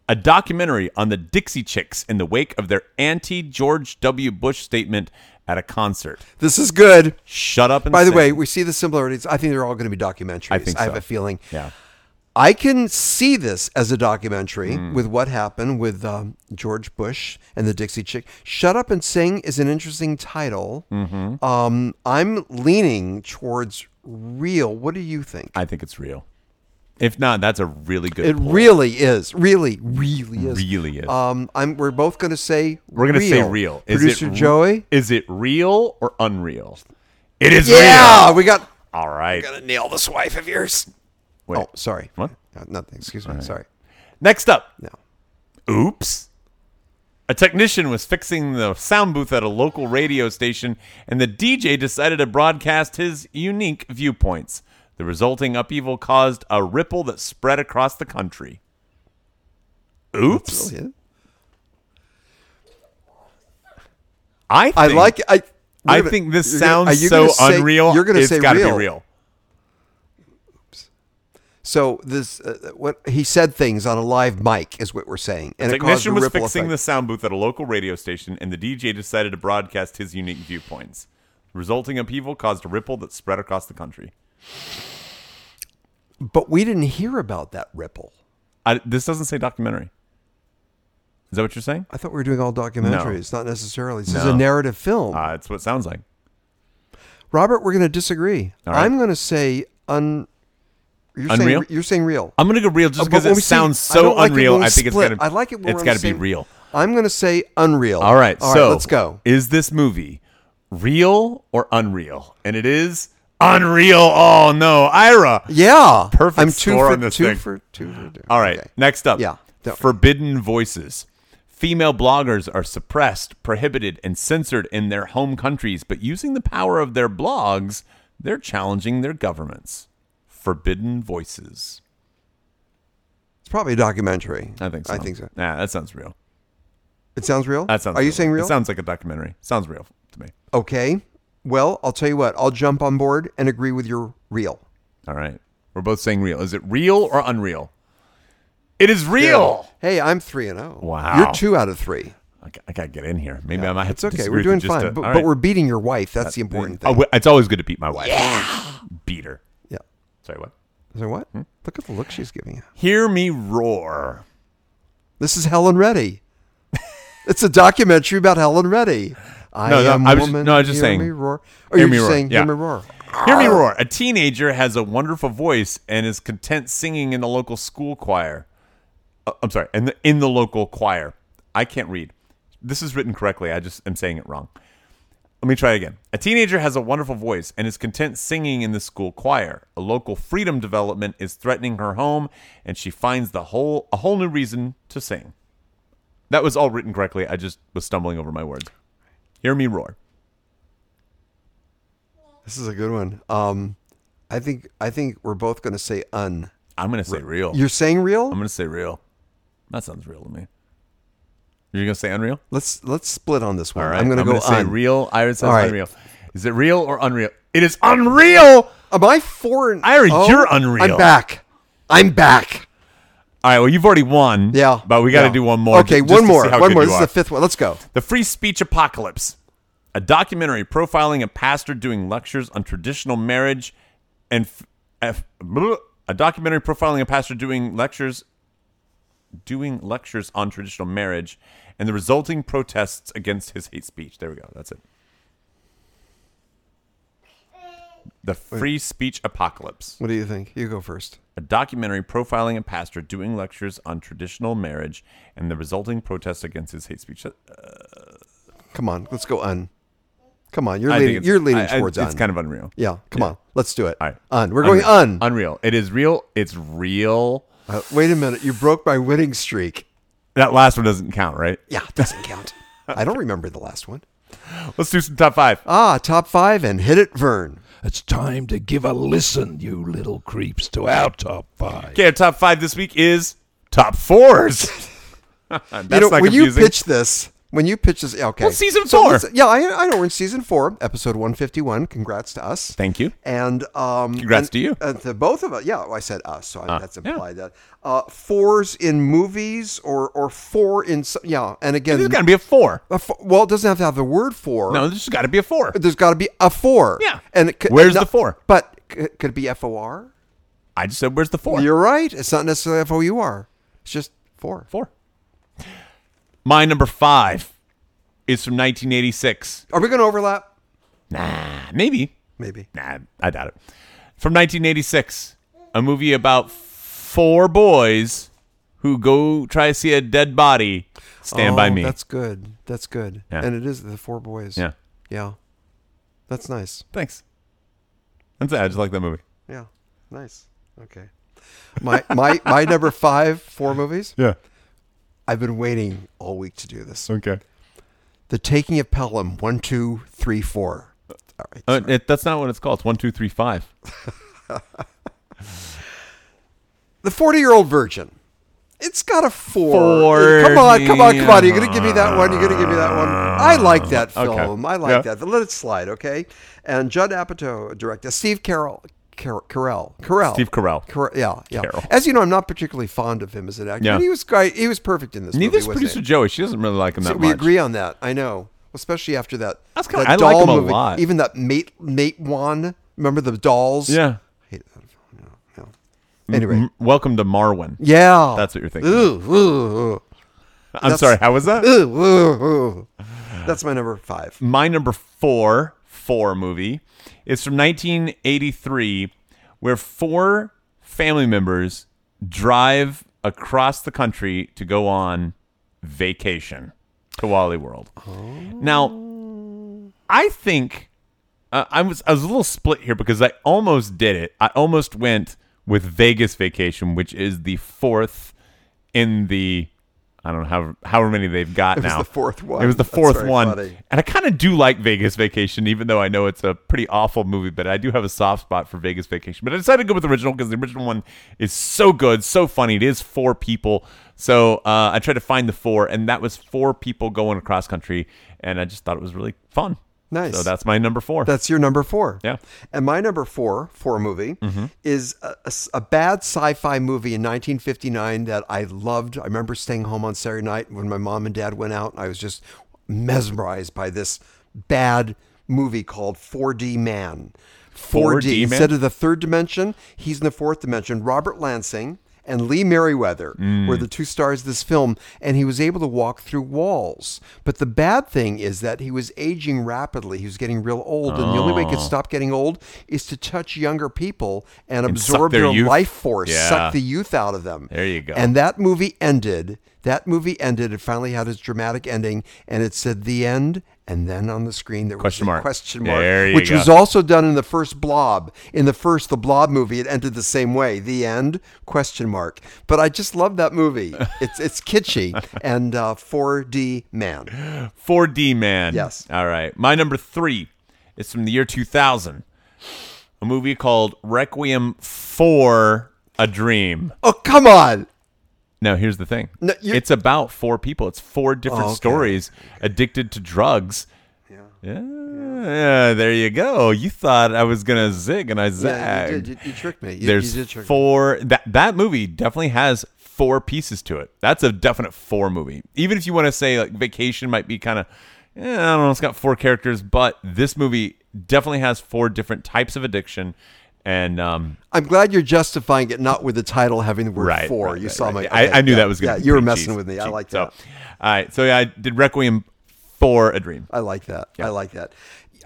Speaker 3: a documentary on the Dixie Chicks in the wake of their anti George W. Bush statement at a concert.
Speaker 2: this is good.
Speaker 3: Shut up and
Speaker 2: By the
Speaker 3: Sing.
Speaker 2: way, we see the similarities. I think they're all going to be documentaries. I
Speaker 3: think
Speaker 2: have
Speaker 3: so.
Speaker 2: a feeling.
Speaker 3: yeah.
Speaker 2: I can see this as a documentary
Speaker 3: Hmm.
Speaker 2: with what happened with um, George Bush and the Dixie Chick. Shut Up and Sing is an interesting title.
Speaker 3: Mm-hmm.
Speaker 2: Um, I'm leaning towards real. What do you think?
Speaker 3: I think it's real. If not, that's a really good.
Speaker 2: It
Speaker 3: pull.
Speaker 2: really is. Really, really is.
Speaker 3: Really is.
Speaker 2: Um, I'm. We're both going to say.
Speaker 3: We're gonna say real. Is
Speaker 2: Producer
Speaker 3: it re-
Speaker 2: Joey.
Speaker 3: Is it real or unreal? It is
Speaker 2: Yeah, Oh,
Speaker 3: real.
Speaker 2: we got.
Speaker 3: All right.
Speaker 2: Gonna nail this wife of yours.
Speaker 3: Wait.
Speaker 2: Oh, sorry.
Speaker 3: What?
Speaker 2: Uh, nothing. Excuse me. Sorry.
Speaker 3: Next up.
Speaker 2: No.
Speaker 3: Oops. A technician was fixing the sound booth at a local radio station, and the DJ decided to broadcast his unique viewpoints. The resulting upheaval caused a ripple that spread across the country. Oops.
Speaker 2: Really?
Speaker 3: I think,
Speaker 2: I like. I.
Speaker 3: I
Speaker 2: you're gonna-
Speaker 3: think this
Speaker 2: you're gonna- are
Speaker 3: sounds
Speaker 2: you
Speaker 3: so
Speaker 2: gonna say-
Speaker 3: unreal.
Speaker 2: You're going to
Speaker 3: it's
Speaker 2: say
Speaker 3: gotta
Speaker 2: real.
Speaker 3: be real.
Speaker 2: So this, uh, what he said things on a live mic is what we're saying, and it caused a
Speaker 3: Technician was
Speaker 2: ripple
Speaker 3: fixing the
Speaker 2: effect.
Speaker 3: sound booth at a local radio station, and the DJ decided to broadcast his unique viewpoints. Resulting upheaval caused a ripple that spread across the country.
Speaker 2: But we didn't hear about that ripple.
Speaker 3: I, this doesn't say documentary. Is that what you're saying?
Speaker 2: I thought we were doing all documentaries, not necessarily. This is a
Speaker 3: No.
Speaker 2: narrative film.
Speaker 3: Uh, it's what it sounds like.
Speaker 2: Robert, we're going to disagree.
Speaker 3: All right.
Speaker 2: I'm going to say un. You're
Speaker 3: Unreal?
Speaker 2: Saying, you're saying real.
Speaker 3: I'm gonna go real just
Speaker 2: Uh,
Speaker 3: because
Speaker 2: but when
Speaker 3: it
Speaker 2: we see-
Speaker 3: sounds
Speaker 2: I
Speaker 3: so
Speaker 2: don't like it
Speaker 3: unreal.
Speaker 2: when we
Speaker 3: I think
Speaker 2: split.
Speaker 3: it's
Speaker 2: I
Speaker 3: gotta.
Speaker 2: like it. When
Speaker 3: it's
Speaker 2: got to
Speaker 3: gotta be real.
Speaker 2: I'm going to say unreal.
Speaker 3: All right.
Speaker 2: All
Speaker 3: so
Speaker 2: let's go.
Speaker 3: Is this movie real or unreal? And it is unreal. Oh no, Ira.
Speaker 2: Yeah.
Speaker 3: Perfect
Speaker 2: I'm two
Speaker 3: score
Speaker 2: for,
Speaker 3: on this
Speaker 2: two
Speaker 3: thing.
Speaker 2: For, two for two.
Speaker 3: All right.
Speaker 2: Okay.
Speaker 3: Next up.
Speaker 2: Yeah. Don't-
Speaker 3: Forbidden voices. Female bloggers are suppressed, prohibited, and censored in their home countries, but using the power of their blogs, they're challenging their governments. Forbidden voices.
Speaker 2: It's probably a documentary.
Speaker 3: I think so.
Speaker 2: I think so.
Speaker 3: Yeah, that sounds real.
Speaker 2: It sounds real.
Speaker 3: That sounds.
Speaker 2: Are you
Speaker 3: real.
Speaker 2: saying real?
Speaker 3: It sounds like a documentary. Sounds real to me.
Speaker 2: okay. Well, I'll tell you what. I'll jump on board and agree with your real.
Speaker 3: All right. We're both saying real. Is it real or unreal? It is real.
Speaker 2: Hey, I'm three and zero.
Speaker 3: Wow.
Speaker 2: You're two out of three.
Speaker 3: I, g- I gotta get in here. Maybe I might have
Speaker 2: It's
Speaker 3: to
Speaker 2: okay.
Speaker 3: disagree
Speaker 2: We're
Speaker 3: with
Speaker 2: doing
Speaker 3: you just
Speaker 2: fine,
Speaker 3: to-
Speaker 2: but,
Speaker 3: all
Speaker 2: but
Speaker 3: right.
Speaker 2: we're beating your wife. That's the important
Speaker 3: Oh,
Speaker 2: thing.
Speaker 3: w- it's always good to beat my wife. Yeah. Beat her.
Speaker 2: yeah.
Speaker 3: Sorry, what?
Speaker 2: So what?
Speaker 3: Hmm?
Speaker 2: Look at the look she's giving you.
Speaker 3: Hear me roar.
Speaker 2: This is
Speaker 3: *laughs*
Speaker 2: Helen Reddy. it's a documentary about Helen Reddy. I
Speaker 3: No, no,
Speaker 2: am
Speaker 3: I was-
Speaker 2: woman.
Speaker 3: no, I was just
Speaker 2: hear
Speaker 3: saying-
Speaker 2: Me roar.
Speaker 3: Hear
Speaker 2: Or you're
Speaker 3: me
Speaker 2: just
Speaker 3: roar,
Speaker 2: saying
Speaker 3: yeah.
Speaker 2: hear me roar.
Speaker 3: Hear me roar. A teenager has a wonderful voice and is content singing in the local school choir. Uh, I'm sorry, in the, in the local choir. I can't read. This is written correctly. I just am saying it wrong. Let me try again. A teenager has a wonderful voice and is content singing in the school choir. A local freedom development is threatening her home, and she finds the whole a whole new reason to sing. That was all written correctly. I just was stumbling over my words. Hear me roar.
Speaker 2: This is a good one. Um, I think I think we're both going to say un.
Speaker 3: I'm gonna say real.
Speaker 2: You're saying real?
Speaker 3: I'm gonna say real. That sounds real to me. You're gonna say unreal?
Speaker 2: let's let's split on this one.
Speaker 3: All right.
Speaker 2: I'm going to go
Speaker 3: say
Speaker 2: un.
Speaker 3: real. I would say
Speaker 2: All right.
Speaker 3: unreal. Is it real or unreal? It is unreal.
Speaker 2: Am I foreign?
Speaker 3: Ira, you're
Speaker 2: I'm
Speaker 3: unreal.
Speaker 2: back. I'm back.
Speaker 3: All right. Well, you've already won.
Speaker 2: Yeah.
Speaker 3: But we got to
Speaker 2: Yeah.
Speaker 3: do one more.
Speaker 2: Okay,
Speaker 3: ju- just
Speaker 2: one
Speaker 3: to
Speaker 2: more.
Speaker 3: see how
Speaker 2: One
Speaker 3: good
Speaker 2: more.
Speaker 3: you
Speaker 2: This is
Speaker 3: are.
Speaker 2: the fifth one. Let's go.
Speaker 3: The Free Speech Apocalypse, a documentary profiling a pastor doing lectures on traditional marriage and f- f- bleh. a documentary profiling a pastor doing lectures doing lectures on traditional marriage and the resulting protests against his hate speech. There we go. That's it. The Free Speech Apocalypse,
Speaker 2: What do you think? You go first.
Speaker 3: a documentary profiling a pastor doing lectures on traditional marriage and the resulting protests against his hate speech.
Speaker 2: Come on, let's go un. Come on, you're
Speaker 3: I think
Speaker 2: leading.
Speaker 3: it's-
Speaker 2: You're leading
Speaker 3: I- I-
Speaker 2: towards un.
Speaker 3: It's kind of unreal.
Speaker 2: yeah, come on, let's do it.
Speaker 3: All right.
Speaker 2: Un. We're going un.
Speaker 3: Unreal. Unreal. It is real. It's real.
Speaker 2: Uh, wait a minute, you broke my winning streak.
Speaker 3: That last one doesn't count, right?
Speaker 2: Yeah, it doesn't count.
Speaker 3: *laughs*
Speaker 2: I don't remember the last one.
Speaker 3: Let's do some top five.
Speaker 2: Ah, top five and hit it, Vern.
Speaker 1: It's time to give a listen, you little creeps, to our top five.
Speaker 3: Okay, our top five this week is top fours. *laughs* That's
Speaker 2: *laughs* You know,
Speaker 3: not
Speaker 2: when
Speaker 3: confusing.
Speaker 2: you pitch this, when you pitch this, okay,
Speaker 3: Well, season
Speaker 2: So
Speaker 3: four.
Speaker 2: let's- yeah, I, I know we're in season four, episode one fifty one. Congrats to us.
Speaker 3: Thank you.
Speaker 2: And um,
Speaker 3: Congrats
Speaker 2: and-
Speaker 3: to you.
Speaker 2: and to both of us. Yeah, well, I said us, so I, that's
Speaker 3: yeah.
Speaker 2: implied that uh, fours in movies or or four in so- yeah. And again,
Speaker 3: There's got to be a four.
Speaker 2: a fo- well, it doesn't have to have the word four.
Speaker 3: No, there's got to be a four.
Speaker 2: there's got to be a four.
Speaker 3: Yeah.
Speaker 2: and it could,
Speaker 3: Where's
Speaker 2: no-
Speaker 3: the four?
Speaker 2: But c- could it be F O R?
Speaker 3: I just said, where's the four?
Speaker 2: You're right. It's not necessarily F O U R. It's just four.
Speaker 3: four. My number five is from 1986.
Speaker 2: Are we going to overlap?
Speaker 3: Nah, maybe.
Speaker 2: Maybe.
Speaker 3: Nah, I doubt it. From 1986, a movie about four boys who go try to see a dead body. Stand by
Speaker 2: Oh,
Speaker 3: me.
Speaker 2: That's good. That's good.
Speaker 3: Yeah.
Speaker 2: And it is the four boys.
Speaker 3: Yeah.
Speaker 2: Yeah. That's nice.
Speaker 3: Thanks. That's it. I just like that movie.
Speaker 2: Yeah. Nice. Okay. My my my number five four movies.
Speaker 3: Yeah.
Speaker 2: I've been waiting all week to do this.
Speaker 3: Okay.
Speaker 2: The Taking of Pelham. One, two, three, four. All right.
Speaker 3: Uh, it, that's not what it's called. It's one, two, three, five.
Speaker 2: The forty-year-old virgin. It's got a four. Come on, come on, come on. You're gonna give me that one. You're gonna give me that one. I like that
Speaker 3: Okay.
Speaker 2: film. I like
Speaker 3: Yeah.
Speaker 2: that. Let it slide, okay? And Judd Apatow directed. Steve Carroll. Car- Carell. Carell.
Speaker 3: Steve Carell.
Speaker 2: Correct. Yeah, yeah.
Speaker 3: Carol.
Speaker 2: As you know, I'm not particularly fond of him as an actor.
Speaker 3: Yeah.
Speaker 2: But he was great. He was perfect in this.
Speaker 3: Neither
Speaker 2: movie,
Speaker 3: is
Speaker 2: wasn't
Speaker 3: producer
Speaker 2: he?
Speaker 3: Joey. She doesn't really like him that
Speaker 2: we
Speaker 3: much.
Speaker 2: agree on that. I know, especially after that.
Speaker 3: That's kinda-
Speaker 2: that
Speaker 3: I like
Speaker 2: doll
Speaker 3: him a
Speaker 2: movie.
Speaker 3: lot.
Speaker 2: Even that mate mate one. Remember the dolls?
Speaker 3: Yeah.
Speaker 2: I hate that. film. Yeah, yeah. Anyway,
Speaker 3: M- welcome to Marwin.
Speaker 2: yeah.
Speaker 3: That's what you're thinking.
Speaker 2: Ooh, ooh,
Speaker 3: I'm
Speaker 2: that's-
Speaker 3: sorry. How was that?
Speaker 2: ooh, ooh, ooh, ooh. That's my number five.
Speaker 3: my number four four movie is from 1983 where four family members drive across the country to go on vacation to Wally World. Now, I think uh, I was I was a little split here because I almost did it. I almost went with Vegas Vacation, which is the fourth in the I don't know how however many they've got
Speaker 2: was
Speaker 3: now.
Speaker 2: the fourth one.
Speaker 3: It was the
Speaker 2: That's
Speaker 3: fourth
Speaker 2: very
Speaker 3: one,
Speaker 2: funny.
Speaker 3: and I kind of do like Vegas Vacation, even though I know it's a pretty awful movie. But I do have a soft spot for Vegas Vacation. But I decided to go with the original because the original one is so good, so funny. It is four people, so uh, I tried to find the four, and that was four people going across country, and I just thought it was really fun.
Speaker 2: Nice.
Speaker 3: So that's my number four.
Speaker 2: That's your number four.
Speaker 3: Yeah. Mm-hmm.
Speaker 2: And my number four for a movie is a, a s- a bad sci-fi movie in 1959 that I loved. I remember staying home on Saturday night when my mom and dad went out, and I was just mesmerized by this bad movie called 4D Man. 4D,
Speaker 3: 4D Man?
Speaker 2: instead of the third dimension, he's in the fourth dimension. Robert Lansing and Lee Merriweather
Speaker 3: Mm.
Speaker 2: were the two stars of this film, and he was able to walk through walls. But the bad thing is that he was aging rapidly. He was getting real old, and the only way he
Speaker 3: Oh.
Speaker 2: could stop getting old is to touch younger people and,
Speaker 3: suck
Speaker 2: absorb
Speaker 3: their
Speaker 2: their,
Speaker 3: youth.
Speaker 2: life force,
Speaker 3: Yeah.
Speaker 2: suck the youth out of them.
Speaker 3: There you go.
Speaker 2: And that movie ended. That movie ended. It finally had its dramatic ending, and it said the end. And then on the screen there
Speaker 3: Question
Speaker 2: was a
Speaker 3: mark.
Speaker 2: question mark,
Speaker 3: There you
Speaker 2: which
Speaker 3: go.
Speaker 2: was also done in the first Blob. In the first The Blob movie, it ended the same way. The end? Question mark. But I just love
Speaker 3: *laughs*
Speaker 2: that movie. It's it's kitschy and uh, 4D man.
Speaker 3: 4D Man.
Speaker 2: Yes.
Speaker 3: All right. My number three is from the year 2000, a movie called Requiem for a Dream.
Speaker 2: Oh come on!
Speaker 3: Now, here's the thing
Speaker 2: No, you're-
Speaker 3: it's about four people, it's four different
Speaker 2: Oh, okay.
Speaker 3: stories addicted to drugs. Yeah. Yeah, there you go. You thought I was gonna zig and I zagged.
Speaker 2: Yeah, you, did, you, you tricked me. You,
Speaker 3: There's
Speaker 2: you did trick me.
Speaker 3: four. That that movie definitely has four pieces to it. That's a definite four movie. Even if you want to say like Vacation might be kind of, eh, I don't know, it's got four characters, but this movie definitely has four different types of addiction. And um,
Speaker 2: I'm glad you're justifying it, not with the title having the word
Speaker 3: right,
Speaker 2: four.
Speaker 3: right,
Speaker 2: you
Speaker 3: right,
Speaker 2: saw
Speaker 3: right.
Speaker 2: my.
Speaker 3: I,
Speaker 2: okay,
Speaker 3: I knew
Speaker 2: yeah,
Speaker 3: that was
Speaker 2: Yeah,
Speaker 3: gonna. be
Speaker 2: you were
Speaker 3: pretty
Speaker 2: messing
Speaker 3: cheesy-
Speaker 2: with me. I
Speaker 3: cheesy.
Speaker 2: like
Speaker 3: So,
Speaker 2: that.
Speaker 3: all right, so yeah, I did Requiem for a Dream.
Speaker 2: I like that. I like that.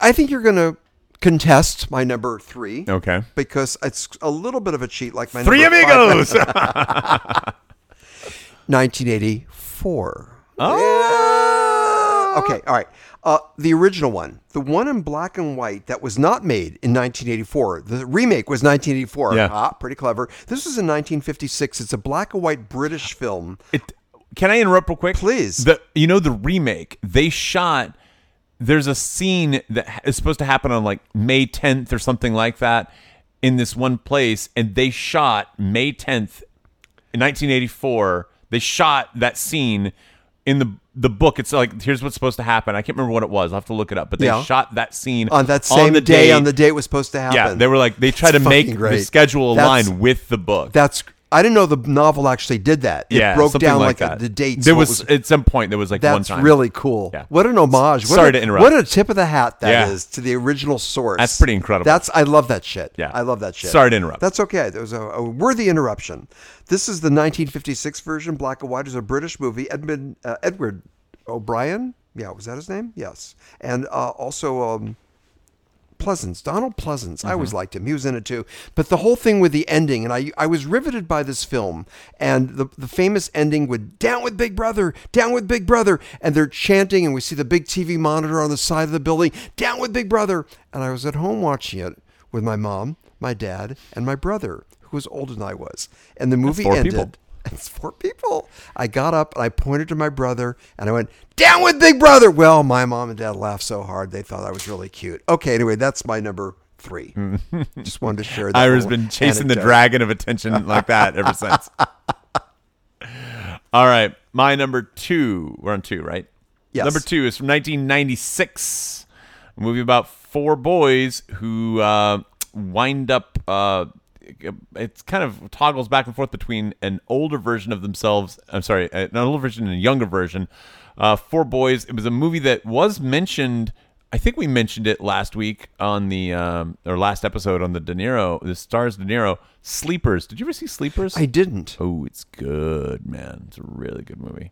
Speaker 2: I think you're going to contest my number three.
Speaker 3: Okay.
Speaker 2: Because it's a little bit of a cheat, like my
Speaker 3: Three
Speaker 2: number five,
Speaker 3: amigos.
Speaker 2: 1984.
Speaker 3: *laughs*
Speaker 2: *laughs*
Speaker 3: oh.
Speaker 2: Okay, all right. Uh, the original one, the one in black and white that was not made in 1984. The remake was 1984.
Speaker 3: Yeah.
Speaker 2: Ah, pretty clever. This was in 1956. It's a black and white British film.
Speaker 3: It, can I interrupt real quick?
Speaker 2: Please.
Speaker 3: The you know the remake they shot. There's a scene that ha- is supposed to happen on like May 10th or something like that in this one place, and they shot May 10th in 1984. They shot that scene in the the book. It's like here's what's supposed to happen. I can't remember what it was. I will have to look it up. But they
Speaker 2: Yeah.
Speaker 3: shot that scene
Speaker 2: On that same
Speaker 3: the
Speaker 2: day, on the day it was supposed to happen.
Speaker 3: yeah. They were like they try to
Speaker 2: It's fucking
Speaker 3: make the
Speaker 2: great.
Speaker 3: schedule
Speaker 2: That's-
Speaker 3: align with the book.
Speaker 2: That's I didn't know the novel actually did that. It
Speaker 3: yeah,
Speaker 2: broke
Speaker 3: something
Speaker 2: down
Speaker 3: like,
Speaker 2: like,
Speaker 3: that.
Speaker 2: a, the dates.
Speaker 3: There
Speaker 2: what
Speaker 3: was, at some point there was like one
Speaker 2: that's
Speaker 3: time.
Speaker 2: really cool.
Speaker 3: Yeah.
Speaker 2: What an homage. What
Speaker 3: Sorry
Speaker 2: a,
Speaker 3: to interrupt.
Speaker 2: What a tip of the hat that is
Speaker 3: Yeah.
Speaker 2: to the original source.
Speaker 3: That's pretty incredible.
Speaker 2: That's I love that shit.
Speaker 3: Yeah.
Speaker 2: I love that shit.
Speaker 3: Sorry to interrupt.
Speaker 2: That's okay. There was a, a worthy interruption. This is the 1956 version, black and white. It was a British movie. Edmund uh, Edward O'Brien. Yeah, was that his name? Yes. And uh, also. Um, Pleasance, Donald Pleasance. I
Speaker 3: Mm-hmm.
Speaker 2: always liked him. He was in it too. But the whole thing with the ending, and I, I was riveted by this film and the, the famous ending with down with Big Brother, down with Big Brother. And they're chanting, and we see the big TV monitor on the side of the building, down with Big Brother. And I was at home watching it with my mom, my dad, and my brother, who was older than I was. And the movie
Speaker 3: four
Speaker 2: ended.
Speaker 3: people.
Speaker 2: It's four people. I got up and I pointed to my brother and I went, Down with Big Brother. Well, my mom and dad laughed so hard they thought I was really cute. Okay, anyway, that's my number
Speaker 3: *laughs*
Speaker 2: three. Just wanted to share that.
Speaker 3: Ira's
Speaker 2: little
Speaker 3: been chasing the
Speaker 2: anecdote.
Speaker 3: dragon of attention like that
Speaker 2: *laughs*
Speaker 3: ever since. All right, my number two. We're on two, right?
Speaker 2: Yes.
Speaker 3: Number two is from 1996, a movie about four boys who uh, wind up. Uh, it's kind of toggles back and forth between an older version of themselves. I'm sorry, an older version and a younger version. Uh, four boys. It was a movie that was mentioned. I think we mentioned it last week on the um, or last episode on the De Niro. The stars De Niro. Sleepers. Did you ever see Sleepers?
Speaker 2: I didn't.
Speaker 3: Oh, it's good, man. It's a really good movie.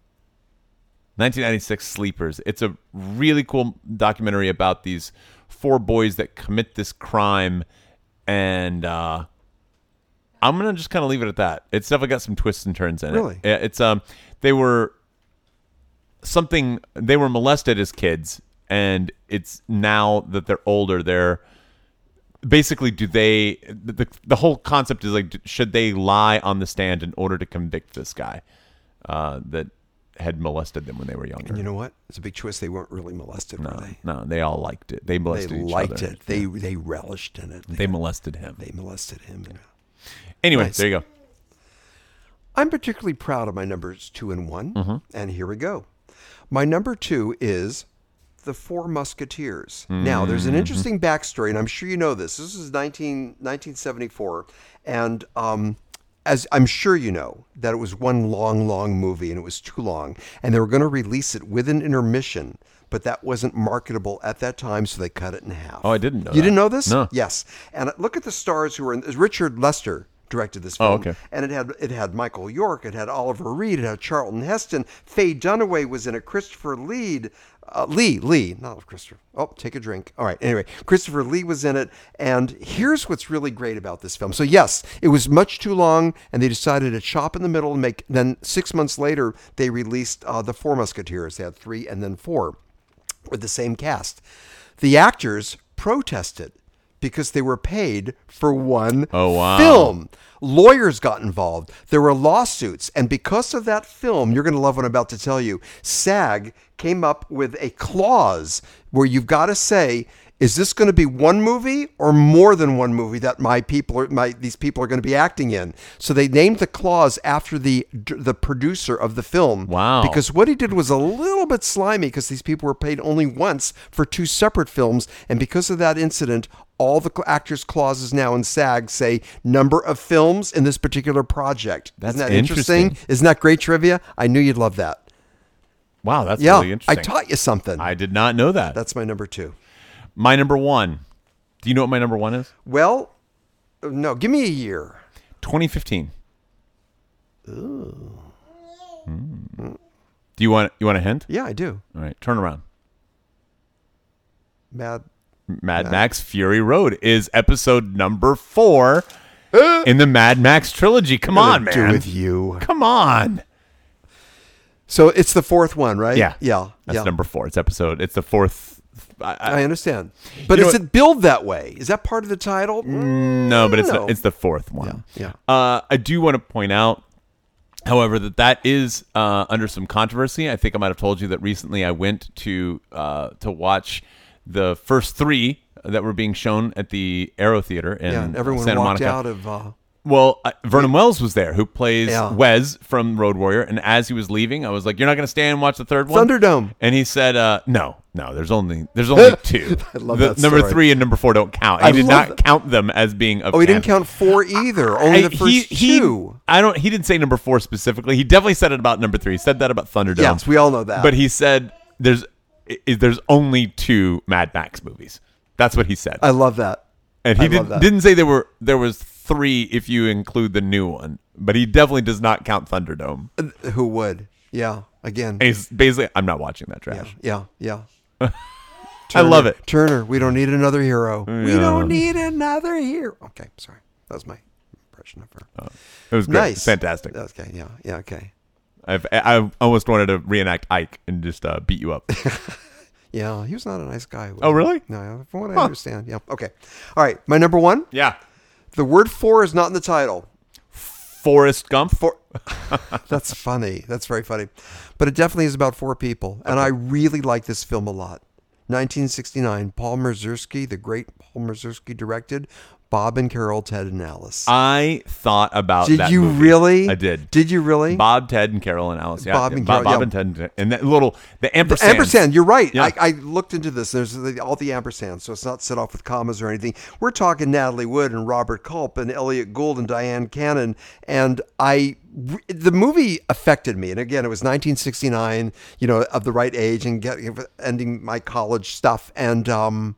Speaker 3: 1996 Sleepers. It's a really cool documentary about these four boys that commit this crime, and uh, I'm gonna just kind of leave it at that. It's definitely got some twists and turns in
Speaker 2: Really?
Speaker 3: it. Yeah, It's um, they were something. They were molested as kids, and it's now that they're older, they're basically do they the, the, the whole concept is like d- should they lie on the stand in order to convict this guy uh, that had molested them when they were younger
Speaker 2: You know what? It's a big twist. They weren't really molested, were
Speaker 3: no,
Speaker 2: they?
Speaker 3: no they all liked it they
Speaker 2: They
Speaker 3: molested each
Speaker 2: liked
Speaker 3: other.
Speaker 2: it. They they relished in it. They,
Speaker 3: they molested him
Speaker 2: they molested him.
Speaker 3: anyway
Speaker 2: Nice.
Speaker 3: there you go
Speaker 2: I'm particularly proud of my numbers two and one.
Speaker 3: Mm-hmm.
Speaker 2: And here we go. My number two is The Four Musketeers. Now, there's an
Speaker 3: Mm-hmm.
Speaker 2: interesting backstory, and I'm sure you know this. This is 19, 1974. And um, as I'm sure you know, that it was one long, long movie, and it was too long. And they were going to release it with an intermission, but that wasn't marketable at that time, so they cut it in half.
Speaker 3: Oh, I didn't know
Speaker 2: You
Speaker 3: that.
Speaker 2: didn't know this?
Speaker 3: No.
Speaker 2: Yes. And look at the stars who were in Richard Lester directed this film.
Speaker 3: Oh, okay.
Speaker 2: And it had it had Michael York, it had Oliver Reed, it had Charlton Heston, Faye Dunaway was in it, Christopher Lee, uh, Lee, Lee, not Christopher. Oh, take a drink. All right. Anyway, Christopher Lee was in it, and here's what's really great about this film. So yes, it was much too long, and they decided to chop in the middle and make. Then six months later, they released uh, the Four Musketeers. They had three and then four with the same cast. The actors protested because they were paid for one
Speaker 3: Oh, wow.
Speaker 2: film. Lawyers got involved. There were lawsuits. And because of that film, you're going to love what I'm about to tell you. SAG came up with a clause where you've got to say, is this going to be one movie or more than one movie that my people are, my these people are going to be acting in? So they named the clause after the the producer of the film.
Speaker 3: Wow.
Speaker 2: Because because what he did was a little bit slimy because these people were paid only once for two separate films. And because of that incident, all the cl- actors' clauses now in SAG say number of films in this particular project.
Speaker 3: That's
Speaker 2: Isn't that interesting?
Speaker 3: interesting.
Speaker 2: Isn't that great trivia? I knew you'd love that.
Speaker 3: wow that's
Speaker 2: Yeah.
Speaker 3: really
Speaker 2: I
Speaker 3: interesting
Speaker 2: taught you something.
Speaker 3: I did not know that
Speaker 2: That's my number two.
Speaker 3: my number one do you know what my number one is
Speaker 2: Well, no, give me a year.
Speaker 3: 2015 Ooh. Hmm. do you want you want a hint
Speaker 2: Yeah, I do.
Speaker 3: all right turn around
Speaker 2: Mad.
Speaker 3: Mad Max Fury Road is episode number four in the Mad Max trilogy. Come on,
Speaker 2: What did I Uh, Do
Speaker 3: man.
Speaker 2: with you.
Speaker 3: Come on.
Speaker 2: So it's the fourth one, right?
Speaker 3: Yeah.
Speaker 2: Yeah.
Speaker 3: That's
Speaker 2: yeah.
Speaker 3: number four. It's episode. It's the fourth. I,
Speaker 2: I understand. But
Speaker 3: You know
Speaker 2: is
Speaker 3: what- Mm.
Speaker 2: it billed that way? Is that part of the title?
Speaker 3: I, no, but it's
Speaker 2: No.
Speaker 3: the, it's the fourth one.
Speaker 2: Yeah,
Speaker 3: Uh, I do want to point out, however, that that is uh, under some controversy. I think I might have told you that recently I went to uh, to watch the first three that were being shown at the Aero Theater in
Speaker 2: Yeah, and everyone
Speaker 3: Santa
Speaker 2: walked
Speaker 3: Monica.
Speaker 2: out of. Uh,
Speaker 3: Well, uh, Vernon Wells was there, who plays
Speaker 2: Yeah.
Speaker 3: Wes from Road Warrior. And as he was leaving, I was like, "You're not going to stay and watch the third one,
Speaker 2: Thunderdome.
Speaker 3: And he said, uh, "No, no. There's only there's only two.
Speaker 2: *laughs* I love
Speaker 3: The-
Speaker 2: that
Speaker 3: number
Speaker 2: story.
Speaker 3: three and number four don't count.
Speaker 2: I
Speaker 3: He did
Speaker 2: love
Speaker 3: not
Speaker 2: that.
Speaker 3: count them as being a.
Speaker 2: oh, he didn't
Speaker 3: *laughs*
Speaker 2: count four either. Only the first
Speaker 3: he,
Speaker 2: two.
Speaker 3: I don't. He didn't say number four specifically. He definitely said it about number three. He said that about Thunderdome.
Speaker 2: Yes, we all know that.
Speaker 3: But he said there's i- i- there's only two Mad Max movies. That's what he said.
Speaker 2: I love that.
Speaker 3: And
Speaker 2: I
Speaker 3: he
Speaker 2: love
Speaker 3: didn't
Speaker 2: that.
Speaker 3: didn't say there were there was three if you include the new one, but he definitely does not count Thunderdome. And
Speaker 2: Uh, Who would? Yeah. Again.
Speaker 3: he's basically, I'm not watching that trash.
Speaker 2: Yeah. Yeah.
Speaker 3: I love it.
Speaker 2: Turner, we don't need another hero. We don't need another hero. Okay, sorry. That was my impression of her.
Speaker 3: It was great,
Speaker 2: nice.
Speaker 3: fantastic.
Speaker 2: Okay. Yeah. Yeah. Okay.
Speaker 3: I've, I almost wanted to reenact Ike and just uh, beat you
Speaker 2: *laughs*
Speaker 3: up.
Speaker 2: Yeah. He was not a nice guy. was
Speaker 3: Oh,
Speaker 2: he?
Speaker 3: really?
Speaker 2: No. From what I understand. Yeah. Okay. All right. My number one.
Speaker 3: yeah,
Speaker 2: The word four is not in the title.
Speaker 3: Forrest Gump. For
Speaker 2: That's funny. That's very funny. But it definitely is about four people. And I really like this film a lot. 1969, Paul Mazursky, the great Paul Mazursky directed Bob and Carol, Ted and Alice.
Speaker 3: I thought about.
Speaker 2: did
Speaker 3: that
Speaker 2: you
Speaker 3: movie.
Speaker 2: really?
Speaker 3: I did.
Speaker 2: Did you really?
Speaker 3: Bob, Ted, and Carol and Alice. Yeah,
Speaker 2: Bob
Speaker 3: yeah,
Speaker 2: and
Speaker 3: Bob,
Speaker 2: Carol,
Speaker 3: Bob
Speaker 2: yeah.
Speaker 3: and Ted, and that little the ampersand.
Speaker 2: Ampersand, you're right.
Speaker 3: Yeah.
Speaker 2: I, I looked into this. There's the, all the ampersands, so it's not set off with commas or anything. We're talking Natalie Wood and Robert Culp and Elliot Gould and Diane Cannon. And I, the movie affected me. And again, it was 1969, you know, of the right age and get, ending my college stuff. And, um,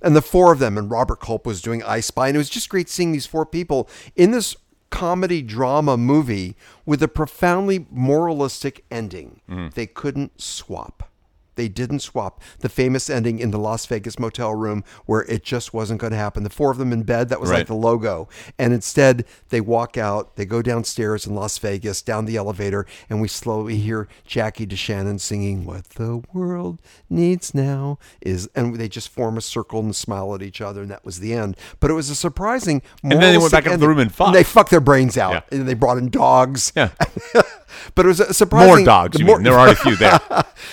Speaker 2: and the four of them, and Robert Culp was doing I Spy, and it was just great seeing these four people in this comedy drama movie with a profoundly moralistic ending. They couldn't swap. They didn't swap. The famous ending in the Las Vegas motel room where it just wasn't going to happen. The four of them in bed, that was like
Speaker 3: Right.
Speaker 2: the logo. And instead, they walk out, they go downstairs in Las Vegas, down the elevator, and we slowly hear Jackie DeShannon singing, What the World Needs Now is. And they just form a circle and smile at each other, and that was the end. But it was a surprising.
Speaker 3: then they went
Speaker 2: moralistic
Speaker 3: back up to the
Speaker 2: ending.
Speaker 3: room and fucked.
Speaker 2: they fucked their brains out.
Speaker 3: Yeah.
Speaker 2: And they brought in dogs.
Speaker 3: Yeah.
Speaker 2: *laughs* but it was a surprising.
Speaker 3: More dogs.
Speaker 2: the
Speaker 3: You
Speaker 2: more-
Speaker 3: mean. There are already a few
Speaker 2: *laughs*
Speaker 3: there.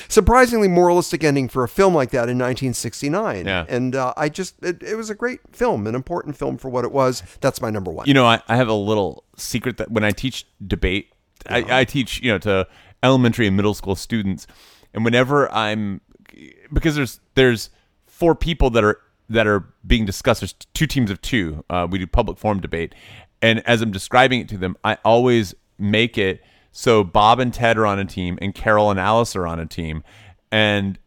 Speaker 2: surprisingly moralistic ending for a film like that in 1969.
Speaker 3: Yeah.
Speaker 2: And uh, I just, it, it was a great film, an important film for what it was. That's my number one.
Speaker 3: You know, I, I have a little secret that when I teach debate, I, I teach, you know, to elementary and middle school students. And whenever I'm because there's there's four people that are that are being discussed. There's two teams of two. Uh, we do public forum debate. And as I'm describing it to them, I always make it so Bob and Ted are on a team and Carol and Alice are on a team. And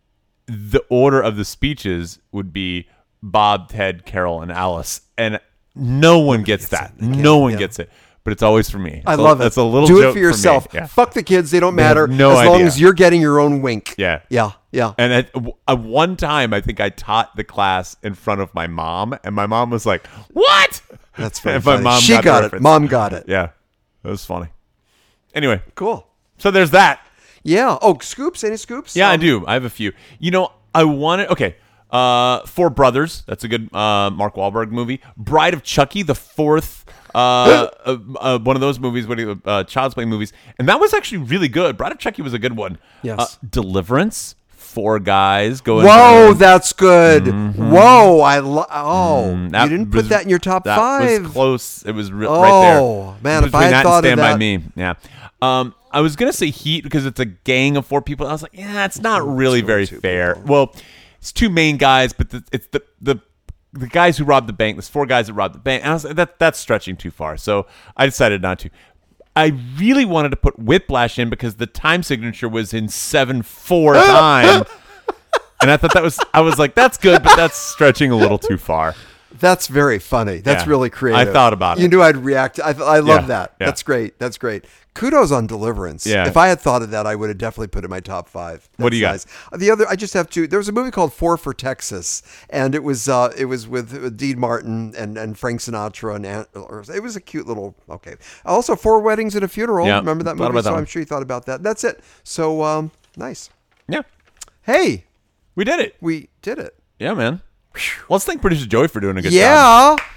Speaker 3: the order of the speeches would be Bob, Ted, Carol, and Alice, and no one gets that. No one gets it, but it's always for me.
Speaker 2: I
Speaker 3: It's a-
Speaker 2: love it.
Speaker 3: It's a little joke
Speaker 2: Do it for
Speaker 3: me.
Speaker 2: yourself.
Speaker 3: Yeah.
Speaker 2: Fuck the kids; they don't matter.
Speaker 3: have no
Speaker 2: as long
Speaker 3: idea.
Speaker 2: as you're getting your own wink.
Speaker 3: Yeah.
Speaker 2: yeah, yeah.
Speaker 3: And at, w- at one time, I think I taught the class in front of my mom, and my mom was like, "What?" *laughs*
Speaker 2: That's very
Speaker 3: And my
Speaker 2: funny.
Speaker 3: mom
Speaker 2: she
Speaker 3: got the
Speaker 2: got, it.
Speaker 3: reference.
Speaker 2: Mom got it.
Speaker 3: Yeah, it was funny. Anyway,
Speaker 2: Cool.
Speaker 3: so there's that.
Speaker 2: Yeah. Oh, scoops? Any scoops?
Speaker 3: Yeah, I
Speaker 2: Um,
Speaker 3: do. I have a few. You know, I wanted okay. Uh, Four Brothers. That's a good uh, Mark Wahlberg movie. Bride of Chucky, the fourth.
Speaker 2: *gasps*
Speaker 3: Uh, uh, uh, one of those movies, one of the, uh, Child's Play movies, and that was actually really good. Bride of Chucky was a good one.
Speaker 2: Yes.
Speaker 3: Uh, Deliverance. Four guys going.
Speaker 2: Whoa, that's good. Whoa, I lo- oh, you didn't put
Speaker 3: Mm-hmm. was-
Speaker 2: that in your top
Speaker 3: that
Speaker 2: five.
Speaker 3: Was close. It was re- right there.
Speaker 2: Oh, man, if
Speaker 3: Between
Speaker 2: I had
Speaker 3: that and
Speaker 2: thought of
Speaker 3: Stand
Speaker 2: that-
Speaker 3: by Me. Yeah. Um, I was gonna say Heat because it's a gang of four people. I was like, yeah, it's not really very fair. Well, it's two main guys, but the, it's the the the guys who robbed the bank. There's four guys that robbed the bank. And I was like, that that's stretching too far. So I decided not to. I really wanted to put Whiplash in because the time signature was in seven
Speaker 2: *laughs*
Speaker 3: four nine. And I thought that was, I was like, that's good, but that's stretching a little too far.
Speaker 2: That's very funny. That's
Speaker 3: Yeah.
Speaker 2: really
Speaker 3: I
Speaker 2: creative.
Speaker 3: thought about
Speaker 2: You
Speaker 3: it.
Speaker 2: knew I'd react. I, I love
Speaker 3: Yeah,
Speaker 2: that.
Speaker 3: yeah.
Speaker 2: That's great. That's great. Kudos on Deliverance.
Speaker 3: Yeah.
Speaker 2: If I had thought of that, I would have definitely put it in my top five.
Speaker 3: What do you got?
Speaker 2: got? The other, I just have two. There was a movie called Four for Texas, and it was uh, it was with, with Dean Martin and, and Frank Sinatra, and Aunt- or- it was a cute little okay. Also, Four Weddings and a Funeral.
Speaker 3: Yeah,
Speaker 2: Remember that
Speaker 3: thought
Speaker 2: movie?
Speaker 3: about that
Speaker 2: so I'm
Speaker 3: one.
Speaker 2: sure you thought about that. That's it. So um, nice.
Speaker 3: Yeah.
Speaker 2: Hey,
Speaker 3: We did it.
Speaker 2: we did it.
Speaker 3: Yeah, man. Let's thank producer Joey for doing a good job.
Speaker 2: yeah.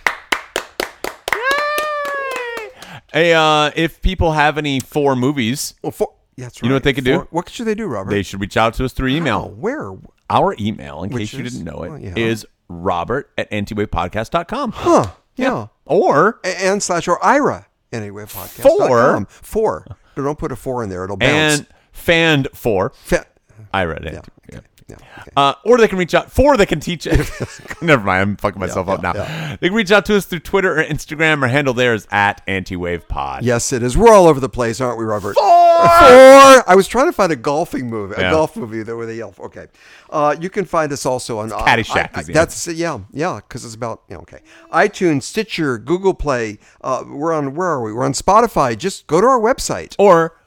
Speaker 3: Hey, uh, if people have any four movies,
Speaker 2: Well, four. Yeah, that's right.
Speaker 3: You know what they could do?
Speaker 2: Four- What should they do, Robert?
Speaker 3: they should reach out to us through email.
Speaker 2: Oh, where?
Speaker 3: Our email, in
Speaker 2: Which
Speaker 3: case you
Speaker 2: is-
Speaker 3: didn't know it, is
Speaker 2: well, yeah.
Speaker 3: robert at antiwavepodcast.com.
Speaker 2: Huh. Yeah.
Speaker 3: Or
Speaker 2: A- And slash or Ira. Anyway, podcast.
Speaker 3: Four?
Speaker 2: Four. No, don't put a four in there. It'll bounce.
Speaker 3: and fanned for.
Speaker 2: Fa-
Speaker 3: I read it. Yeah.
Speaker 2: yeah, okay.
Speaker 3: Uh, or they can reach out, four they can teach *laughs*
Speaker 2: *laughs*
Speaker 3: it. Never mind, I'm fucking myself up now. They can reach out to us through Twitter or Instagram. Our handle there is at antiwavepod.
Speaker 2: Yes, it is. We're all over the place, aren't we, Robert?
Speaker 3: Four!
Speaker 2: Four. I was trying to find a golfing movie, a
Speaker 3: Yeah.
Speaker 2: golf movie that where they yell. Okay, uh, you can find us also on uh,
Speaker 3: Caddyshack
Speaker 2: I, I,
Speaker 3: is the
Speaker 2: that's yeah, yeah, because it's about yeah, okay. iTunes, Stitcher, Google Play. Uh, we're on. Where are we? We're on Spotify. Just go to our website.
Speaker 3: *laughs* Or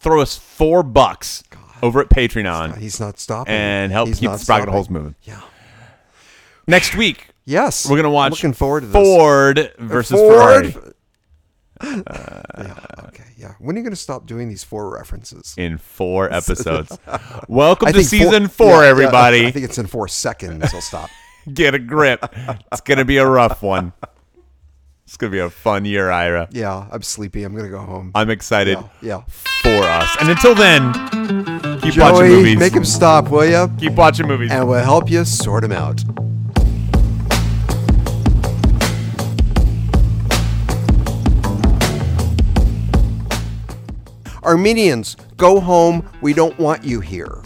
Speaker 3: throw us four bucks over at Patreon.
Speaker 2: He's not stopping.
Speaker 3: and help
Speaker 2: He's
Speaker 3: keep
Speaker 2: not
Speaker 3: the sprocket
Speaker 2: stopping.
Speaker 3: holes moving.
Speaker 2: Yeah.
Speaker 3: Next week,
Speaker 2: Yes.
Speaker 3: we're gonna watch.
Speaker 2: Looking forward to this.
Speaker 3: Ford versus Ferrari
Speaker 2: *laughs* yeah, okay. Yeah. When are you gonna stop doing these four references?
Speaker 3: in four
Speaker 2: *laughs*
Speaker 3: episodes. Welcome
Speaker 2: I
Speaker 3: to
Speaker 2: think four-
Speaker 3: season
Speaker 2: yeah,
Speaker 3: four,
Speaker 2: yeah,
Speaker 3: everybody.
Speaker 2: I think it's in four seconds. I'll stop. *laughs*
Speaker 3: Get a grip. It's gonna be a rough one. It's gonna be a fun year, Ira.
Speaker 2: Yeah. I'm sleepy. I'm gonna go home.
Speaker 3: I'm excited
Speaker 2: Yeah.
Speaker 3: for us. And until then, keep watching
Speaker 2: Joey,
Speaker 3: movies.
Speaker 2: make him stop, will you?
Speaker 3: keep watching movies.
Speaker 2: And we'll help you sort him out. Armenians, go home. We don't want you here.